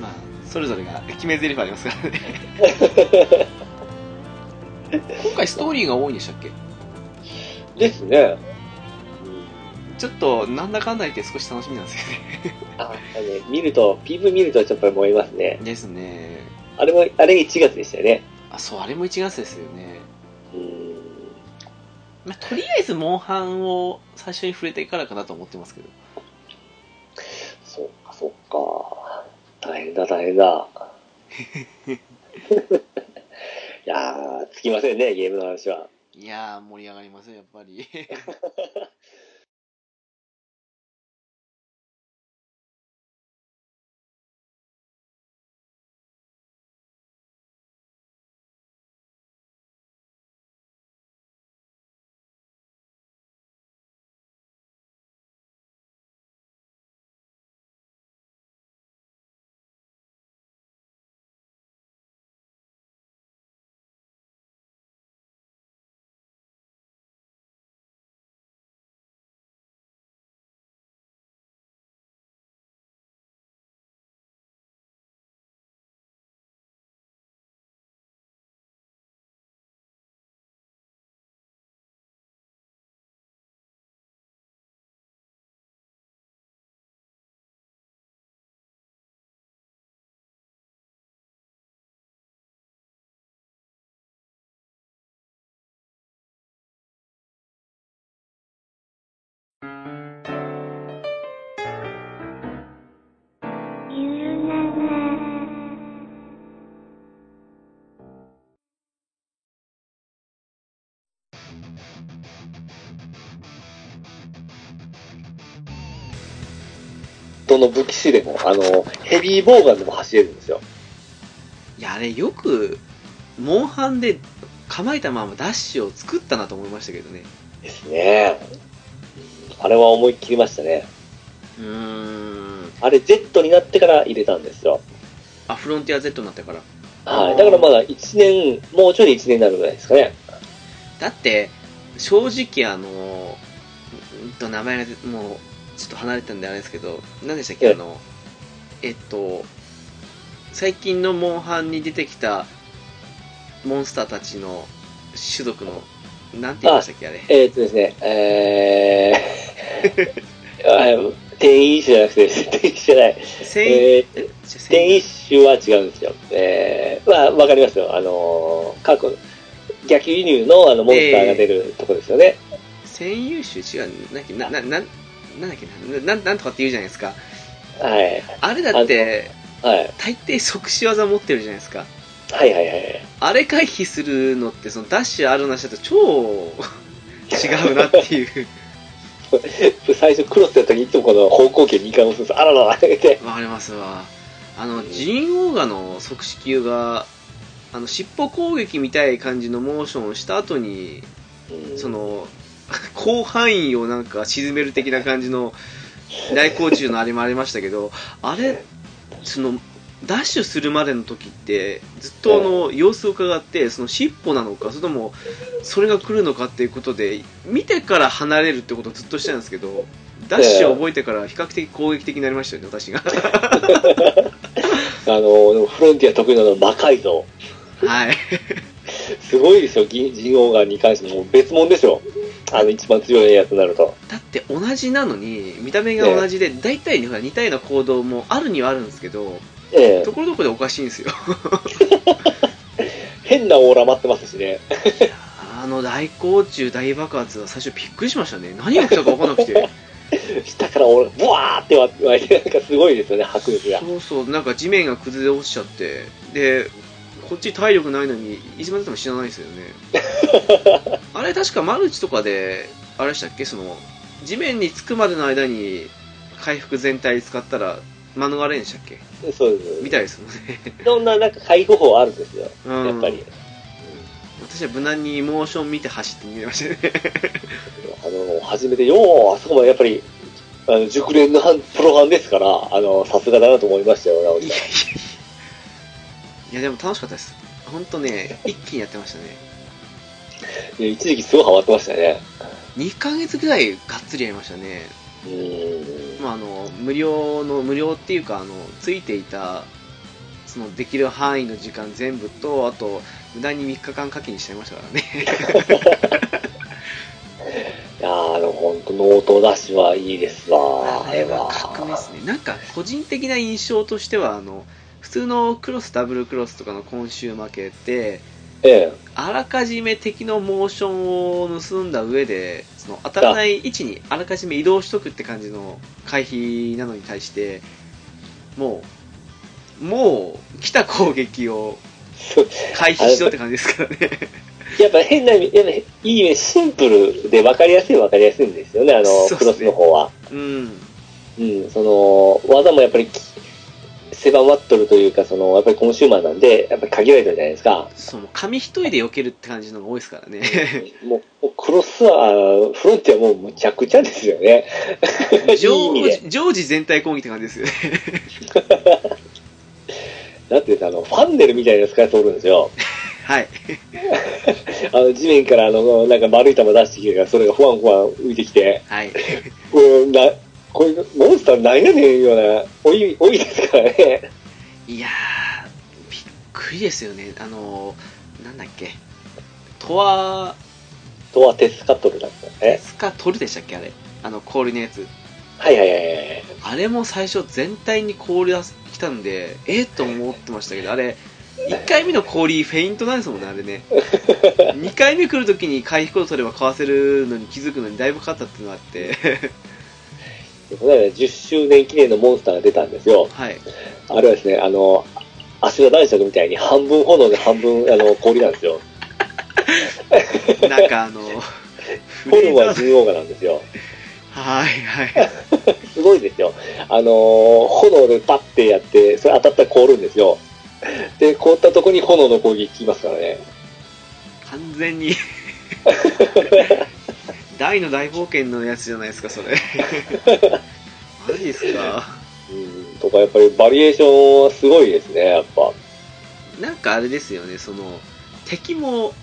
まあ、それぞれが 決め台詞ありますからね。 今回ストーリーが多いんでしたっけ
ですね。
ちょっと、なんだかんだ言って少し楽しみなんですよね。
あ、あのね、見ると、PV 見るとちょっと燃えますね。
ですね。
あれも、あれ1月でしたよね。
あ、そう、あれも1月ですよね。
うん。
まあ、とりあえず、モンハンを最初に触れてからかなと思ってますけど。
そっか、そっか。大変だ、大変だ。いやー、つきませんね、ゲームの話は。
いやー、盛り上がりますよ、やっぱ り。
どの武器種でも、あの、ヘビーボウガンでも走れるんですよ。
いや、あれ、よく、モンハンで構えたままダッシュを作ったなと思いましたけどね。
ですね。あれは思い切りましたね。
うーん。
あれ、Z になってから入れたんですよ。
あ、フロンティア Z になったから。
はい。だからまだ1年、もうちょいで1年になるぐらいですかね。
だって正直あのうんと名前が出もうちょっと離れてたんであれですけど何でしたっけ
ええ
あのえっと最近のモンハンに出てきたモンスターたちの種族のなんて言いましたっけあれ
えーっとですね、えー あ、転移種じゃなくて、転移種じゃない。
戦
えー、転
戦
移種は違うんですよ。えー、まあ、わかりますよ。あのー、過去、逆輸入のあのモンスターが出るとこですよね。
戦優秀違うなんだっけななななんだっけなななんとかって言うじゃないですかあれだって
はい。はい。
大抵即死技持ってるじゃないですか
はいはいはい。
あれ回避するのって、そのダッシュあるなしだと超違うなっていう。
最初クロスやった時いつもこの方向形2回押すんですあらららってて。
わかりますわ。あの、ジンオーガの即死球が、あの、尻尾攻撃みたいな感じのモーションをした後に、その、広範囲をなんか沈める的な感じの大甲虫のあれもありましたけどあれそのダッシュするまでの時ってずっとあの様子を伺ってその尻尾なのかそれともそれが来るのかっていうことで見てから離れるってことをずっとしてたんですけどダッシュを覚えてから比較的攻撃的になりましたよね私が
あの、でもフロンティア得意なのは魔改造。
はい
すごいですよ、銀銀王ガンに関してもう別物ですよ。あの、一番強いやつになると。
だって同じなのに見た目が同じで大体ねほら似たような行動もあるにはあるんですけど
ええ
ところどころでおかしいんですよ
変なオーラ待ってますしね。
あの大甲虫大爆発は最初びっくりしましたね何が起きたか分からなく て
下からオーラ、ブワーって湧いて、なんかすごいですよね、迫力が。
そうそうなんか地面が崩れ落ちちゃってでこっち体力ないのにいつまでたっても死なないですよね あれ確かマルチとかであれでしたっけその地面につくまでの間に回復全体使ったら免れんでしたっけ
そうです。
みたいですもんね
いろんななんか解放法あるんですよ、
うん
やっぱり。
私は無難にモーション見て走って逃げましたね
あの、初めて、よう、あそこまでやっぱり、あの熟練のハンプロハンですから、あの、さすがだなと 思いましたよ、直樹さん
いやでも楽しかったです本当ね一気にやってましたね
で一時期すごいハマってましたね。
2ヶ月ぐらいがっつりやりましたね、
うーん。
まあ、あの無料の無料っていうかあのついていたそのできる範囲の時間全部とあと無駄に3日間課金しちゃいましたからね
いやーあの、ほんと、ノートダッシュはいいですわ。
あれは 革命ですねなんか個人的な印象としてはあの普通のクロスダブルクロスとかの今週負けって
え え。
あらかじめ敵のモーションを盗んだ上でその当たらない位置にあらかじめ移動しとくって感じの回避なのに対してもうもう来た攻撃を
そう
回避しろって感じですからね
やっぱ変な意味、やっぱいい意味でシンプルで分かりやすい分かりやすいんですよね、あの、
そうっすね
クロスの方は。
うん
うん、その、技もやっぱりき狭まっとるというか、その、やっぱりコンシューマーなんで、やっぱり限られてるじゃないですか。
そうもう紙一重で避けるって感じのが多いですからね
もう、もうクロスは、あのフロンティアもうむちゃくちゃですよね。い い意
常
味で。
時常時全体攻撃って感じですよね
だってさ、あの、ファンネルみたいなやつから通るんですよ。
はい
あの、地面から、あの、なんか丸い球出してきてから、それがふわんふわん浮いてきて、
はい
これ、な、これ、モンスターなんやねんいうような、多い、 多いですからね。
いやーびっくりですよねあのなんだっけとは
とはテスカトルだったね。
スカトルでしたっけあれあの氷のやつ
はいはいはいはい。
あれも最初全体に氷が来たんでえっ、と思ってましたけどあれ1回目の氷フェイントなんですもんねあれね2回目来るときに回復を取ればかわせるのに気づくのにだいぶかかったっていうのがあって
この間10周年記念のモンスターが出たんですよ。
はい
あれはですね、あの、アシュラ男爵みたいに半分炎で半分あの氷なんです よ。
なんかあのフ
フォ
レ
ル
ー
ム
ザー
は純王がなんですよ。
はいはい
すごいですよ。あのー炎でパッてやって、それ当たったら凍るんですよ。で、凍ったとこに炎の攻撃きますからね。
完全に大の大冒険のやつじゃないですかそれマジですか
うん、とかやっぱりバリエーションはすごいですね、やっぱ。
なんかあれですよね、その、敵も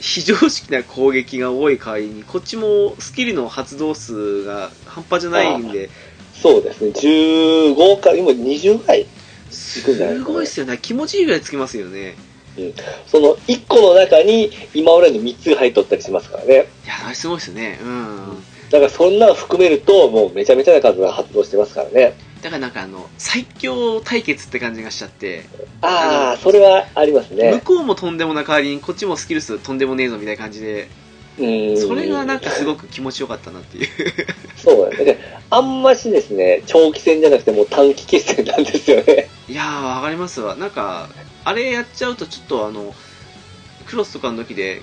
非常識な攻撃が多い代わりに、こっちもスキルの発動数が半端じゃないんで、
そうですね、15から今20ぐらい。
すごいっすよね、気持ちいいぐらいつきますよね。
その1個の中に今までの3つが入っとったりしますからね。
いや、あれすごいっすよね、うん。
だからそんなの含めると、もうめちゃめちゃな数が発動してますからね。
だからなんかあの、最強対決って感じがしちゃって、
ああ、それはあります
向
ね。
こうもとんでもな代わりに、こっちもスキル数とんでもねえぞみたいな感じで、
うん。
それがなんかすごく気持ちよかったなっていう。
そうですね。であんましですね、長期戦じゃなくてもう短期決戦なんですよね。
いやー、わかりますわ。なんか、あれやっちゃうと、ちょっとあの、クロスとかの時で、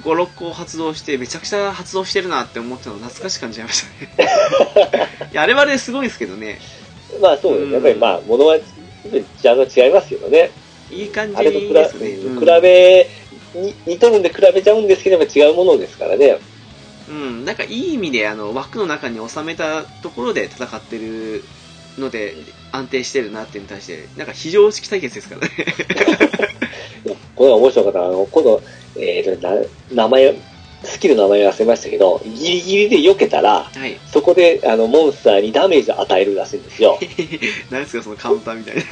5、6個発動して、めちゃくちゃ発動してるなって思ったの懐かしく感じちゃいました ね。いや、あれはあれですごいんですけどね、
まあそうですね。やっぱりまあ、ものは、ジャンルは違いますけどね。
いい感じ
あれと比
ですね。
べ、比べに、似とるんで比べちゃうんですけど、やっぱ違うものですからね。
うん、なんかいい意味であの枠の中に収めたところで戦ってるので安定してるなっていうのに対してなんか非常識対決ですからね
これは面白かった。あの、今度、えっ、と、な名前、スキルの名前を忘れましたけど、ギリギリで避けたら、
はい
そこで、あの、モンスターにダメージを与えるらしいんで すよ。
何ですかそのカウンターみ たいな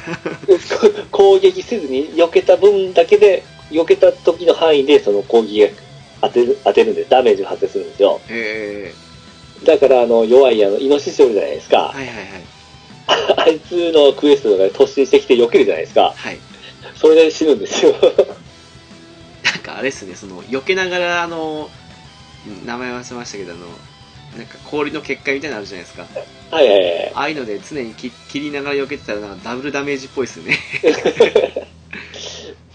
攻撃せずに避けた分だけで、避けた時の範囲で、その攻撃が当てる、当てるんで、ダメージが発生するんですよ。
え
だから、あの、弱い、あの、イノシシおるじゃないです
ー、
か。
はいはいはい
あいつのクエストとかで突進してきて避けるじゃないですか。
はい
それで死ぬんですよ。
なんかあれですねその避けながらあの名前忘れましたけどあのなんか氷の結界みたいなのあるじゃないですか
はいはいはい。
ああいうので常に切切りながら避けてたらなんかダブルダメージっぽいですよ ね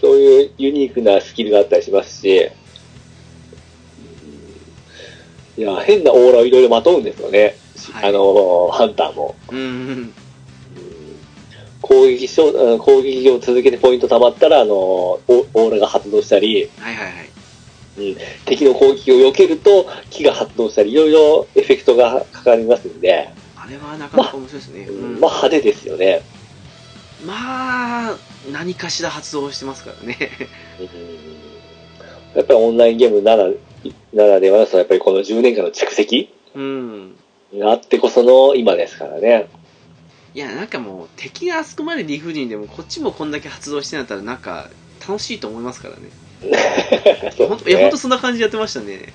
そういうユニークなスキルがあったりしますし、いや、変なオーラをいろいろまとうんですよね。
はい
あの、ハンターも。
うんうん
攻撃しようあの攻撃を続けてポイント貯まったら、あの、オオーラが発動したり、
はいはいはい
敵の攻撃を避けると、木が発動したり、いろいろエフェクトがかかりますんで、
あれはなかなか面白いですね、うん
まあ派手ですよね。
まあ、何かしら発動してますからね。
うんやっぱりオンラインゲームならならではの、そのやっぱりこの10年間の蓄積
うん。
があってこその今ですからね。
いや、なんかもう、敵があそこまで理不尽でも、こっちもこんだけ発動してんだったら、なんか、楽しいと思いますからね。
そう
ほん
です
と、いや、ほん
ね
とそんな感じでやってましたね。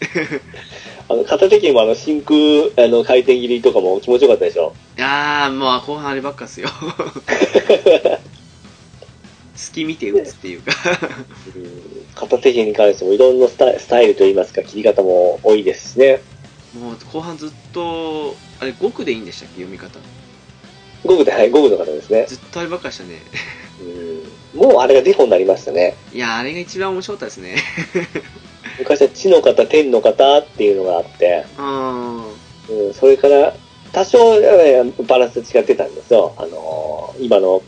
あの片手剣もあの真空あの回転切りとかも気持ちよかったでしょ。
いやー、まあ、後半あればっかっ すよ。隙見て打つっていうか。
うん片手剣に関してもいろんなスタイスタイルといいますか切り方も多いですしね。
もう、後半ずっと、あれ、5区でいいんでしたっけ、読み方。
ゴグで、はい、ゴグの方ですね。
ずっとあればっかでしたね。
うんもうあれがデフォになりましたね。
いやー、あれが一番面白かったですね。
昔は地の方、天の方っていうのがあって、
うん。
うん、それから、多少、えーバランス違ってたんですよ。あのー今の、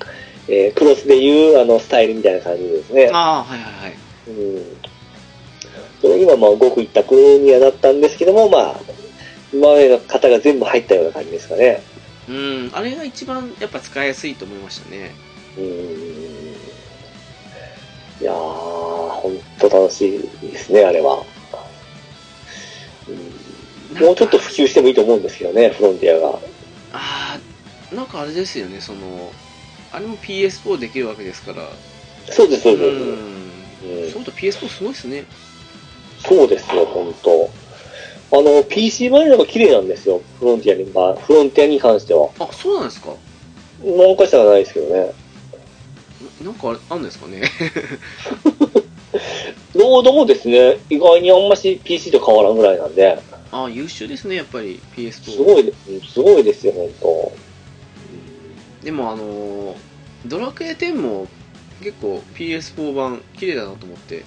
えークロスでいう、あの、スタイルみたいな感じですね。
ああ、はいはいはい。
うん。それ今、まあ、ごく一択にはなったんですけども、まあ、今までの方が全部入ったような感じですかね。
うん、あれが一番、やっぱ使いやすいと思いましたね。
うん。いやー、ほんと楽しいですね、あれは。うんもうちょっと普及してもいいと思うんですけどね、フロンティアが。
ああなんかあれですよねそのあれも PS4 できるわけですから
そうです、そううです。うん
んそうだ PS4 すごいっすね
そうですよ、本当。あの、PC 版の方が綺麗なんですよ、フロンティアに、まあ、フロンティアに関しては。
あそうなんですか
なんかしたらないですけどね。
ななんかあれあるんですかね
ロードもですね、意外にあんまし PC と変わらんぐらいなんで、
あ優秀ですねやっぱり PS4
すごい、すごいですよ、本当。
でもあのードラクエ10も結構 PS4 版綺麗だなと思って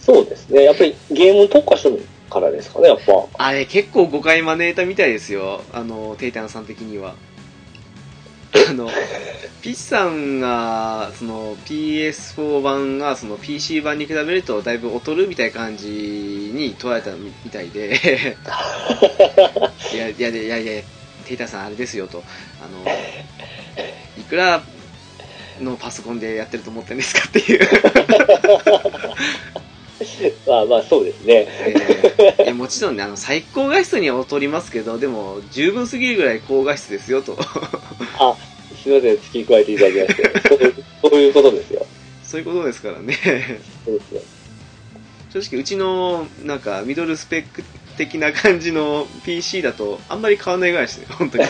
そうですね、やっぱりゲームに特化してるからですかね、やっぱ。
あれ結構誤解招いたみたいですよあのテイタンさん的にはあのピッチさんがその PS4 版がその PC 版に比べるとだいぶ劣るみたいな感じに捉えたみたいでいやいやいやいやテイタンさんあれですよとあのいくらのパソコンでやってると思ってんですかっていう
まあまあ、そうですね。
えーいやもちろんねあの最高画質には劣りますけどでも十分すぎるぐらい高画質ですよと
あ、すみません、付け加えていただきまして。そういうそういうことですよ。
そういうことですからね
そうですよ。
正直うちのなんかミドルスペック的な感じの PC だとあんまり変わんないぐらいですね本 当に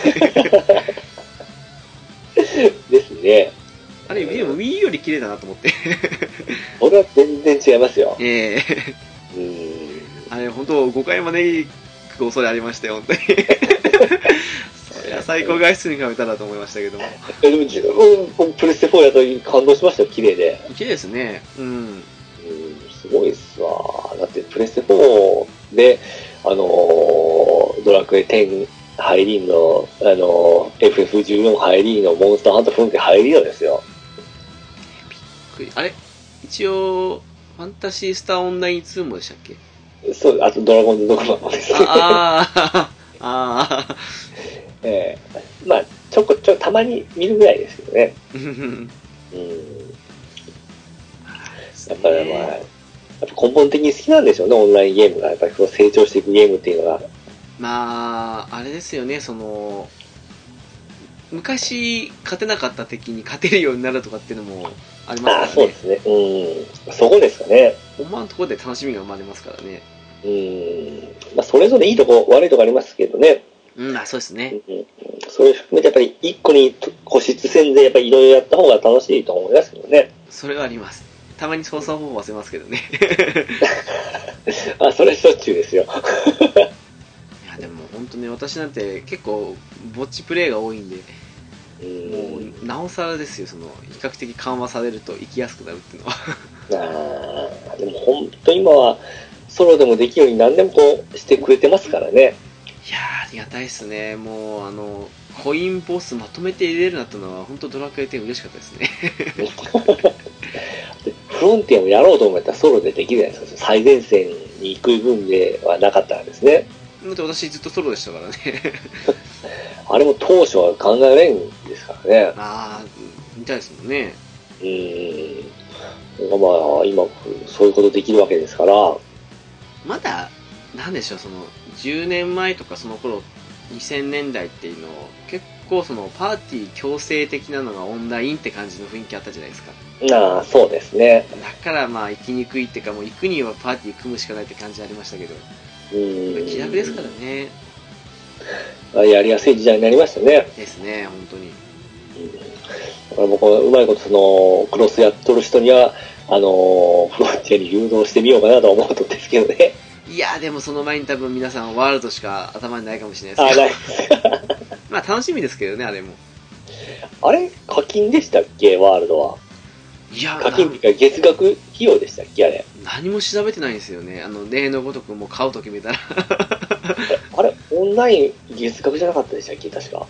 ですね。
あれでも Wii より綺麗だなと思って
これは全然違いますよ。
ええ
うん。
あれ本当誤解招く恐れありましたよ本当 にそりゃ最高画質に比べたらと思いましたけども
えでも十分プレステ4やった時に感動しましたよ、綺麗で。
綺麗ですねうん
うん、すごいっすわ。だってプレステ4で、あのードラクエ10ハイリーンの、あのー FF14 ハイリーンのモンスターハントフロンティアハイリーンですよ。
あれ一応ファンタシースターオンライン2もでしたっけ
そう、あとドラゴンズドグマもですけど、
ああー、ああ
ええまあ、ちょこちょ、たまに見るぐらいですけどね。
ー、
うん。やっぱりまあ、やっぱ根本的に好きなんでしょうね、オンラインゲームが。やっぱりこう成長していくゲームっていうのが。
まあ、あれですよね、その、昔勝てなかった敵に勝てるようになるとかっていうのもありま
ああ、
すか
そう
ら
で
ね。
すね。うん。そこですかね。
思わぬところで楽しみが生まれますからね。
うん。まあ、それぞれいいとこ、悪いとこありますけどね。
うん、あそうです
う
ね。
ん。それ含めてやっぱり一個に固執せんで、やっぱりいろいろやった方が楽しいと思いますけどね。
それはあります。たまに操作方法忘れますけどね。
あ、それしょっちゅうですよ。
いや、でも本当ね、私なんて結構、ぼっちプレイが多いんで、
う
も
ん。
う、なおさらですよ、その、比較的緩和されると生きやすくなるっていうのは。
ああ、でも本当今は、ソロでもできるように何でもこうしてくれてますからね。
いやー、ありがたいですね。もう、あの、コインボスまとめて入れるなったのは、本当ドラクエ10嬉しかったですね。
でフロンティアをやろうと思ったらソロでできるじゃないですか。最前線に行く分ではなかったんですね。
だって私ずっとソロでしたから ね。
あれも当初は考えられんですからね。
あー、みたいですもんね。
うん。まあ、今、そういうことできるわけですから。
まだ、なんでしょう、その、10年前とかその頃、2000年代っていうのを、結構その、パーティー強制的なのがオンラインって感じの雰囲気あったじゃないですか。
ああ、そうですね。
だからまあ、行きにくいっていうか、もう行くにはパーティー組むしかないって感じありましたけど、
うん。
気楽ですからね。
ら。やりやすい時代になりましたね。
ですね、本当に。
だから僕はうまいことそのクロスやっとる人にはあのフロンティアに誘導してみようかなとは思うとですけど ね
いやーでもその前に多分皆さんワールドしか頭にないかもしれない
あ
ですけど
ない
まあ楽しみですけどねあれも
あれ課金でしたっけワールドはい
や
課金っていうか月額費用でしたっけあれ
な何も調べてないんですよねあの例のごとくもう買うと決めたら
あれオンライン月額じゃなかったでしたっけ確か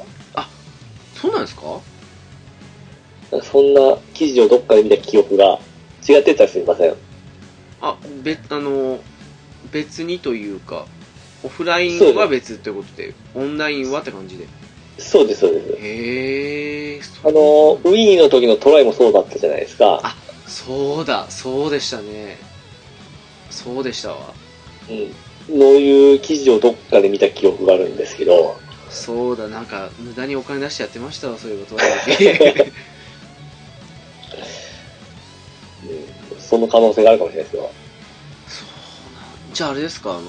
そうなんですか
なんかそんな記事をどっかで見た記憶が違ってたらすみません
あべあの別にというかオフラインは別ということでオンラインはって感じで
そうですそうです
へえ
あの Wii の時のトライもそうだったじゃないですか、
そうだそうでしたねそうでしたわ
うん、そういう記事をどっかで見た記憶があるんですけど
そうだなんか無駄にお金出してやってましたわそういうこと は
うんその可能性があるかもしれないですよ。
そうなんじゃああれですかあの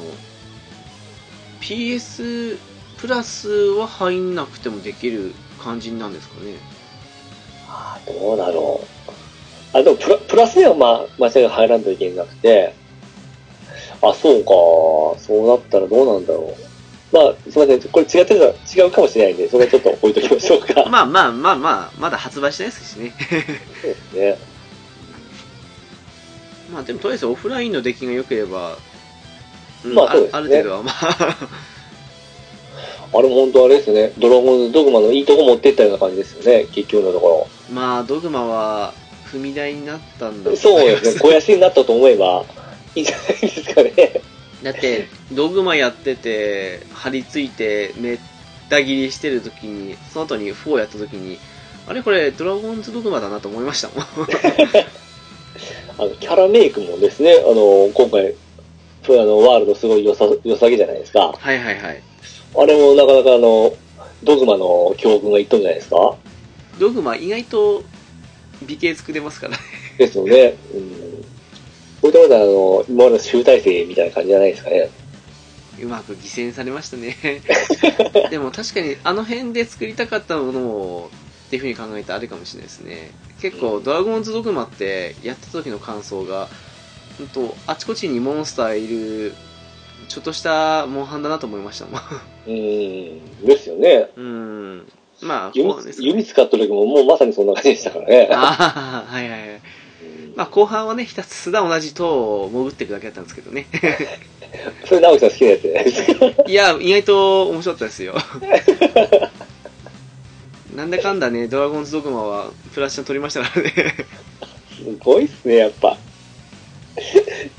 PS プラスは入んなくてもできる感じなんですかね
ああ、どうだろう。あ、でもプラプラスでは、まあ、間違いが入らんといけなくて、あ、そうか。そうなったらどうなんだろう。まあ、すみません。これ違ってるの違うかもしれないんで、それはちょっと置いときましょうか。
まあまあまあまあまだ発売してないですし ね
そうですね。
まあでもとりあえずオフラインの出来が良ければ、うん
まあ
る
そう
ある程
ですね
度はまあ
あれも本当あれですね。ドラゴンズドグマのいいとこ持ってったような感じですよね。結局のとこ
まあドグマは 踏み台になったんだ
ろ。
と
そう
思いま
ですね。小安になったと思えば、いいんじゃないですかね。
だってドグマやってて張り付いてめった切りしてる時にその後に4やった時にあれこれドラゴンズドグマだなと思いましたもん
あの、キャラメイクもですね、あの、今回、そうあの、ワールドすごい良さ、良さげじゃないですか。
はいはいはい。
あれもなかなかあの、ドグマの教訓がいっとんじゃないですか
ドグマ意外と美形作れますからね。
ですよね。うん。こういったことはあの、今までの集大成みたいな感じじゃないですかね。
うまく犠牲されましたね。でも確かにあの辺で作りたかったものをっていうふうに考えたらあれかもしれないですね。結構ドラゴンズドグマってやった時の感想が、ほんとあちこちにモンスターいる、ちょっとしたモンハンだなと思いましたもん。
うん。ですよね。
うん。まあ、
弓
うなんですか
弓使った時ももうまさにそんな感じでしたからね。
ああ、はいはいはい。
うん
まあ後半はね、ひたすら同じ塔を潜っていくだけだったんですけどね。
それ直樹さん好きなやつじゃないですか。
いや、意外と面白かったですよ。 なんだかんだね、ドラゴンズドグマはプラスチャン取りましたからね。
すごいっすね、やっぱ。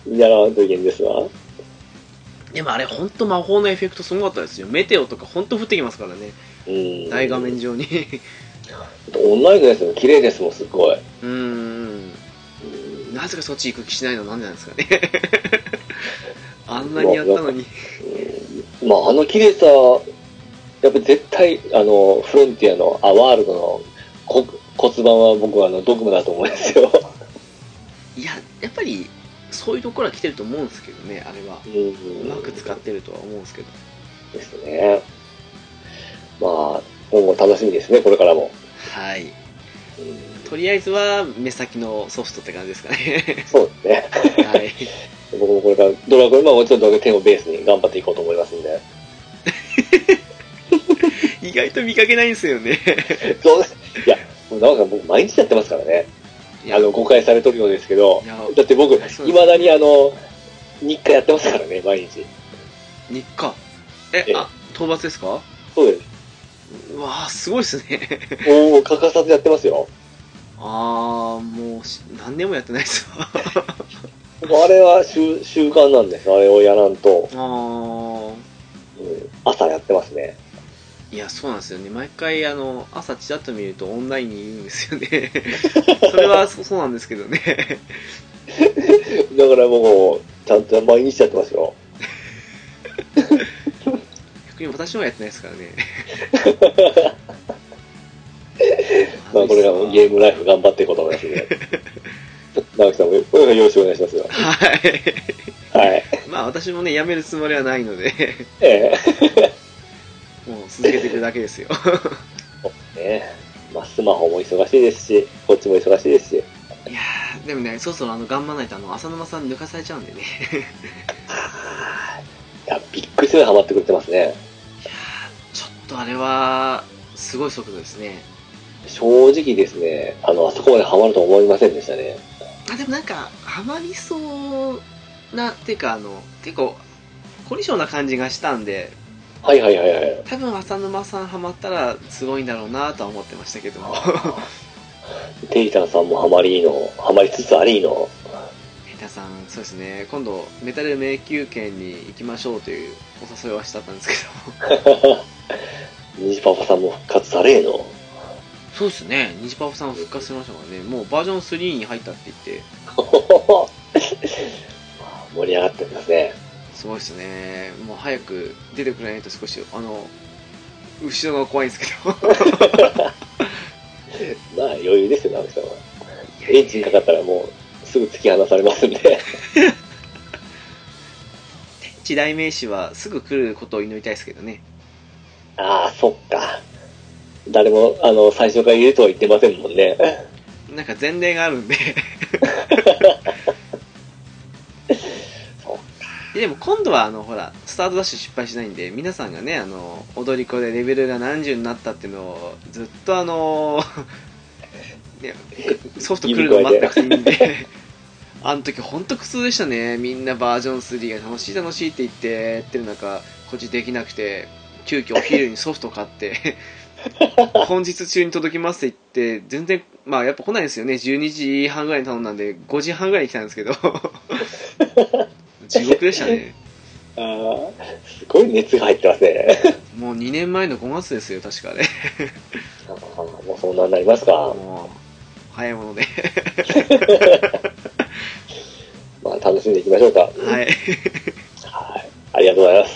見習わんといけんですわ。
でもあれ本当魔法のエフェクトすごかったですよメテオとか本当降ってきますからね
うん。
大画面上に
オンラインのやつも綺麗ですもん、すごい。
うーんなぜかそっち行く気しないのなんでなんです かねあんなにやったのに
うんまあ、あの綺麗さ、やっぱり絶対、あの、フロンティアの、あ、ワールドのこ骨盤は僕はあの、ドクマだと思うんですよ。
いややっぱりそういうところは来てると思うんですけどねあれはう
う
まく使ってるとは思うんですけど
ですね。まあ、今後楽しみですね、これからも。
はい
うん
とりあえずは目先のソフトって感じですか ね
そうですね。
はい
僕もこれからドラゴンマンをちょっとだけ10をベースに頑張っていこうと思いますんで。
意外と見かけないんですよね
そうです。いや、もう長さん僕毎日やってますからね。
いや
あの、誤解されとるようですけど
いや。
だって僕、
そうです
いまだにあの、日課やってますからね、毎日。
日課え
ええ
あ討伐ですか
そうです。
うわあすごいっすね
もう欠かさずやってますよ。
ああもうし何年もやってないっす わあ
あれは習習慣なんです。あれをやらんと、
あ
うん朝やってますね。
いやそうなんですよね毎回あの朝ちらっと見るとオンラインにいるんですよね それはそそうなんですけどね
だからもう、ちゃんと毎日やってますよ。
逆に私もやってないですからね
まあ、これからもゲームライフ頑張っていこうと思いますんで。直樹さんもよろしくお願いしますよ。
はい
はい。
まあ私もね、やめるつもりはないので、
え
もう続けていくだけですよ。
えねまあ、スマホも忙しいですし、こっちも忙しいです
い
し。
やー、でもね、そろそろあの、頑張らないとあの、浅沼さん抜かされちゃうんでね。
いや、びっくりするぐらいハマってくれてますね。
いやー、ちょっとあれは、すごい速度ですね。
正直ですね、あの、あそこまでハマると思いませんでしたね。
あ、でもなんか、ハマりそうな、っていうかあの、結構、凝り性な感じがしたんで、
はいはいはいはい。
多分浅沼さんハマったらすごいんだろうなとは思ってましたけ ども。
テイタンさんもハマりの、ハマりつつありの。
ヘタさん、そうですね、今度、メタル迷宮圏に行きましょうというお誘いはしたったんですけど。
ニジパパさんも復活されえの。
そうですね、ニジパパさん復活しましたからね、もうバージョン3に入ったって言って、
盛り上がってますね。
すごいですね、もう早く出てくれないと少し、あの、後ろが怖いんですけど、
まあ、余裕ですよ、直樹さんは。エンジンかかったらもう、すぐ突き放されますんで。
時代名詞はすぐ来ることを祈りたいですけどね、
ああ、そっか。誰も、あの、最初から言えとは言ってませんもんね。
なんか前例があるんで
そ
でも今度はあのほらスタートダッシュ失敗しないんで皆さんがねあの踊り子でレベルが何十になったっていうのをずっとあのねソフト来るの待ってほしいんであの時本当苦痛でしたねみんなバージョン3が楽しい楽しいって言ってやってる中こっちできなくて急遽お昼にソフト買って本日中に届きますって言って全然まあやっぱ来ないんですよね12時半ぐらいに頼んだんで5時半ぐらいに来たんですけど地獄でしたね
ああ、すごい熱が入ってますね。
もう2年前の5月ですよ、確かね。
あーもうそんなになりますか。
もう、早いもので。
まあ、楽しんでいきましょうか。
はい。
はい。ありがとうございます。